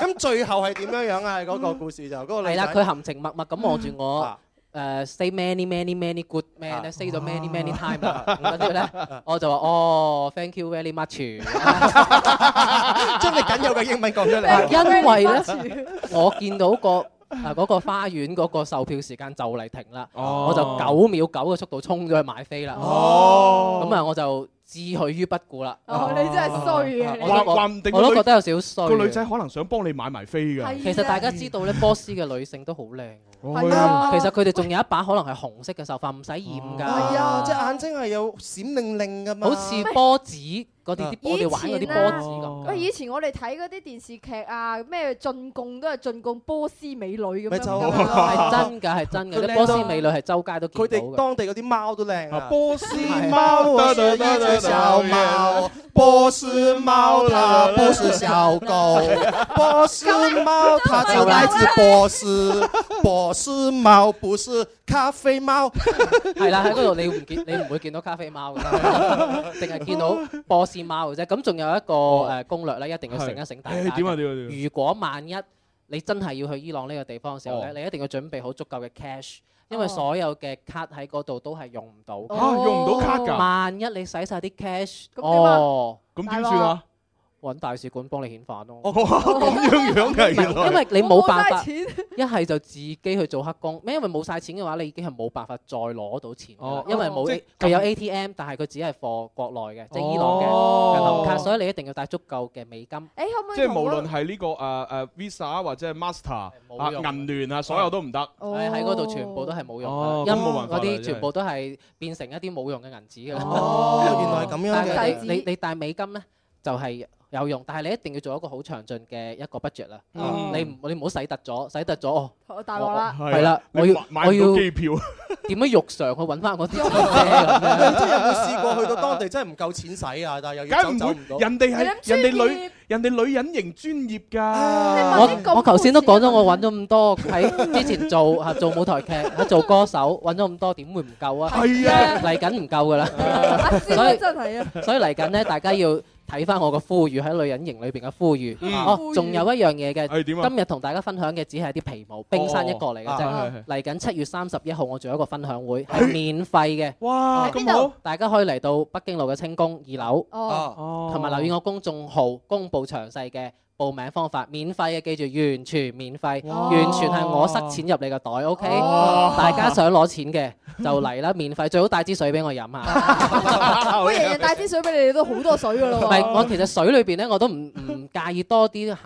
J: 咁最後係點樣樣啊？嗰個故事就嗰個
M: 係
J: 女仔
M: 啦，佢含情脈脈咁望住我
J: 啊。
M: 誒 say many many many good man 咧，say 咗 many many time 啦，咁跟住咧，我就話哦，thank you very much，
J: (laughs) 將你僅有嘅英文講出
M: 因
J: 嚟，
M: 為咧，我見到個啊嗰個花園嗰個售票時間就嚟停啦，
I: 哦
M: 我就九秒九嘅速度衝咗去買飛啦。
I: 哦
M: 咁啊我就置佢於不顧啦。
T: 哦你真係衰啊你
M: 我都
I: 話話唔定
M: 我都
I: 個女
M: 覺得有少少衰。
I: 個女仔可能想幫你買埋飛㗎。
M: 其實大家知道咧，波斯嘅女性都好靚喎。
I: 係啊
M: 其實佢哋仲有一把可能係紅色嘅手法，唔使染㗎。
J: 係啊，隻眼睛係有閃靈靈噶嘛，
M: 好似波子嗰啲啲我哋玩嗰啲波子咁㗎。
T: 喂，以前我哋睇嗰啲電視劇啊，咩進貢都係進貢波斯美女咁樣
M: 咪
T: 㗎
M: 就
T: 嘛。
M: 係真㗎，係真
J: 佢
M: 㗎。
J: 靚
M: 啲波斯
J: 到
M: 美女係周街都見
J: 佢
M: 到
J: 哋
M: 㗎。
J: 當地嗰啲貓都靚啊！
I: 波斯
J: 貓我是一隻
M: 啊
J: 小貓，波斯貓它不是小狗，波斯貓它就來自波斯，波斯貓不是咖啡貓。
M: 係啦，喺嗰度你唔見你 (laughs) 唔會見到咖啡貓㗎
I: (laughs)
M: 啦，淨係見到波斯貓嘅啫。咁仲有一個誒攻略咧，一定要醒一醒大家
I: 係
M: 嘅。
I: 點啊點啊點啊
M: 如果萬一你真係要去伊朗呢個地方嘅時候
I: 哦
M: 咧，你一定要準備好足夠嘅 cash。因為所有嘅卡喺嗰度都係用唔到嘅，
I: 啊用唔到卡㗎
M: 萬一你使晒啲 cash，
I: 咁點啊
M: 哦，
I: 咁點算啊？
M: 揾大使館幫你遣返咯。
I: 咁樣樣嘅哦原來
M: 因為你冇辦
I: 我冇晒
M: 法，
I: 錢
M: 一係就自己去做黑工，因為冇晒錢嘅話，你已經係冇辦法再攞到錢㗎啦
I: 哦
M: 因為冇
I: 即
M: A-
I: 係
M: 佢有
I: 撳
M: ATM，但係佢只係貨國內嘅，即係伊朗
I: 哦
M: 嘅銀行卡，所以你一定要帶足夠嘅美金。
T: 誒，可唔可以
I: 即係
T: 同
I: 無
T: 我
I: 論係呢個誒誒 Visa 或者係 Master 啊
M: 用
I: 銀聯啊，所有都唔得。
M: 係喺嗰度全部都係冇用
I: 哦
M: 㗎
I: 咁
M: 啦，
I: 冇辦法啦
M: 嗰
I: 真係
M: 啲全部都係變成一啲冇用嘅銀紙㗎啦。
J: 哦原來咁樣嘅
M: 但係
J: 手
M: 你
J: 指
M: 你你帶美金咧就係有用，但係你一定要做一個好詳盡嘅一個 budget 啦。啊
T: 嗯
M: 你唔你唔好使突咗，使突咗哦。
T: 我
I: (laughs)
T: 大鑊啦！
M: 係啦，
I: 你
M: 我要
I: 買買
M: 我
I: 唔到
M: 要
I: 機票，
M: 點樣肉償去揾翻我啲錢
J: 你真係有
M: 咧？
J: 冇試過去到當地真係唔夠錢使啊？但係又要走
I: 梗唔
J: 走
I: 會，
J: 唔到。
I: 人哋係人哋女人哋女人型專業㗎。
M: 我我頭先都講咗，我揾咗咁多喺之前做啊做舞台劇啊做歌手揾咗咁多，點會唔夠啊？
I: 係啊
M: 嚟緊唔夠噶啦，所
K: 所以
M: 以
K: 真係啊！
M: 所以嚟緊咧，大家要睇翻我個呼籲喺女人型裏邊嘅呼籲。
I: 嗯
M: 哦，仲有一樣嘢
I: 係
M: 嘅，
I: 點啊
M: 今日同大家分享嘅只係啲皮毛，冰山一角嚟嘅
I: 哦
M: 啫。嚟緊七月三十一號，我仲有一個分享會，係免費嘅。
I: 哇
M: 係
I: 咁好！
M: 大家可以嚟到北京路嘅清宮二樓，
T: 哦
I: 哦
M: 同埋留意我公眾號公佈詳細嘅報名方法，免費嘅，記住完全免費，完全係我塞錢入你個袋，OK？
I: 哇
M: 大家想攞錢嘅就嚟啦，免費，最好帶支水俾我飲下。
T: 我日日帶支水俾你，你都好多水㗎咯
M: 唔係，
T: 喎。
M: 我其實水裏邊咧，我都唔 (laughs) 唔介意多啲鹹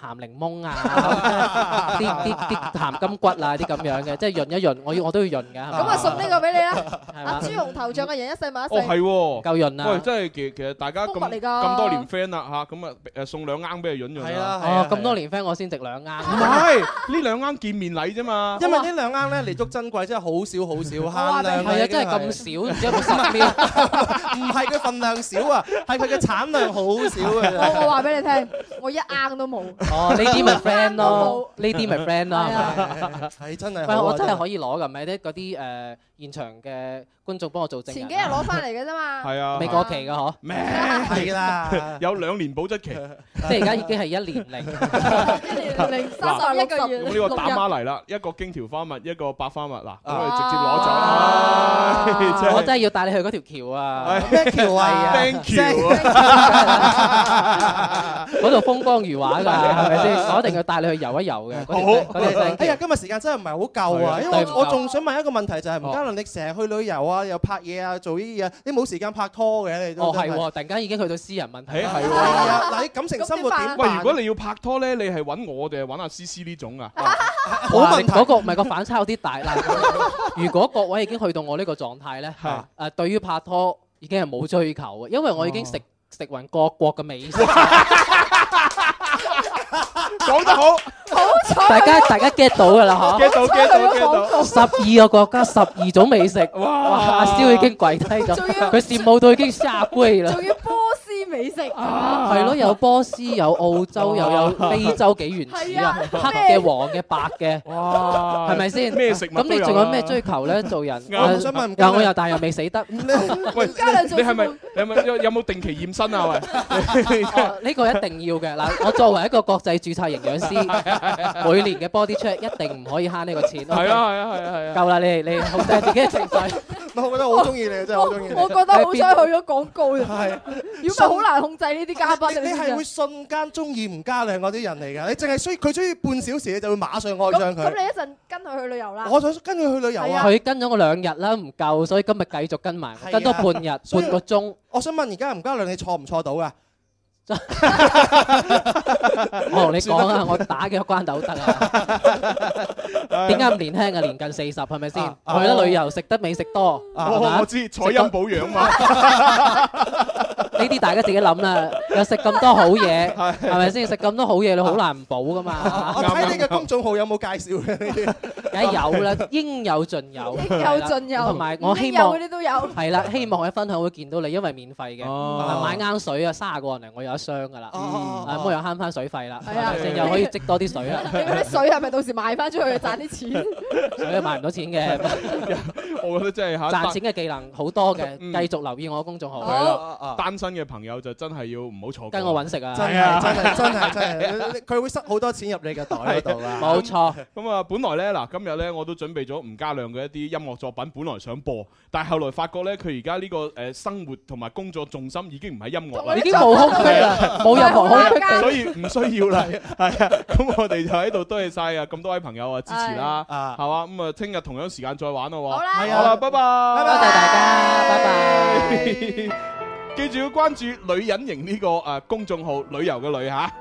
M: 鹹檸檬啊，
T: (laughs)
M: 啲啲啲鹹金骨啊，啲咁樣嘅，即係潤一潤，我要我都要潤㗎。咁
T: 咁啊，送呢個啊俾你
J: (laughs)
T: 啦。阿
M: 嘛
T: 朱紅頭像嘅人一世物
I: 哦
T: 一世。
I: 係喎，
M: 夠潤啊
I: 喂，真係其其實大家咁
T: 蜂蜜嚟㗎
I: 咁多年 friend 啦嚇，咁啊誒送兩盎俾佢潤潤啦。
J: 係啊係啊
M: 哦，咁多年 friend 我先值兩啱。
I: 唔係呢兩盎見面禮啫嘛。
J: 因為呢兩啱咧嚟足珍貴，真係好少好少慳量
M: 係啊，
J: 已經
M: 真係咁少，唔知有冇十
T: (laughs)
M: 秒？
J: 唔係佢份量少啊，係佢嘅產量好少
T: 我我
K: 哦
J: 啊！
T: 話俾你聽，我一盎
J: (laughs)
T: 都冇。
M: 哦，呢啲咪 friend 咯，呢啲咪 friend 咯。
T: 啊
J: 係真係
M: 喂，
J: 好啊
M: 我真係可以攞㗎，咪啲嗰啲誒現場嘅觀眾幫我做證人。啊
T: 前幾日攞翻嚟嘅啫嘛。
I: 係啊，
M: 未過期
T: (laughs)
M: 㗎嗬？
I: 咩？ (laughs)
J: 係啦，
I: 有兩年保質 (laughs) 期，
M: 即
I: 即
M: 係而家已經係一年零。
T: (laughs) 零三十一個月。
I: 咁呢個打孖
T: 嚟。
I: 嚟啦，一個荊條花蜜，一個白花蜜嗱，咁
M: 啊
I: 我哋直接攞走唉啊真係。
M: 我真係要帶你去嗰條橋啊！
J: 咩橋啊
I: ？Thank you
M: 嗰度風光如
I: (laughs)
M: 畫㗎，係咪先？我一定要帶你去遊一遊嘅。嗰條嗰條
I: (laughs)
J: 哎呀，今日時間真係唔係好夠啊！因為
M: 對唔
J: 我我
M: 夠
J: 仲想問一個問題就係，吳嘉麟你成日去旅遊啊，又拍嘢啊，做呢啲嘢，你冇時間拍拖嘅你都
M: 哦，
J: 真
M: 係喎，突然間已經去到私人問題。
I: 誒哎係
J: 係
I: 喎。
J: 啊，嗱，你感情生活點
I: 喂，
J: 辦
I: 如
J: (laughs)
I: 果你要拍拖咧，你係揾我定係揾阿思思呢種啊？
M: 好問題，嗰個唔係個反差有啲大啦。 (laughs) 如果各位已經去到我呢個狀態咧，
I: 係
M: 誒對於拍拖已經係冇追求嘅，因為我已
I: 哦
M: 經食食勻各國嘅美
I: (laughs)
M: 食。
I: 講得好，
M: 大家大家 get 到㗎
I: (laughs)
M: 啦
I: 啊 get 到 get 到 get
M: 嗬！
I: 到。
M: (laughs) 十二個國家，十二種美食，哇！阿蕭已經跪低咗，佢羨慕到已經下跪啦。
T: 仲要波斯美食。
I: 啊
M: 係
I: (laughs)
M: 咯，有波斯，有澳洲，又有非洲幾原始啊，
T: 係啊
M: 黑嘅、黃嘅、白嘅，
I: 哇
M: 係咪先？
I: 咩食物都
M: 咁你
I: 有啊
M: 仲有
I: 啦
M: 咩追求咧？做人，
I: 我唔想問唔該
M: 又我又但又未死得，
I: 喂，
M: 家兩
I: 你
M: 做
I: (laughs) 你係咪你係咪有有冇定期驗身啊？
M: (laughs)
I: 喂，
M: 哦呢個一定要嘅。嗱，我作為一個國際註冊營養師，每年嘅 body check 一定唔可以慳呢個錢。
I: 係啊係啊係啊係啊！
M: 夠啦，你哋你哋控制自己嘅情緒。
J: 唔我覺得好中意你，啊真係好中意你。
K: 我覺得好想去咗廣告啫，
J: 係
K: 如果唔係好難控制呢啲嘉賓。
J: 你
K: 知唔知
J: 係
K: 啊
J: 會瞬間中意吳嘉亮嗰啲人嚟㗎，你淨係需佢中意半小時，你就會馬上愛
K: 咁
J: 上
K: 咁，
J: 佢。
K: 你一陣跟佢去旅遊啦。
J: 我想跟佢去旅遊啊！
M: 佢跟咗我兩日啦，唔夠，所以今日繼續跟埋，
J: 啊
M: 跟多半日，
J: 所以
M: 半個鐘。
J: 我想問而家吳嘉亮，你錯唔錯到啊㗎？
M: 我
I: (laughs)
M: 同你講啊，我打幾個關鬥得啊？點解咁年輕啊？年近四十係咪先？
I: 啊
M: 去得旅遊，食得美食多，
I: 啊
M: 係嘛
I: 我知彩陰保養嘛。
M: 呢啲大家自己諗啦。又食咁多好
I: (laughs)
M: 嘢，係咪先？食咁多好嘢，你好難唔補噶嘛？
J: 我睇你嘅公眾號有冇介紹嘅呢啲？
M: 梗係有啦，應有盡有，
K: (laughs) 應有盡有
M: 同埋我希
K: 唔
M: 望
K: 應有嗰啲都
J: (laughs)
K: 有
M: 係啦，希望我喺分享會見到你，因為免費嘅，
I: 哦
M: 買啱水啊，卅個人嚟，我有一箱㗎啦，啊咁我又慳翻水費啦，係
K: 係啊
M: 咪先？又可以積多啲水
I: (laughs)
M: 啦，
K: 你嗰啲水係咪到時賣翻出去賺
J: (laughs)
K: 啲錢？
M: 水又買唔到錢嘅，
I: 我覺啊得真係嚇
M: 賺錢嘅技能好多嘅，
I: 嗯
M: 繼續留意我嘅公眾號。
I: 係啦，單身嘅朋友就真係要唔好錯過。
M: 跟我揾食啊！
I: 係
J: 係
I: 啊，
J: 真係真係真係，你佢會塞好多錢入你嘅袋嗰度啦。
I: 啊
M: 冇錯。
I: 咁啊，本來咧嗱，今日咧我都準備咗吳家亮嘅一啲音樂作品，本來想播，但係後來發覺咧，佢而家呢個誒生活同埋工作重心已經唔喺音樂啦，
M: 已經冇空隙
I: 啊
M: 啦冇任何空隙
I: 所以唔需要 (laughs) 啦。係啊，咁我哋就喺度多謝晒啊咁多位朋友啊支持啦，係嘛，咁啊聽日同樣時間再玩咯喎。好
M: 啦
I: 好啦，拜拜，
M: 多謝大家，拜拜。
I: (laughs) 記住要關注女人型呢個誒公眾號旅遊嘅旅嚇。